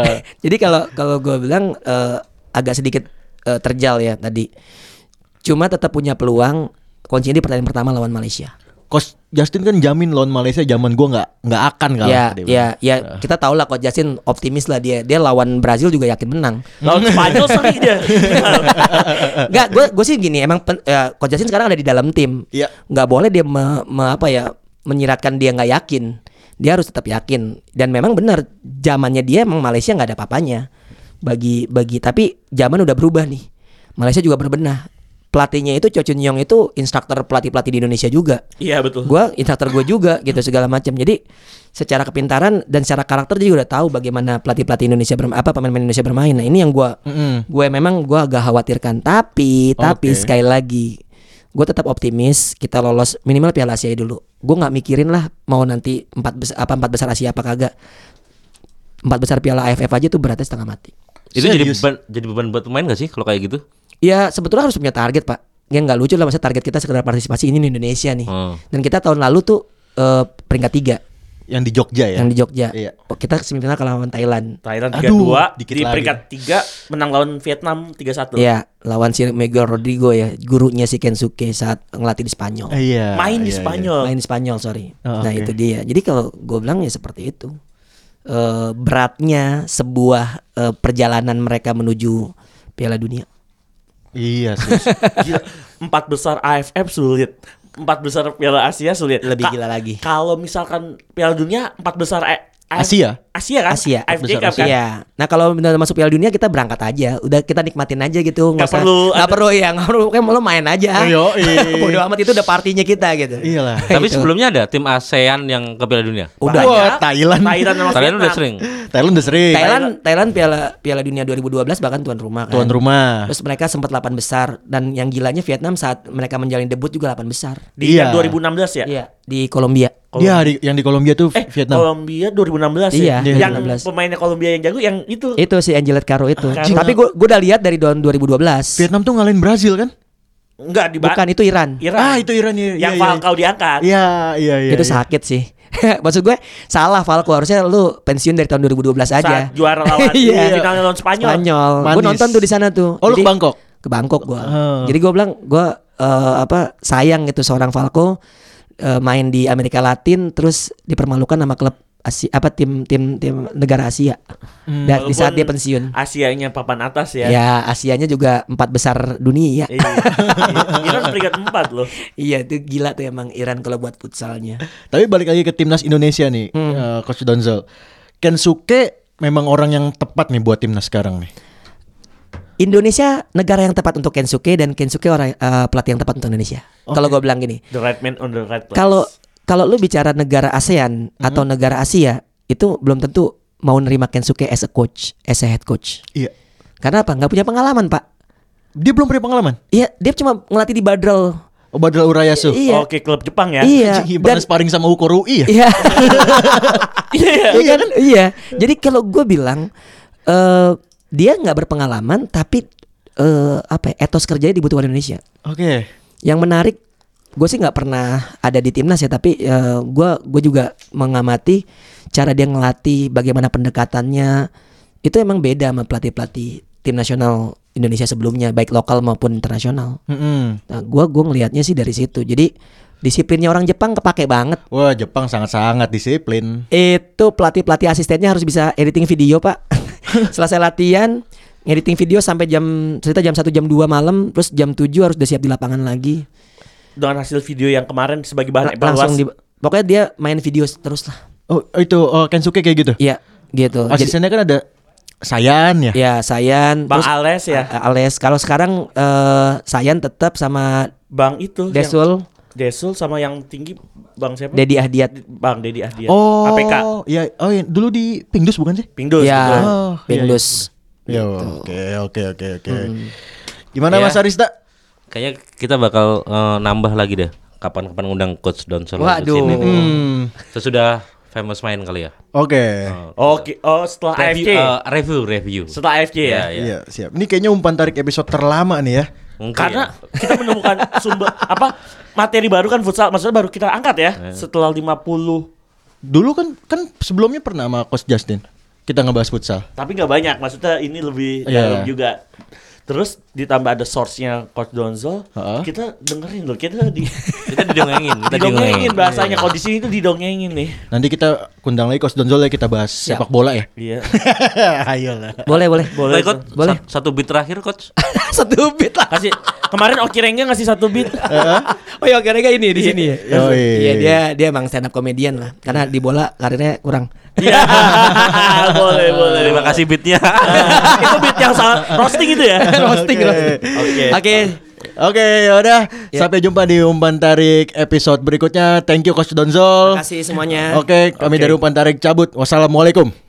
[SPEAKER 4] Jadi kalau kalau gue bilang eh, agak sedikit eh, terjal ya tadi. Cuma tetap punya peluang kuncinya di pertandingan pertama lawan Malaysia.
[SPEAKER 2] Coach Justin kan jamin lawan Malaysia zaman gua nggak nggak akan kalah.
[SPEAKER 4] ya,
[SPEAKER 2] dia
[SPEAKER 4] ya,
[SPEAKER 2] bilang.
[SPEAKER 4] ya kita tahu lah kok Justin optimis lah dia. Dia lawan Brazil juga yakin menang.
[SPEAKER 3] Lawan Spanyol seri dia.
[SPEAKER 4] Enggak, gue gue sih gini, emang pen, ya, Coach Justin sekarang ada di dalam tim.
[SPEAKER 2] Iya.
[SPEAKER 4] Nggak boleh dia me- me- apa ya menyiratkan dia nggak yakin. Dia harus tetap yakin. Dan memang benar zamannya dia emang Malaysia nggak ada papanya. Bagi bagi tapi zaman udah berubah nih. Malaysia juga berbenah. Pelatihnya itu Cho Chun Yong itu instruktur pelatih-pelatih di Indonesia juga.
[SPEAKER 3] Iya betul.
[SPEAKER 4] Gua instruktur gue juga gitu segala macam. Jadi secara kepintaran dan secara karakter dia juga udah tahu bagaimana pelatih-pelatih Indonesia berm apa pemain-pemain Indonesia bermain. Nah, ini yang gua
[SPEAKER 2] Mm-mm.
[SPEAKER 4] gue memang gue agak khawatirkan tapi tapi
[SPEAKER 2] Oke.
[SPEAKER 4] sekali lagi gue tetap optimis kita lolos minimal Piala Asia dulu gue nggak mikirin lah mau nanti empat besar apa empat besar Asia apa kagak empat besar Piala AFF aja tuh beratnya setengah mati
[SPEAKER 1] Itu jadi
[SPEAKER 2] Serius?
[SPEAKER 1] beban jadi beban buat pemain gak sih kalau kayak gitu?
[SPEAKER 4] ya sebetulnya harus punya target pak yang nggak lucu lah masa target kita sekedar partisipasi ini di Indonesia nih
[SPEAKER 2] Oh.
[SPEAKER 1] Hmm.
[SPEAKER 4] dan kita tahun lalu tuh eh, peringkat tiga
[SPEAKER 2] Yang di Jogja ya.
[SPEAKER 4] yang di Jogja
[SPEAKER 2] Iya.
[SPEAKER 4] kita semifinal kalah lawan Thailand
[SPEAKER 3] Thailand
[SPEAKER 2] Aduh,
[SPEAKER 3] 3-2
[SPEAKER 2] dikit
[SPEAKER 3] di
[SPEAKER 2] lagi.
[SPEAKER 3] peringkat 3 menang lawan Vietnam 3-1.
[SPEAKER 4] ya lawan si Miguel Rodrigo ya gurunya si Kensuke saat ngelatih di Spanyol
[SPEAKER 2] Iya.
[SPEAKER 3] Main di
[SPEAKER 2] iya, iya.
[SPEAKER 3] Spanyol.
[SPEAKER 4] main di Spanyol sorry
[SPEAKER 2] Oh,
[SPEAKER 4] nah
[SPEAKER 2] oke.
[SPEAKER 4] itu dia jadi kalau gue bilang ya seperti itu Eh, beratnya sebuah eh, perjalanan mereka menuju Piala Dunia
[SPEAKER 2] Iya, sus.
[SPEAKER 3] Gila, empat besar AFF sulit. Empat besar Piala Asia sulit.
[SPEAKER 4] Lebih
[SPEAKER 3] Ka-
[SPEAKER 4] gila lagi.
[SPEAKER 3] Kalau misalkan Piala Dunia empat besar A- A-
[SPEAKER 2] Asia?
[SPEAKER 3] Asia kan?
[SPEAKER 4] Asia.
[SPEAKER 3] AFC
[SPEAKER 2] Besar
[SPEAKER 3] Cup kan?
[SPEAKER 4] Iya. Nah kalau benar masuk Piala Dunia kita berangkat aja. Udah kita nikmatin aja gitu.
[SPEAKER 3] Nggak
[SPEAKER 4] usah-
[SPEAKER 3] perlu
[SPEAKER 4] Nggak
[SPEAKER 3] ada-
[SPEAKER 4] perlu ya. Nggak perlu. Kayak lo main aja.
[SPEAKER 2] Yoi. Iya.
[SPEAKER 4] Bodo amat itu udah partinya kita gitu.
[SPEAKER 2] Iyalah.
[SPEAKER 1] Tapi
[SPEAKER 4] Gitu.
[SPEAKER 1] sebelumnya ada tim ASEAN yang ke Piala Dunia.
[SPEAKER 4] Udah.
[SPEAKER 2] Wah,
[SPEAKER 3] Banyak.
[SPEAKER 2] Thailand.
[SPEAKER 3] Thailand sama
[SPEAKER 1] Thailand udah
[SPEAKER 3] Vietnam.
[SPEAKER 1] sering.
[SPEAKER 2] Thailand udah sering.
[SPEAKER 4] Thailand Thailand Piala Piala Dunia 2012 bahkan tuan rumah kan.
[SPEAKER 2] tuan rumah.
[SPEAKER 4] Terus mereka sempat 8 besar dan yang gilanya Vietnam saat mereka menjalin debut juga 8 besar.
[SPEAKER 3] Di
[SPEAKER 2] Iya.
[SPEAKER 3] yang 2016 ya?
[SPEAKER 4] Iya, di Kolombia.
[SPEAKER 2] Dia di- yang di Kolombia tuh
[SPEAKER 3] Eh,
[SPEAKER 2] Vietnam.
[SPEAKER 3] Kolombia 2016
[SPEAKER 4] Iya,
[SPEAKER 3] ya. yang
[SPEAKER 4] 2016.
[SPEAKER 3] pemainnya Kolombia yang jago yang itu.
[SPEAKER 4] Itu si Angelet Caro itu.
[SPEAKER 3] Ah, Caro.
[SPEAKER 4] Tapi gua gua udah lihat dari tahun 2012.
[SPEAKER 2] Vietnam tuh ngalahin Brazil kan?
[SPEAKER 3] Enggak di
[SPEAKER 4] Bukan itu Iran.
[SPEAKER 3] Iran.
[SPEAKER 2] Ah, itu Iran ya.
[SPEAKER 3] Yang
[SPEAKER 2] Iya, iya.
[SPEAKER 3] Falcao diangkat.
[SPEAKER 2] Iya, iya, iya.
[SPEAKER 4] itu
[SPEAKER 2] iya.
[SPEAKER 4] sakit sih. Maksud gue salah Falco harusnya lu pensiun dari tahun 2012 aja.
[SPEAKER 3] Saat juara lawan
[SPEAKER 4] Iya.
[SPEAKER 3] finalnya lawan Spanyol.
[SPEAKER 4] Spanyol. Gue
[SPEAKER 2] Manis.
[SPEAKER 4] nonton tuh di sana tuh.
[SPEAKER 2] Oh, lu
[SPEAKER 4] Jadi-
[SPEAKER 2] ke Bangkok?
[SPEAKER 4] Ke Bangkok gua.
[SPEAKER 2] Ah.
[SPEAKER 4] Jadi gue bilang gue eh, apa sayang gitu seorang Falco eh, main di Amerika Latin terus dipermalukan sama klub Asia apa tim tim tim negara Asia.
[SPEAKER 2] Hmm,
[SPEAKER 4] Dan Iya, di saat dia
[SPEAKER 3] Walaupun
[SPEAKER 4] pensiun.
[SPEAKER 3] Asianya papan atas ya.
[SPEAKER 4] Ya. Asianya juga empat
[SPEAKER 2] Eh.
[SPEAKER 4] besar
[SPEAKER 3] Iya.
[SPEAKER 4] dunia.
[SPEAKER 3] Iran peringkat 4 loh.
[SPEAKER 4] Iya itu gila tuh emang Iran kalau buat futsalnya.
[SPEAKER 2] Tapi balik lagi ke timnas Indonesia nih, eh, Coach Donzel. Kensuke memang orang yang tepat nih buat timnas sekarang nih.
[SPEAKER 4] Indonesia negara yang tepat untuk Kensuke dan Kensuke orang eh, pelatih yang tepat untuk Indonesia. Kalau gue bilang gini,
[SPEAKER 3] The right man on the right place.
[SPEAKER 4] kalau kalau lu bicara negara ASEAN
[SPEAKER 3] Mhm.
[SPEAKER 4] atau negara Asia itu belum tentu mau nerima Kensuke as a coach, as a head coach.
[SPEAKER 2] Iya.
[SPEAKER 4] Karena apa? Nggak punya pengalaman pak.
[SPEAKER 2] Dia belum punya pengalaman.
[SPEAKER 4] Iya, dia cuma ngelatih di Badrel.
[SPEAKER 2] Oh, Badal Urayasu.
[SPEAKER 4] Iya.
[SPEAKER 3] Oke, klub Jepang ya.
[SPEAKER 4] Iya.
[SPEAKER 2] Anjing,
[SPEAKER 4] Dan-
[SPEAKER 2] Ibarat sparring sama Uko Rui ya.
[SPEAKER 4] Iya.
[SPEAKER 3] Iya.
[SPEAKER 4] Iya kan? Iya. Jadi kalau gue bilang eh dia nggak berpengalaman, tapi eh apa? ya, Etos kerjanya dibutuhkan Indonesia.
[SPEAKER 2] Oke.
[SPEAKER 4] Yang menarik, gue sih nggak pernah ada di timnas ya, tapi eh, gue gue juga mengamati cara dia ngelatih, bagaimana pendekatannya. Itu emang beda sama pelatih-pelatih tim nasional Indonesia sebelumnya, baik lokal maupun internasional.
[SPEAKER 2] Mm-mm.
[SPEAKER 4] Nah, gue gue ngelihatnya sih dari situ. Jadi disiplinnya orang Jepang kepake banget.
[SPEAKER 2] Wah, Jepang sangat-sangat disiplin.
[SPEAKER 4] Itu pelatih-pelatih asistennya harus bisa editing video, Pak. Selesai latihan, editing video sampai jam cerita jam 1 jam 2 malam, terus jam 7 harus udah siap di lapangan lagi.
[SPEAKER 3] Dengan hasil video yang kemarin sebagai
[SPEAKER 4] La-
[SPEAKER 3] bahan
[SPEAKER 4] langsung
[SPEAKER 3] evaluasi.
[SPEAKER 4] di pokoknya dia main video terus lah.
[SPEAKER 2] Oh, itu oh, Kensuke kayak gitu.
[SPEAKER 4] Iya, gitu. Jadi
[SPEAKER 2] Asistennya kan ada Sayan ya.
[SPEAKER 4] ya Sayan
[SPEAKER 3] Bang
[SPEAKER 4] terus Ah,
[SPEAKER 3] Ales ya.
[SPEAKER 4] A- Ales. Kalau sekarang eh, Sayan tetap sama
[SPEAKER 3] Bang itu yang-
[SPEAKER 4] Desul,
[SPEAKER 3] Desul sama yang tinggi Bang siapa?
[SPEAKER 4] Dedi Ahdiat.
[SPEAKER 3] Bang Dedi Ahdian.
[SPEAKER 2] Oh,
[SPEAKER 3] APK.
[SPEAKER 2] Iya, oh iya. dulu di Pindus bukan sih?
[SPEAKER 3] Pindus
[SPEAKER 4] ya,
[SPEAKER 3] betul.
[SPEAKER 2] Oh, iya,
[SPEAKER 4] Bendus.
[SPEAKER 2] Ya, Oke, oke, oke, oke. Gimana Mas Arista?
[SPEAKER 1] Kayaknya kita bakal eh, nambah lagi deh kapan-kapan undang coach Don Solo di
[SPEAKER 4] Waduh.
[SPEAKER 1] sini.
[SPEAKER 2] Hmm.
[SPEAKER 1] Sesudah famous main kali ya.
[SPEAKER 2] Oke.
[SPEAKER 3] Oke, oh setelah AFC.
[SPEAKER 1] Review eh, review review.
[SPEAKER 3] setelah AFC ya.
[SPEAKER 1] Iya.
[SPEAKER 2] Iya, siap. Ini kayaknya umpan tarik episode terlama nih ya.
[SPEAKER 1] Mungkin. ya.
[SPEAKER 3] Karena kita menemukan sumber apa materi baru kan futsal maksudnya baru kita angkat ya setelah 50
[SPEAKER 2] Dulu kan kan sebelumnya pernah sama Coach Justin kita ngebahas futsal.
[SPEAKER 3] tapi nggak banyak maksudnya ini lebih
[SPEAKER 2] Iya.
[SPEAKER 3] dalam juga terus ditambah ada source-nya Coach Donzel
[SPEAKER 2] Ha-ha.
[SPEAKER 3] kita dengerin loh kita di
[SPEAKER 1] kita didongengin, kita
[SPEAKER 3] didongengin
[SPEAKER 1] didongengin.
[SPEAKER 3] bahasanya kalau di sini itu didongengin nih
[SPEAKER 2] Nanti kita kundang lagi Coach Donzol ya kita bahas sepak bola ya.
[SPEAKER 3] iya
[SPEAKER 2] Ayolah.
[SPEAKER 4] Boleh, boleh.
[SPEAKER 1] Boleh,
[SPEAKER 3] boleh
[SPEAKER 1] coach.
[SPEAKER 3] tuh.
[SPEAKER 4] Boleh.
[SPEAKER 1] Sat- Satu beat terakhir coach.
[SPEAKER 4] Satu bit lah.
[SPEAKER 3] kasih kemarin Oki Rengga ngasih satu beat
[SPEAKER 4] Oh ya, kira ini di sini ya.
[SPEAKER 2] Yoi.
[SPEAKER 4] Iya, dia dia emang stand up comedian lah. Karena di bola karirnya kurang.
[SPEAKER 3] iya boleh boleh
[SPEAKER 1] Terima kasih beatnya.
[SPEAKER 3] itu beat yang salah roasting itu ya
[SPEAKER 4] roasting, roasting.
[SPEAKER 3] Oke.
[SPEAKER 4] Oke.
[SPEAKER 2] Oke, yaudah. Sampai jumpa di umpan tarik episode berikutnya. Thank you Coach Donzol.
[SPEAKER 4] Terima kasih ya. semuanya.
[SPEAKER 2] Oke, kami dari umpan tarik cabut. Wassalamualaikum.